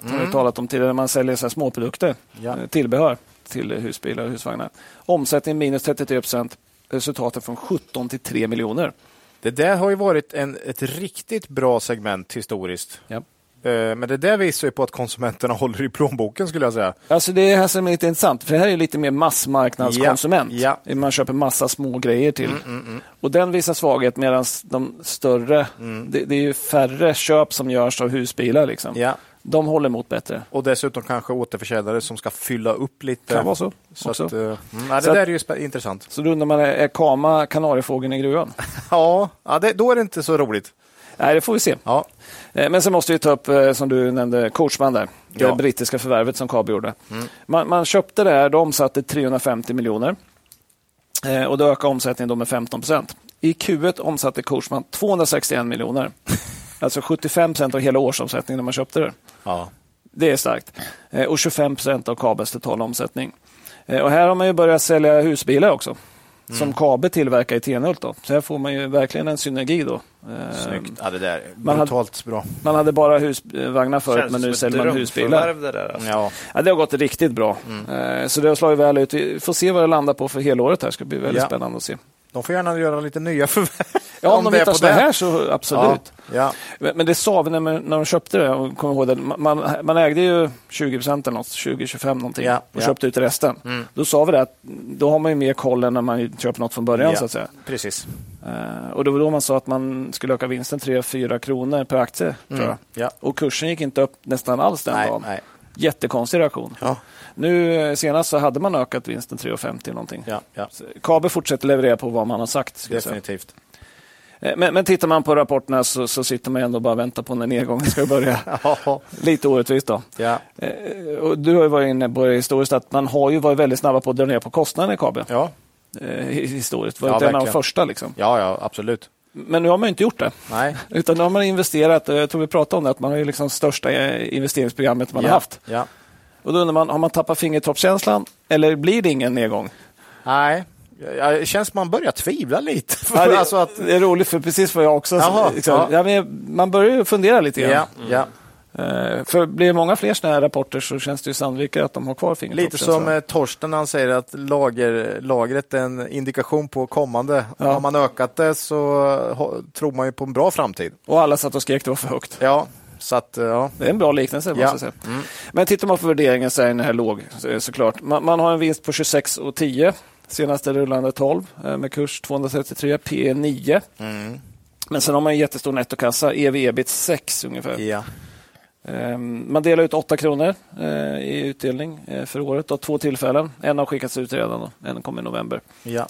Speaker 3: Som vi har talat om tidigare. Man säljer så här småprodukter,
Speaker 2: Mm. Ja.
Speaker 3: eh, tillbehör till husbilar och husvagnar. Omsättning minus 33 procent. Resultatet från 17 till 3 miljoner.
Speaker 2: Det där har ju varit en, ett riktigt bra segment historiskt.
Speaker 3: Ja.
Speaker 2: Eh, Men det där visar ju på att konsumenterna [LAUGHS] håller i plånboken skulle jag säga.
Speaker 3: Alltså det är här som är lite intressant, för det här är lite mer massmarknadskonsument.
Speaker 2: Ja, Mm,
Speaker 3: Man köper massa små grejer till. Och den visar svaghet medan de större,
Speaker 2: Mm.
Speaker 3: det, det är ju färre köp som görs av husbilar. Liksom.
Speaker 2: Ja.
Speaker 3: De håller emot bättre.
Speaker 2: Och dessutom kanske återförsäljare som ska fylla upp lite.
Speaker 3: Kan vara så
Speaker 2: så
Speaker 3: också.
Speaker 2: att, eh, mm, ja, det
Speaker 3: Så att-
Speaker 2: där är ju spä- intressant.
Speaker 3: Så då undrar man, är Kama kanariefågeln i gruvan?
Speaker 2: Ja, ja det, då är det inte så roligt.
Speaker 3: Nej, det får vi se.
Speaker 2: Ja,
Speaker 3: Eh, Men sen måste vi ta upp, eh, som du nämnde, coachman där. Det
Speaker 2: Ja.
Speaker 3: brittiska förvärvet som Kabe gjorde. Man, man köpte det här, de omsatte 350 miljoner. Eh, Och då ökade omsättningen då med 15 procent. I Q1 omsatte coachman 261 miljoner. Alltså 75 procent av hela årsomsättningen när man köpte det.
Speaker 2: ja.
Speaker 3: Det är starkt. Eh, Och 25 procent av Kabels totala omsättning. Eh, Och här har man ju börjat sälja husbilar också.
Speaker 2: Mm.
Speaker 3: som Kabe tillverkar i Tenhult. Då. Så här får man ju verkligen en synergi. Då. Eh,
Speaker 2: Snyggt. Ja, det där är
Speaker 3: man hade-
Speaker 2: brutalt bra.
Speaker 3: Man hade bara husvagnar förut,
Speaker 4: Känns
Speaker 3: men
Speaker 4: som
Speaker 3: nu
Speaker 4: ett
Speaker 3: säljer man husbilar.
Speaker 4: drömförvärv det där, alltså.
Speaker 2: Ja.
Speaker 3: Ja, det har gått riktigt bra.
Speaker 2: Mm.
Speaker 3: Eh, Så det har slagit väl ut. Vi får se vad det landar på för helåret. Här. Det ska bli väldigt
Speaker 2: Ja.
Speaker 3: spännande att se.
Speaker 2: De får gärna göra lite nya [LAUGHS] förvärv.
Speaker 3: Ja, om de
Speaker 2: det är
Speaker 3: hittar
Speaker 2: på
Speaker 3: sådana
Speaker 2: det.
Speaker 3: här så absolut.
Speaker 2: Ja. ja.
Speaker 3: Men men det sa vi när, man- när de köpte det. och Kommer ihåg det. Man, man ägde ju 20 procent eller något, 20-25 någonting
Speaker 2: Ja,
Speaker 3: och
Speaker 2: ja. Mm.
Speaker 3: köpte ut resten. Då sa vi det att då har man ju mer koll än när man köper något från början.
Speaker 2: Ja.
Speaker 3: så att säga.
Speaker 2: Precis.
Speaker 3: Eh, Och det var då man sa att man skulle öka vinsten 3-4 kronor per aktie. Tror jag.
Speaker 2: Ja.
Speaker 3: Och kursen gick inte upp nästan alls den
Speaker 2: Mm. Nej,
Speaker 3: dagen.
Speaker 2: nej.
Speaker 3: Jättekonstig reaktion.
Speaker 2: Ja.
Speaker 3: Nu eh, senast så hade man ökat vinsten 3,50 någonting.
Speaker 2: Ja, ja.
Speaker 3: Så Kabe fortsätter leverera på vad man har sagt. Ska jag säga.
Speaker 2: Definitivt.
Speaker 3: Eh, Men, men tittar man på rapporterna så, så sitter man ändå och bara väntar på när nedgången ska börja.
Speaker 2: [LAUGHS] Ja.
Speaker 3: Lite orättvist då.
Speaker 2: Ja.
Speaker 3: Eh, Och du har ju varit inne på det historiskt att man har ju varit väldigt snabba på att dra ner på kostnaderna i Kabe.
Speaker 2: Ja.
Speaker 3: Eh, hi- historiskt. Var
Speaker 2: Ja,
Speaker 3: inte en av de
Speaker 2: verkligen.
Speaker 3: första. Liksom.
Speaker 2: ja, ja, absolut.
Speaker 3: Men nu har man ju inte gjort det.
Speaker 2: Nej.
Speaker 3: Utan nu har man investerat, eh, jag tror vi pratade om det, att man har ju liksom största eh, investeringsprogrammet man
Speaker 2: ja.
Speaker 3: har haft.
Speaker 2: Ja.
Speaker 3: Och då undrar man, har man tappat fingertoppskänslan eller blir det ingen nedgång?
Speaker 2: Nej. Ja, Det känns som man börjar tvivla lite.
Speaker 3: Ja,
Speaker 2: [LAUGHS]
Speaker 3: det,
Speaker 2: alltså att,
Speaker 3: det är roligt, för precis vad jag också...
Speaker 2: Jaha,
Speaker 3: liksom,
Speaker 2: ja.
Speaker 3: ja. men man börjar ju fundera lite grann.
Speaker 2: ja, ja.
Speaker 3: Eh, För blir det många fler sådana här rapporter så känns det ju sannolikare att de har kvar
Speaker 2: Lite som
Speaker 3: fingertoppskänslan.
Speaker 2: eh, Torsten när han säger att lager, lagret är en indikation på kommande.
Speaker 3: Ja.
Speaker 2: Har man ökat det så ha, tror man ju på en bra framtid.
Speaker 3: Och alla satt och skrek det var för högt.
Speaker 2: Ja, så att eh, ja.
Speaker 3: Det är en bra liknelse. Måste
Speaker 2: Ja.
Speaker 3: jag säga. Men tittar man på värderingen så är den här låg så- såklart. Man, man har en vinst på 26,10 senaste rullande 12 eh, med kurs 233 P 9.
Speaker 2: Mm.
Speaker 3: Men sen har man en jättestor nettokassa, ev ebit 6 ungefär.
Speaker 2: ja.
Speaker 3: Eh, Man delar ut 8 kronor eh, i utdelning eh, för året av två tillfällen. En har skickats ut redan, då. en kommer i november.
Speaker 2: ja.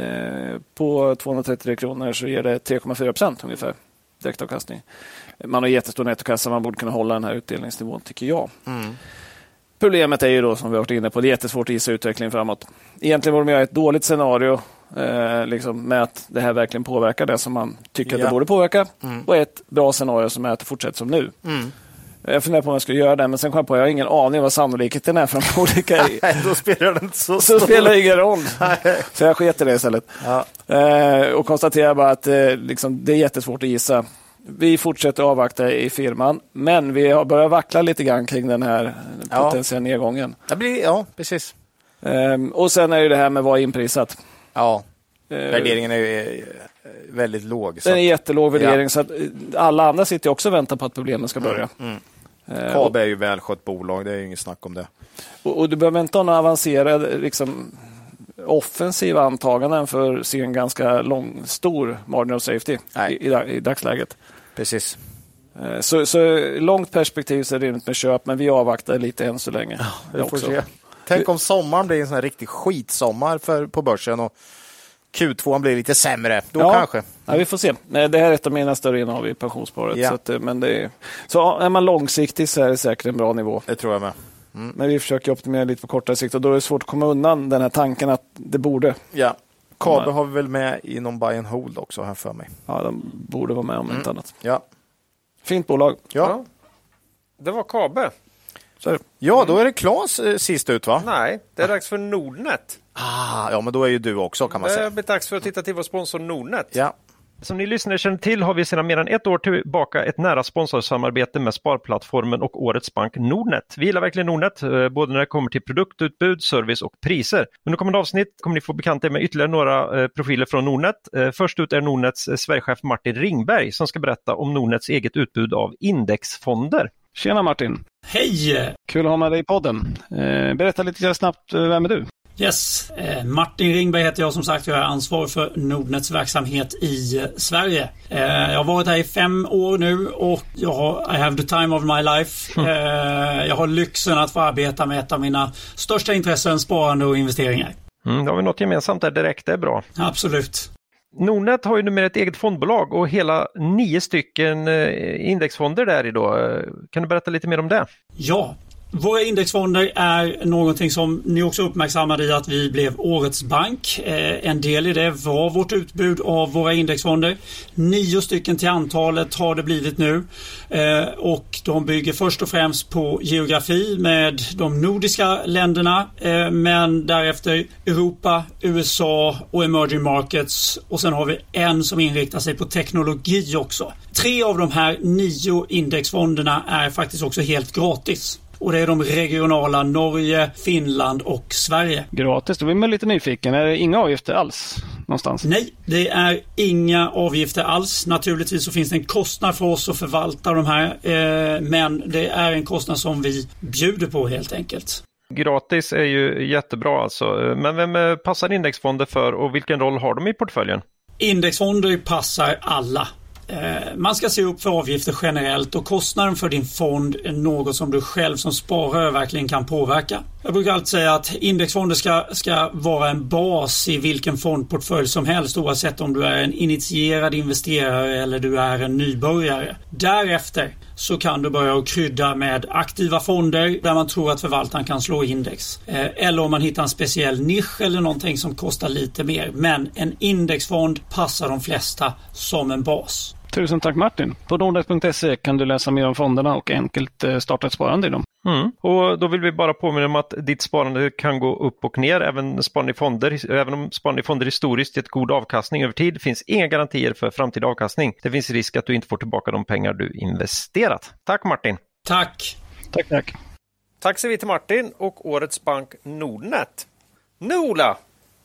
Speaker 3: Eh, På 233 kronor så ger det 3,4 procent ungefär direktavkastning. Man har jättestor nettokassa, man borde kunna hålla den här utdelningsnivån tycker jag.
Speaker 2: Mm.
Speaker 3: Problemet är ju då som vi har varit inne på, det är jättesvårt att gissa utvecklingen framåt. Egentligen borde man göra ett dåligt scenario eh, liksom med att det här verkligen påverkar det som man tycker att
Speaker 2: Ja. Mm.
Speaker 3: det borde påverka och ett bra scenario som är att det fortsätter som nu. Jag funderar på om jag skulle göra det, men sen kom jag på att jag har ingen aning vad sannolikheten är för de [LAUGHS] olika
Speaker 2: [LAUGHS] Nej, då spelar det inte så
Speaker 3: så
Speaker 2: stor
Speaker 3: spelar det ingen roll. Så jag sket i det istället.
Speaker 2: Ja.
Speaker 3: Eh, och konstaterar bara att eh, liksom, det är jättesvårt att gissa. Vi fortsätter avvakta i firman, men vi har börjat vackla lite grann kring den här
Speaker 2: Ja.
Speaker 3: potentiella nedgången.
Speaker 2: Det blir, ja, precis.
Speaker 3: Eh, och sen är det ju det här med vad är inprisat.
Speaker 2: Ja,
Speaker 3: Eh,
Speaker 2: värderingen är ju eh, väldigt låg. Så
Speaker 3: Den är
Speaker 2: att
Speaker 3: jättelåg värdering,
Speaker 2: Ja.
Speaker 3: så att eh, alla andra sitter ju också och väntar på att problemen ska börja.
Speaker 2: Mm,
Speaker 3: Eh, och-
Speaker 2: KB är ju välskött bolag, det är ju inget snack om det.
Speaker 3: Och, och du behöver inte ha några avancerade liksom, offensiva antaganden för att se en ganska lång, stor margin of safety
Speaker 2: Nej.
Speaker 3: i, i, da- i dagsläget.
Speaker 2: Precis.
Speaker 3: Eh, Så, så i långt perspektiv så är det rimligt med köp, men vi avvaktar lite än så länge.
Speaker 2: Vi får se. Tänk om sommaren blir en sån här riktig skitsommar för, på börsen och Q2 blir lite sämre. Då
Speaker 3: Ja.
Speaker 2: kanske. Mm.
Speaker 3: Ja, vi får se. Eh, Det här är ett av mina större innehav i pensionssparet.
Speaker 2: Ja.
Speaker 3: Så, att, eh, men det är... så är man långsiktig så är det säkert en bra nivå.
Speaker 2: Det tror jag med.
Speaker 3: Men vi försöker optimera lite på kortare sikt och då är det svårt att komma undan den här tanken att det borde,
Speaker 2: Ja.
Speaker 3: Kommer.
Speaker 2: Kabe har vi väl med i någon buy and hold också här för mig.
Speaker 3: ja, de borde vara med
Speaker 2: Mm.
Speaker 3: om inte annat.
Speaker 2: Ja.
Speaker 3: Fint bolag.
Speaker 2: Ja.
Speaker 4: Det var Kabe.
Speaker 3: Så är det.
Speaker 2: ja, då är det Claes eh, sist ut va?
Speaker 4: Nej, det är dags för Nordnet.
Speaker 2: Ah, ja, men då är ju du också kan man
Speaker 4: Det har
Speaker 2: säga.
Speaker 4: blivit dags för att titta till vår sponsor Nordnet.
Speaker 2: Ja.
Speaker 4: Som ni lyssnare känner till har vi sedan mer än ett år tillbaka ett nära sponsorsamarbete med Sparplattformen och årets bank Nordnet. Vi gillar verkligen Nordnet, eh, både när det kommer till produktutbud, service och priser. Under kommande avsnitt kommer ni få bekanta er med ytterligare några eh, profiler från Nordnet. Eh, Först ut är Nordnets eh, Sverigechef Martin Ringberg som ska berätta om Nordnets eget utbud av indexfonder.
Speaker 3: Tjena Martin!
Speaker 5: Hej!
Speaker 3: Kul att ha med dig i podden. Eh, Berätta lite grann snabbt, eh, vem är du?
Speaker 5: Yes, eh, Martin Ringberg heter jag som sagt. Jag är ansvarig för Nordnets verksamhet i eh, Sverige. Eh, Jag har varit här i fem år nu och jag har, I have the time of my life. Eh, Jag har lyxen att få arbeta med ett av mina största intressen, sparande och investeringar.
Speaker 4: Mm, då har vi något gemensamt där direkt, det är bra.
Speaker 5: Absolut.
Speaker 4: Nordnet har ju numera ett eget fondbolag och hela nio stycken eh, indexfonder där i då. Eh, Kan du berätta lite mer om det?
Speaker 5: Ja. Våra indexfonder är någonting som ni också uppmärksammade i att vi blev Årets Bank. Eh, En del i det var vårt utbud av våra indexfonder. Nio stycken till antalet har det blivit nu. Eh, Och de bygger först och främst på geografi med de nordiska länderna. eh, Men därefter Europa, USA och emerging markets. Och sen har vi en som inriktar sig på teknologi också. Tre av de här nio indexfonderna är faktiskt också helt gratis. Och det är de regionala Norge, Finland och Sverige.
Speaker 6: Gratis, då blir man lite nyfiken. Är det inga avgifter alls någonstans?
Speaker 5: Nej, det är inga avgifter alls. Naturligtvis så finns det en kostnad för oss att förvalta de här. Eh, men det är en kostnad som vi bjuder på helt enkelt.
Speaker 7: Gratis är ju jättebra alltså. Eh, Men vem eh, passar indexfonder för och vilken roll har de i portföljen?
Speaker 5: Indexfonder passar alla. Eh, Man ska se upp för avgifter generellt och kostnaden för din fond är något som du själv som sparare verkligen kan påverka. Jag brukar alltid säga att indexfonder ska, ska vara en bas i vilken fondportfölj som helst oavsett om du är en initierad investerare eller du är en nybörjare. Därefter så kan du börja att krydda med aktiva fonder där man tror att förvaltaren kan slå index. Eh, Eller om man hittar en speciell nisch eller någonting som kostar lite mer. Men en indexfond passar de flesta som en bas.
Speaker 6: Tusen tack Martin. På nordnet.se E kan du läsa mer om fonderna och enkelt eh, starta ett sparande i dem.
Speaker 7: Mm. Och då vill vi bara påminna om att ditt sparande kan gå upp och ner. Även sparande i fonder, även om sparande i fonder historiskt gett god avkastning över tid finns inga garantier för framtida avkastning. Det finns risk att du inte får tillbaka de pengar du investerat. Tack Martin!
Speaker 5: Tack!
Speaker 6: Tack, tack.
Speaker 7: Tack säger vi till Martin och Årets Bank Nordnet. Nu Ola!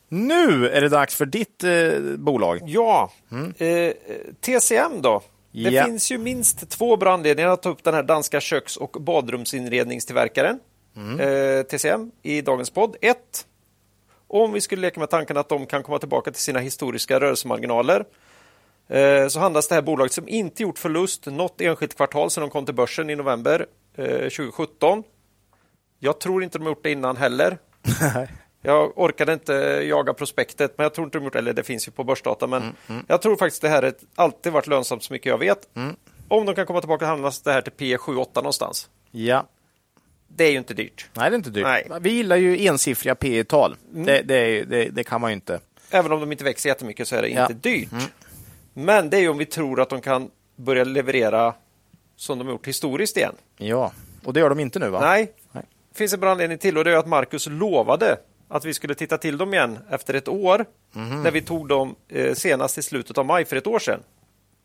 Speaker 2: Nu är det dags för ditt eh, bolag.
Speaker 7: Ja, eh, TCM då. Det
Speaker 2: Ja.
Speaker 7: finns ju minst två bra anledningar att ta upp den här danska köks och badrumsinredningstillverkaren eh, TCM i dagens podd. Ett, om vi skulle leka med tanken att de kan komma tillbaka till sina historiska rörelsemarginaler eh, så handlas det här bolaget som inte gjort förlust något enskilt kvartal sedan de kom till börsen i november eh, 2017. Jag tror inte de har gjort det innan heller. Jag orkade inte jaga prospektet, men jag tror inte de gjort det. Eller det finns ju på börsdata, men
Speaker 2: Mm,
Speaker 7: jag tror faktiskt det här är ett, alltid varit lönsamt så mycket jag vet.
Speaker 2: Mm.
Speaker 7: Om de kan komma tillbaka handlas det här till P 78 någonstans.
Speaker 2: Ja.
Speaker 7: Det är ju inte dyrt.
Speaker 2: Nej, det är inte dyrt.
Speaker 7: Nej.
Speaker 2: Vi gillar ju ensiffriga P tal det, det, är ju- det, det kan man ju inte.
Speaker 7: Även om de inte växer jättemycket så är det
Speaker 2: Ja. Mm.
Speaker 7: inte dyrt. Men det är ju om vi tror att de kan börja leverera som de har gjort historiskt igen.
Speaker 2: Ja, och det gör de inte nu va?
Speaker 7: Nej,
Speaker 2: Nej.
Speaker 7: det finns en bra anledning till och det är att Marcus lovade att vi skulle titta till dem igen efter ett år
Speaker 2: Mhm.
Speaker 7: när vi tog dem eh, senast i slutet av maj för ett år sedan.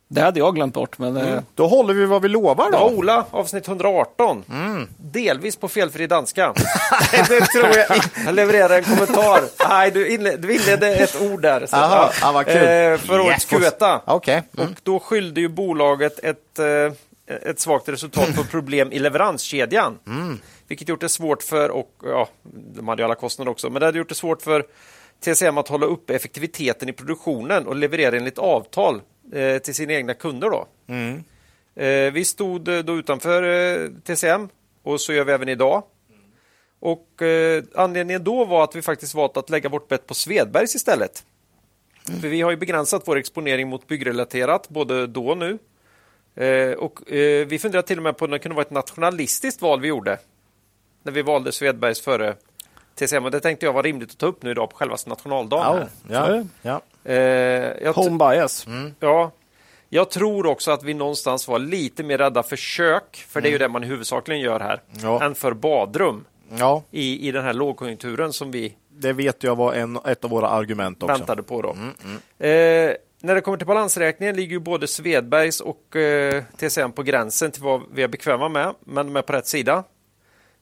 Speaker 3: Det hade jag glömt bort, men eh,
Speaker 2: Då håller vi vad vi lovar
Speaker 7: Det var
Speaker 2: då.
Speaker 7: Ola, avsnitt 118. Delvis på felfri danska.
Speaker 2: det tror jag inte.
Speaker 7: Jag levererar en kommentar. Nej, du, inle- du inledde ett ord där. Så,
Speaker 2: Jaha, ja, vad kul.
Speaker 7: Eh, för årets
Speaker 2: Yes.
Speaker 7: Qeta.
Speaker 2: Okej. Mm.
Speaker 7: Och då skyllde ju bolaget ett, eh, ett svagt resultat på problem i leveranskedjan. Vilket gjort det svårt för, och ja, de hade ju alla kostnader också, men det hade gjort det svårt för TCM att hålla uppe effektiviteten i produktionen och leverera enligt avtal eh, till sina egna kunder. Då. Eh, vi stod eh, då utanför eh, TCM och så gör vi även idag. Och eh, Anledningen då var att vi faktiskt valt att lägga vårt bett på Svedbergs istället. För vi har ju begränsat vår exponering mot byggrelaterat, både då och nu. Eh, och, eh, vi funderar till och med på om det kunde vara ett nationalistiskt val vi gjorde. När vi valde Svedbergs före TCM. Och det tänkte jag var rimligt att ta upp nu idag på självaste nationaldagen. här.
Speaker 2: Ja, ja.
Speaker 7: Eh, jag t-
Speaker 3: home bias.
Speaker 2: Mm.
Speaker 7: Ja. Jag tror också att vi någonstans var lite mer rädda för kök, för det är ju det man huvudsakligen gör här,
Speaker 2: Mm. Ja.
Speaker 7: än för badrum
Speaker 2: ja,
Speaker 7: i, i den här lågkonjunkturen som vi
Speaker 2: det vet jag var en, ett av våra argument också.
Speaker 7: väntade på. Då. Eh, när det kommer till balansräkningen ligger ju både Svedbergs och eh, TCM på gränsen till vad vi är bekväma med, men de är på rätt sida.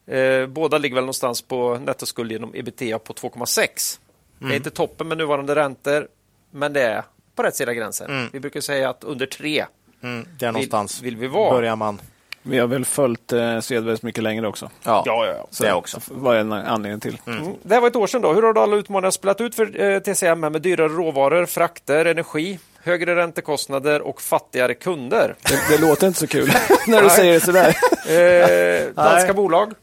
Speaker 7: Eh, båda ligger väl någonstans på nettoskuld genom ebitda på 2,6. Det är inte toppen med nuvarande räntor, men det är på rätt sida gränsen. Vi brukar säga att under 3
Speaker 2: Mm, där någonstans
Speaker 7: vill vi vara.
Speaker 2: börjar man.
Speaker 3: Vi har väl följt eh, Svedbergs mycket längre också.
Speaker 2: Ja,
Speaker 7: Ja, ja, ja.
Speaker 2: Så det också.
Speaker 3: Vad är en anledning till.
Speaker 7: Mm. Det här var ett år sedan. Då. Hur har då alla utmaningar spelat ut för eh, TCM här med dyrare råvaror, frakter, energi, högre räntekostnader och fattigare kunder?
Speaker 3: Det, det låter inte så kul [LAUGHS] när du säger det sådär.
Speaker 7: Eh, danska bolag.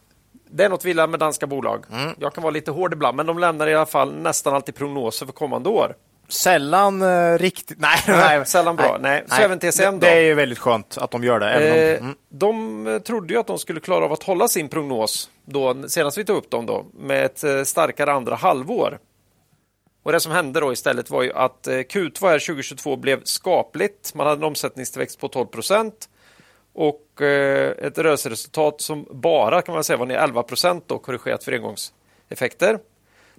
Speaker 7: Det är något vi
Speaker 2: Mm.
Speaker 7: gillar med danska bolag. Jag kan vara lite hård ibland, men de lämnar i alla fall nästan alltid prognoser för kommande år.
Speaker 2: Sällan eh, riktigt... Nej, nej, [LAUGHS]
Speaker 7: sällan bra. [LAUGHS] Nej. Så även TCM
Speaker 2: det,
Speaker 7: då?
Speaker 2: Det är ju väldigt skönt att de gör det. Även om,
Speaker 7: Eh,
Speaker 2: mm.
Speaker 7: De eh, trodde ju att de skulle klara av att hålla sin prognos då, senast vi tog upp dem då, med ett eh, starkare andra halvår. Och Det som hände då istället var ju att eh, Q2 här 2022 blev skapligt. Man hade en omsättningstillväxt på 12 procent och eh, ett rörelseresultat som bara kan man säga var ner 11 procent då korrigerat för engångseffekter.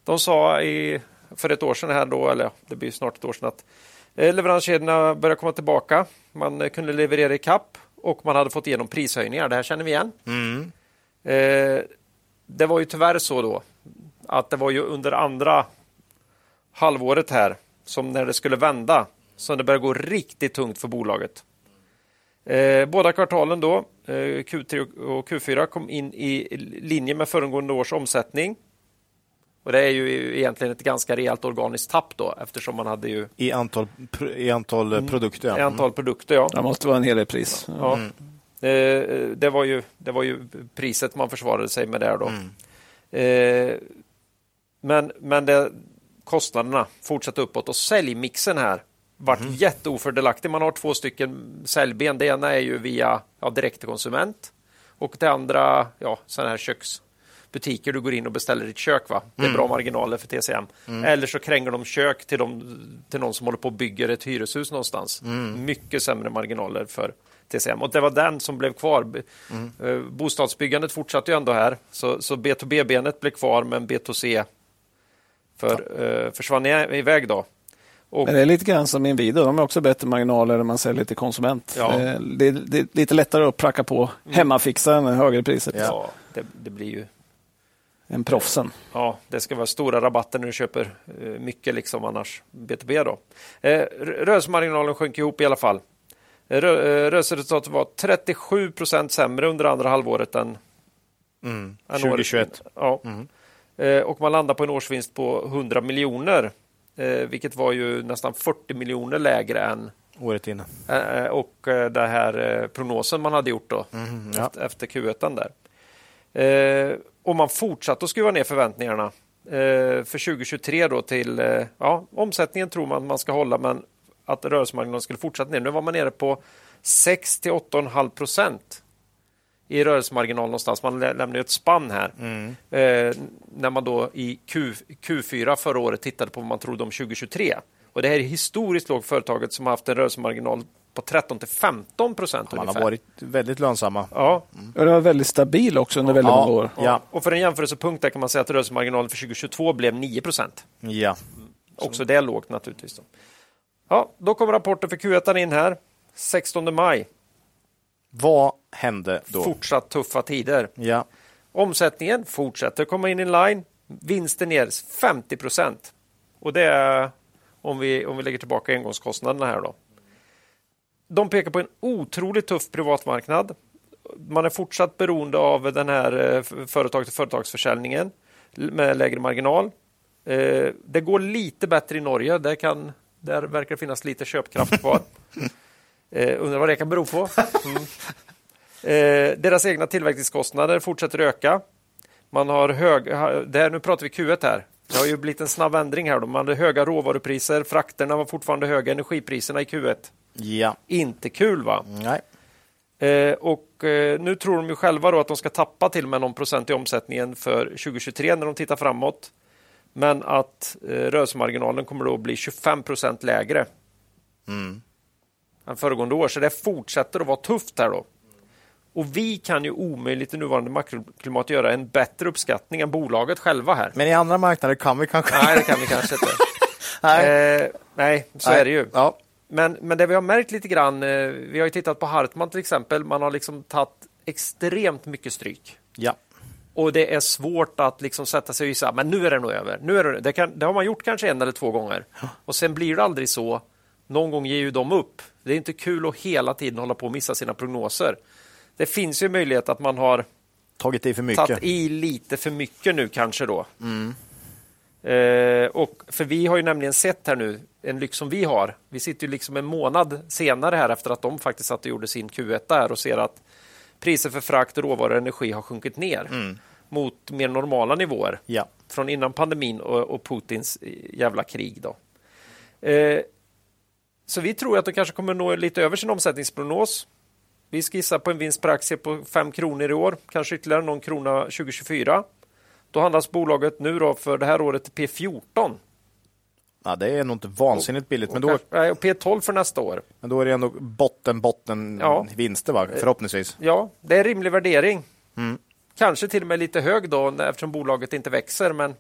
Speaker 7: De sa i, för ett år sedan, här då, eller ja, det blir ju snart ett år sedan, att eh, leveranskedjorna börjar komma tillbaka. Man eh, kunde leverera i kapp och man hade fått igenom prishöjningar. Det här känner vi igen. Eh, det var ju tyvärr så då att det var ju under andra halvåret här som när det skulle vända som det började gå riktigt tungt för bolaget. Eh, båda kvartalen då, eh, Q3 och- och Q4, kom in i linje med föregående års omsättning. Och det är ju egentligen ett ganska rejält organiskt tapp då eftersom man hade ju
Speaker 2: [LAUGHS] I antal, pr- i antal eh, produkter.
Speaker 7: ett
Speaker 2: ja.
Speaker 7: antal produkter. Ja.
Speaker 3: Det måste vara en hel del pris.
Speaker 7: Ja. Eh, Det, var ju, det var ju priset man försvarade sig med där då. Eh, Men, men det, kostnaderna fortsatte uppåt och säljmixen här vart jätteofördelaktig. Man har två stycken säljben. Det ena är ju via ja, direkt till konsument och det andra, ja, sådana här köksbutiker du går in och beställer ditt kök. Va? Det är bra marginaler för TCM. Eller så kränger de kök till, de, till någon som håller på och bygger ett hyreshus någonstans. Mycket sämre marginaler för TCM. Och det var den som blev kvar. B- eh, Bostadsbyggandet fortsatte ju ändå här, så, så B2B-benet blev kvar, men B2C för, eh, försvann i- iväg då. Och,
Speaker 3: Men det är lite grann som Inwido, de har också bättre marginaler när man säljer till konsument.
Speaker 7: Ja. Mm.
Speaker 3: Eh, Det, är, det är lite lättare att pracka på hemmafixaren än högre priset
Speaker 7: ja, det, det blir ju
Speaker 3: än proffsen.
Speaker 7: Ja, det ska vara stora rabatter när du köper eh, mycket liksom annars. B2B då. Eh, r- Rörelsemarginalen sjönk ihop i alla fall. Eh, rö- eh, Rörelseresultatet var 37 procent sämre under andra halvåret än,
Speaker 2: Mm.
Speaker 7: än året-
Speaker 2: 2021.
Speaker 7: Ja. Eh, Och man landar på en årsvinst på 100 miljoner, eh, vilket var ju nästan 40 miljoner lägre än
Speaker 2: Året innan.
Speaker 7: Eh, eh, och eh, den här eh, prognosen man hade gjort då
Speaker 2: ja.
Speaker 7: efter, efter Q1. Där. Eh, Och man fortsatte att skruva ner förväntningarna eh, för 2023 då till eh, ja, omsättningen tror man man ska hålla men att rörelsemarginalen skulle fortsätta ner. Nu var man nere på 6 till 8,5 procent i rörelsemarginal någonstans. Man lä- lämnar ju ett spann här.
Speaker 2: Mm.
Speaker 7: Eh, när man då i Q, Q4 förra året tittade på vad man trodde om 2023. Och det här är historiskt lågt för företaget som har haft en rörelsemarginal på 13 till 15 procent
Speaker 2: Man har
Speaker 7: ungefär.
Speaker 2: varit väldigt lönsamma.
Speaker 7: Ja,
Speaker 3: Och det var väldigt stabil också under väldigt många år.
Speaker 2: ja,
Speaker 7: och för en jämförelsepunkt där kan man säga att rörelsemarginalen för 2022 blev 9 procent.
Speaker 2: ja.
Speaker 7: Också det är lågt naturligtvis. Då. Ja, då kommer rapporten för Q1 in här. 16 maj.
Speaker 2: Vad hände då?
Speaker 7: Fortsatt tuffa tider.
Speaker 2: Ja.
Speaker 7: Omsättningen fortsätter komma in i line. Vinsten ner 50 procent. Och det är om vi, om vi lägger tillbaka engångskostnaderna här då. De pekar på en otroligt tuff privatmarknad. Man är fortsatt beroende av den här eh, f- företag till företagsförsäljningen l- med lägre marginal. Eh, Det går lite bättre i Norge. Där, kan, där verkar det finnas lite köpkraft kvar. Eh, Undrar vad det kan bero på. Mm. Eh, deras egna tillverkningskostnader fortsätter öka. Man har hög, ha- det här, nu pratar vi Q1 här. Det har ju blivit en snabb ändring här. Då. Man hade höga råvarupriser, frakterna var fortfarande höga, energipriserna i Q1.
Speaker 2: Ja.
Speaker 7: Inte kul va?
Speaker 2: Nej.
Speaker 7: Eh, och eh, nu tror de ju själva då att de ska tappa till och med någon procent i omsättningen för 2023 när de tittar framåt. Men att eh, rörelsemarginalen kommer då bli 25 procent lägre
Speaker 2: Mm.
Speaker 7: än föregående år. Så det fortsätter att vara tufft här då. Och vi kan ju omöjligt i nuvarande makroklimat göra en bättre uppskattning än bolaget själva här.
Speaker 2: Men i andra marknader kan vi kanske...
Speaker 7: Nej, det kan vi kanske inte.
Speaker 2: [LAUGHS] Nej.
Speaker 7: Eh, nej, så
Speaker 2: Nej.
Speaker 7: är det ju.
Speaker 2: Ja.
Speaker 7: Men, men det vi har märkt lite grann, eh, vi har ju tittat på Hartman till exempel, man har liksom tagit extremt mycket stryk.
Speaker 2: ja.
Speaker 7: Och det är svårt att liksom sätta sig och gissa, men nu är det nog över. Nu är det, det, kan, det har man gjort kanske en eller två gånger. Och sen blir det aldrig så. Någon gång ger ju de upp. Det är inte kul att hela tiden hålla på och missa sina prognoser. Det finns ju möjlighet att man har
Speaker 2: Tagit i för mycket.
Speaker 7: tagit i lite för mycket nu kanske då. Eh, och för vi har ju nämligen sett här nu, en lyx som vi har, vi sitter ju liksom en månad senare här efter att de faktiskt satt och gjorde sin Q1 där och ser att priser för frakt, råvaror och energi har sjunkit ner mot mer normala nivåer
Speaker 2: Ja.
Speaker 7: från innan pandemin och, och Putins jävla krig. Då. Eh, så vi tror att de kanske kommer nå lite över sin omsättningsprognos. Vi skissar på en vinst per aktie på 5 kronor i år, kanske ytterligare någon krona 2024. Då handlas bolaget nu då för det här året till P14.
Speaker 2: Ja, det är nog inte vansinnigt billigt, men
Speaker 7: Och
Speaker 2: då,
Speaker 7: kanske- nej, och P12 för nästa år.
Speaker 2: men då är det ändå botten, botten
Speaker 7: Ja. Eh.
Speaker 2: vinster va? förhoppningsvis.
Speaker 7: Ja, det är en rimlig värdering.
Speaker 2: Mm.
Speaker 7: Kanske till och med lite hög då när- eftersom bolaget inte växer. Men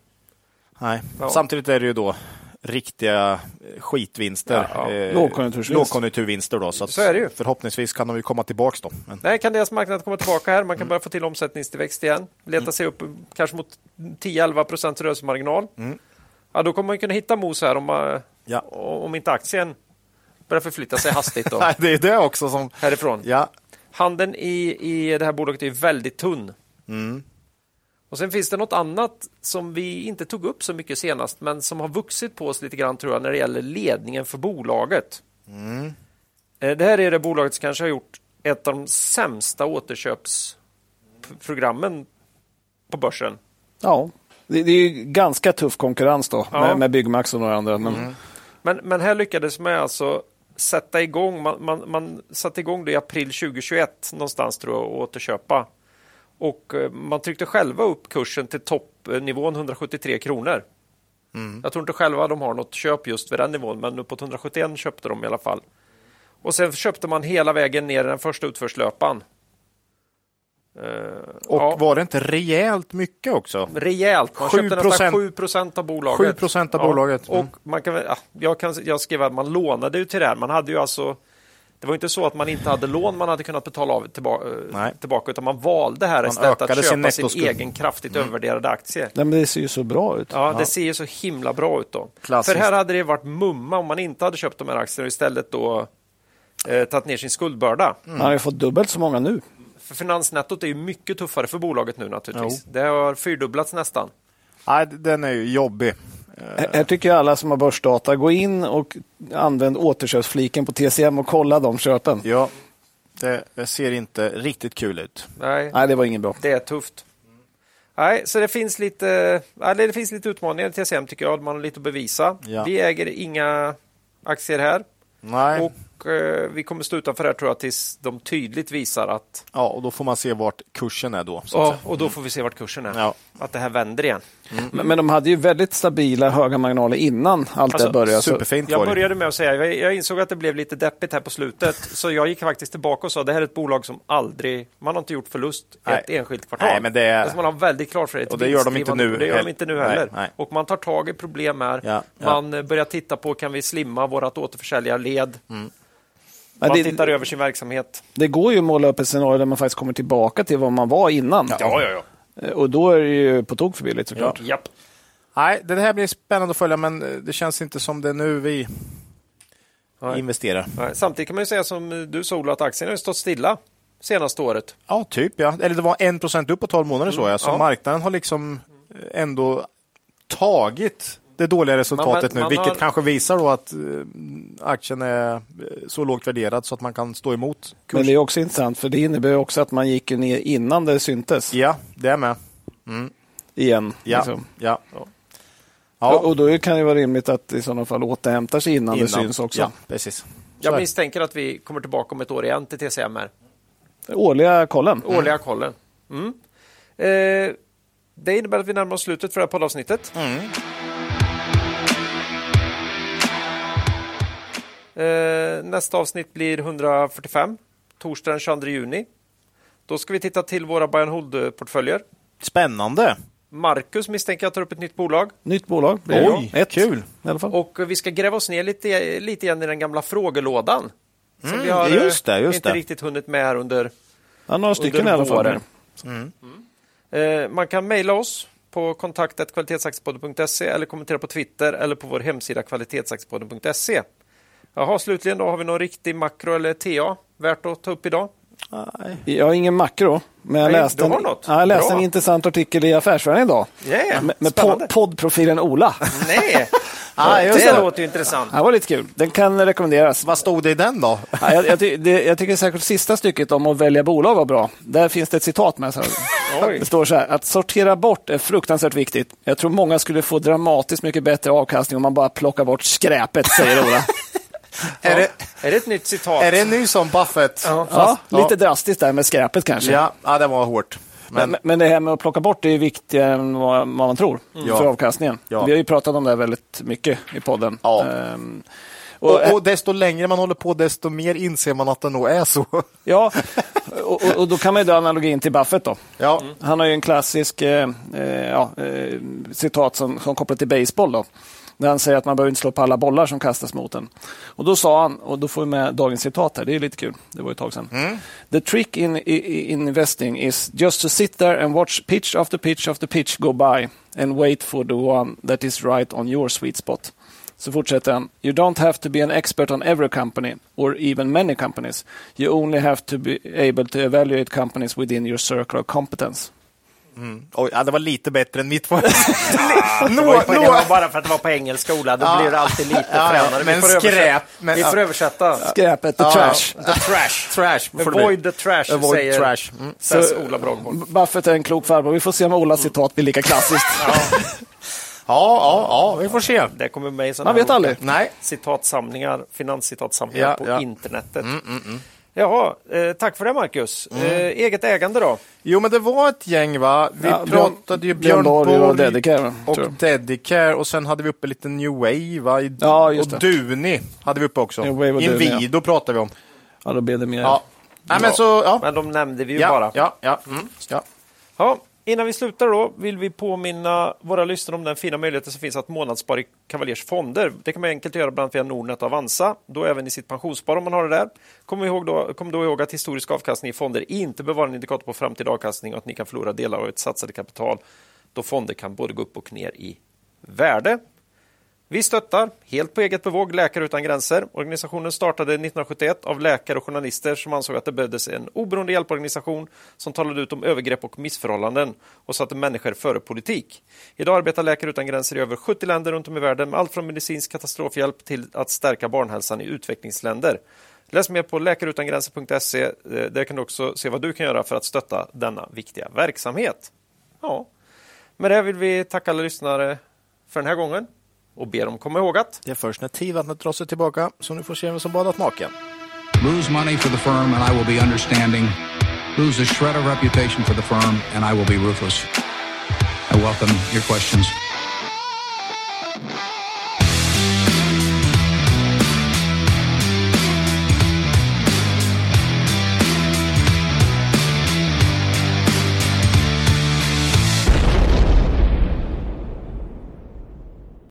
Speaker 2: Nej.
Speaker 7: Ja.
Speaker 2: Samtidigt är det ju då riktiga eh, skitvinster.
Speaker 7: Ja, ja.
Speaker 2: eh,
Speaker 3: Lågkonjunktursvinst.
Speaker 2: Lågkonjunkturvinster då. Så, att
Speaker 7: Så är det ju.
Speaker 2: Förhoppningsvis kan de ju komma tillbaka då. Men,
Speaker 7: nej, kan deras marknad komma tillbaka här?
Speaker 2: Mm.
Speaker 7: Man kan börja få till omsättningstillväxt igen. Leta sig upp kanske mot 10-11 procents rörelsemarginal. Ja, då kommer man kunna hitta mos här om, eh,
Speaker 2: Mm. Ja.
Speaker 7: om inte aktien börjar förflytta sig hastigt då,
Speaker 2: [LAUGHS] nej, det är det också som...
Speaker 7: härifrån.
Speaker 2: Ja,
Speaker 7: Handeln i, i det här bolaget är väldigt tunn. Och Sen finns det något annat som vi inte tog upp så mycket senast, men som har vuxit på oss lite grann tror jag när det gäller ledningen för bolaget. Eh, Det här är det bolaget som kanske har gjort ett av de sämsta återköpsprogrammen på börsen.
Speaker 3: Ja, det, det är ju ganska tuff konkurrens då
Speaker 7: Ja. Mm.
Speaker 3: med, med Byggmax och några andra. Men
Speaker 7: Men, men här lyckades man alltså sätta igång, man, man, man satte igång det i april 2021 någonstans tror jag och återköpa. Och eh, man tryckte själva upp kursen till toppnivån 173 kronor. Jag tror inte själva de har något köp just vid den nivån, men uppåt 171 köpte de i alla fall. Och sen köpte man hela vägen ner i den första utförslöpan. Eh,
Speaker 2: och
Speaker 7: ja,
Speaker 2: var det inte rejält mycket också?
Speaker 7: rejält. Man
Speaker 2: 7%.
Speaker 7: köpte nästan 7 procent av bolaget.
Speaker 2: 7% av bolaget. Mm.
Speaker 7: Och man kan, väl- ja, jag, kan, jag skrev att man lånade ju till det här. Man hade ju alltså, det var ju inte så att man inte hade lån man hade kunnat betala av tillbaka,
Speaker 2: Nej.
Speaker 7: tillbaka utan man valde här
Speaker 2: Man
Speaker 7: istället att
Speaker 2: ökade sin
Speaker 7: köpa sin,
Speaker 2: nettoskuld. Mm.
Speaker 7: egen kraftigt övervärderade aktie.
Speaker 3: Nej, men det ser ju så bra ut.
Speaker 7: Ja, Det ser ju så himla bra ut. då.
Speaker 2: Klassiskt.
Speaker 7: För här hade det varit mumma om man inte hade köpt de här aktierna och istället då eh, tagit ner sin skuldbörda.
Speaker 3: Han har ju fått dubbelt så många nu.
Speaker 7: För finansnettot är ju mycket tuffare för bolaget nu naturligtvis. Det har fyrdubblats nästan.
Speaker 2: Nej, den är ju jobbig.
Speaker 3: Här- Här tycker jag alla som har börsdata, gå in och använd återköpsfliken på TCM och kolla de köpen.
Speaker 2: Ja, det det ser inte riktigt kul ut.
Speaker 7: Nej.
Speaker 3: Nej, det var ingen bra.
Speaker 7: Det är tufft. Nej, så det finns lite, eller det finns lite utmaningar i TCM tycker jag. Man har lite att bevisa.
Speaker 2: Ja.
Speaker 7: Vi äger inga aktier här
Speaker 2: Nej,
Speaker 7: och eh, vi kommer stå utanför här tror jag tills de tydligt visar att...
Speaker 2: ja, och då får man se vart kursen är då. Så att
Speaker 7: Ja,
Speaker 2: säga.
Speaker 7: och då får vi se vart kursen är.
Speaker 2: Ja.
Speaker 7: Att det här vänder igen. Mm.
Speaker 3: Men, men de hade ju väldigt stabila höga marginaler innan allt
Speaker 7: Alltså,
Speaker 3: det här började. Så,
Speaker 2: Superfint
Speaker 7: Jag
Speaker 2: var det.
Speaker 7: började med att säga, jag- jag insåg att det blev lite deppigt här på slutet, så jag gick faktiskt tillbaka och sa det här är ett bolag som aldrig, man har inte gjort förlust
Speaker 2: Nej.
Speaker 7: ett enskilt kvartal.
Speaker 2: Nej, men det är-
Speaker 7: Alltså, man har väldigt klart för det. är ett
Speaker 2: Och det gör de
Speaker 7: vinstdrivande-
Speaker 2: inte nu
Speaker 7: Det gör de
Speaker 2: heller.
Speaker 7: inte nu
Speaker 2: Nej,
Speaker 7: heller.
Speaker 2: nej.
Speaker 7: Och man tar tag i problem här.
Speaker 2: Ja, ja.
Speaker 7: Man eh, börjar titta på, kan vi slimma vårat
Speaker 2: Mm.
Speaker 7: återförsäljarled?
Speaker 3: men
Speaker 7: Man
Speaker 3: det,
Speaker 7: tittar över sin verksamhet.
Speaker 3: det går ju att måla upp ett scenario där man faktiskt kommer tillbaka till vad man var innan. Eh,
Speaker 7: ja.
Speaker 3: Och då är det ju på tok för billigt såklart.
Speaker 7: Japp.
Speaker 2: Nej, det här blir spännande att följa, men eh, det känns inte som det är nu vi
Speaker 7: Nej.
Speaker 2: investerar.
Speaker 7: Nej, Samtidigt kan man ju säga som eh, du sa Ola, att aktien har ju stått stilla senaste året.
Speaker 2: Ja, typ ja. Eller det var 1 upp på 12 månader så jag. Så
Speaker 7: ja.
Speaker 2: marknaden har liksom eh, ändå tagit det dåliga resultatet
Speaker 7: man
Speaker 2: nu, vilket
Speaker 7: har-
Speaker 2: kanske visar då att eh, aktien är eh, så lågt värderad så att man kan stå emot.
Speaker 3: Men det är också intressant för det innebär ju också att man gick ju ner innan det syntes
Speaker 2: Ja, det är med.
Speaker 3: igen.
Speaker 2: Ja,
Speaker 3: liksom.
Speaker 2: ja. ja.
Speaker 3: Och- Och då kan det ju vara rimligt att i sådana fall återhämta sig innan, det
Speaker 2: innan.
Speaker 3: syns också.
Speaker 2: Ja, precis. Så
Speaker 7: Jag
Speaker 2: är-
Speaker 7: misstänker att vi kommer tillbaka om ett år igen till TCM här.
Speaker 3: Årliga kollen.
Speaker 7: Årliga kollen. Mm. Eh, det innebär att vi närmar oss slutet för det här poddavsnittet.
Speaker 2: Mm.
Speaker 7: Eh, nästa avsnitt blir 145, torsdag den 22 juni. Då ska vi titta till våra buy and hold-portföljer.
Speaker 2: Spännande!
Speaker 7: Marcus misstänker jag tar upp ett nytt bolag.
Speaker 3: Nytt bolag blir det.
Speaker 2: Oj,
Speaker 3: ja. Ett
Speaker 2: kul.
Speaker 3: i alla fall.
Speaker 7: Och vi ska gräva oss ner lite, lite igen i den gamla frågelådan. Som vi har
Speaker 2: Mm, just det,
Speaker 7: eh,
Speaker 2: just
Speaker 7: inte
Speaker 2: det.
Speaker 7: riktigt hunnit med här under
Speaker 3: Ja, några stycken i
Speaker 7: under
Speaker 3: alla fall.
Speaker 7: våren. Eh, Man kan mejla oss på kontaktet kvalitetsaktiepodden.se eller kommentera på Twitter eller på vår hemsida kvalitetsaktiepodden.se. Jaha, slutligen då har vi någon riktig makro eller TA värt att ta upp idag?
Speaker 3: Jag har ingen makro, men jag
Speaker 7: Nej,
Speaker 3: läste,
Speaker 7: du har
Speaker 3: en,
Speaker 7: något.
Speaker 3: Ja, jag läste
Speaker 7: Bra.
Speaker 3: en intressant artikel i Affärsvärlden idag.
Speaker 7: Yeah,
Speaker 3: med med po-
Speaker 7: spännande.
Speaker 2: [LAUGHS]
Speaker 3: poddprofilen Ola.
Speaker 7: Nej,
Speaker 2: Ah, just
Speaker 7: Det
Speaker 2: det.
Speaker 7: låter ju intressant.
Speaker 3: Det var lite kul. Den kan rekommenderas.
Speaker 2: Vad stod det i den då?
Speaker 3: Ja, jag, jag, ty- det, jag tycker säkert sista stycket om att välja bolag var bra. Där finns det ett citat med. Så här.
Speaker 7: Oj.
Speaker 3: Det står så här, att sortera bort är fruktansvärt viktigt. Jag tror många skulle få dramatiskt mycket bättre avkastning om man bara plockar bort skräpet, säger Ola.
Speaker 2: Är, det,
Speaker 7: Är det ett nytt citat?
Speaker 2: är det en ny som Buffett? Ja,
Speaker 3: Ja, lite drastiskt där med skräpet kanske.
Speaker 2: ja, ja det var hårt. Men,
Speaker 3: Men, men det här med att plocka bort är ju viktigare än vad, vad man tror för
Speaker 2: Ja.
Speaker 3: avkastningen.
Speaker 2: Ja.
Speaker 3: Vi har ju pratat om det här väldigt mycket i podden.
Speaker 2: Ja.
Speaker 3: Ehm, och,
Speaker 2: och, eh, och desto längre man håller på, desto mer inser man att det nog är så.
Speaker 3: ja, och, och, och då kan man ju dra analogin till Buffett. Då.
Speaker 2: [LAUGHS] Ja,
Speaker 3: Mm.
Speaker 7: Mm.
Speaker 3: Han har ju en klassisk eh, eh, ja, eh, citat som, som kopplar till baseball då. Där han säger att man behöver inte slå på alla bollar som kastas mot en. Och då sa han, och då får vi med dagens citat här, det är lite kul, det var ju ett tag sedan. The trick in, i- i- in investing is just to sit there and watch pitch after pitch after pitch go by and wait for the one that is right on your sweet spot. Så fortsätter han. You don't have to be an expert on every company or even many companies. You only have to be able to evaluate companies within your circle of competence.
Speaker 2: Oj, ja, det var lite bättre än [LAUGHS] mitt. Nå,
Speaker 7: Det var ju på- det
Speaker 2: nå.
Speaker 7: var bara för att det var på engelska, Ola. Då
Speaker 2: Ja.
Speaker 7: blir det alltid lite
Speaker 2: Ja, ja,
Speaker 7: fränare.
Speaker 2: men
Speaker 7: vi får översätta.
Speaker 2: skräp, men-
Speaker 7: vi får
Speaker 2: ja.
Speaker 7: översätta.
Speaker 3: Skräpet, the
Speaker 2: Ja,
Speaker 3: trash.
Speaker 2: ja. The trash. trash får det bli.
Speaker 7: Avoid the trash,
Speaker 2: Avoid
Speaker 7: säger
Speaker 2: trash. Mm.
Speaker 7: says Ola Brogborn.
Speaker 3: Buffett är en klok farbror. Vi får se om Olas citat blir lika klassiskt.
Speaker 2: Ja, ja, ja, vi får se.
Speaker 7: Det kommer med i sådana
Speaker 3: Man vet
Speaker 7: här
Speaker 3: aldrig.
Speaker 2: Nej,
Speaker 7: citatsamlingar, finanscitatsamlingar
Speaker 2: Ja,
Speaker 7: på
Speaker 2: ja. Mm,
Speaker 7: internetet. Jaha, eh, tack för det Marcus. Eh, eget ägande då?
Speaker 2: Jo, men det var ett gäng, va? Vi
Speaker 3: Ja, Björn-
Speaker 2: pratade ju Björn,
Speaker 3: Björn Borg och
Speaker 2: Borg
Speaker 3: Dedicare,
Speaker 2: och
Speaker 3: tror jag.
Speaker 2: Dedicare och sen hade vi uppe lite New Wave, va? I,
Speaker 3: Ja, just
Speaker 2: och
Speaker 3: det.
Speaker 2: Duni hade vi uppe också.
Speaker 3: New Wave och Duni, ja.
Speaker 2: Invido pratade vi om.
Speaker 3: Ja, då blev det mer.
Speaker 2: Ja. Nej, men så, ja.
Speaker 7: Men de nämnde vi ju
Speaker 2: Ja,
Speaker 7: bara.
Speaker 2: ja, ja, mm, ja.
Speaker 7: Ja, innan vi slutar då vill vi påminna våra lyssnare om den fina möjligheten som finns att månadsspara i Cavaliers fonder. Det kan man enkelt göra bland annat via Nordnet och Avanza, då även i sitt pensionsspar om man har det där. Kom, ihåg då, kom då ihåg att historisk avkastning i fonder inte behöver vara en indikator på framtida avkastning och att ni kan förlora delar av ert satsade kapital då fonder kan både gå upp och ner i värde. Vi stöttar, helt på eget bevåg, Läkare utan gränser. Organisationen startade 1971 av läkare och journalister som ansåg att det behövdes en oberoende hjälporganisation som talade ut om övergrepp och missförhållanden och satte människor före politik. Idag arbetar Läkare utan gränser i över 70 länder runt om i världen med allt från medicinsk katastrofhjälp till att stärka barnhälsan i utvecklingsländer. Läs mer på läkarutangränser.se. Eh, Där kan du också se vad du kan göra för att stötta denna viktiga verksamhet. Ja, med det vill vi tacka alla lyssnare för den här gången och ber dem komma ihåg att
Speaker 2: Det är först när tidvattnet drar sig tillbaka som du får se vem som badat naken.
Speaker 1: Lose money for the firm, and I will be understanding. Lose a shred of reputation for the firm, and I will be ruthless. I welcome your questions.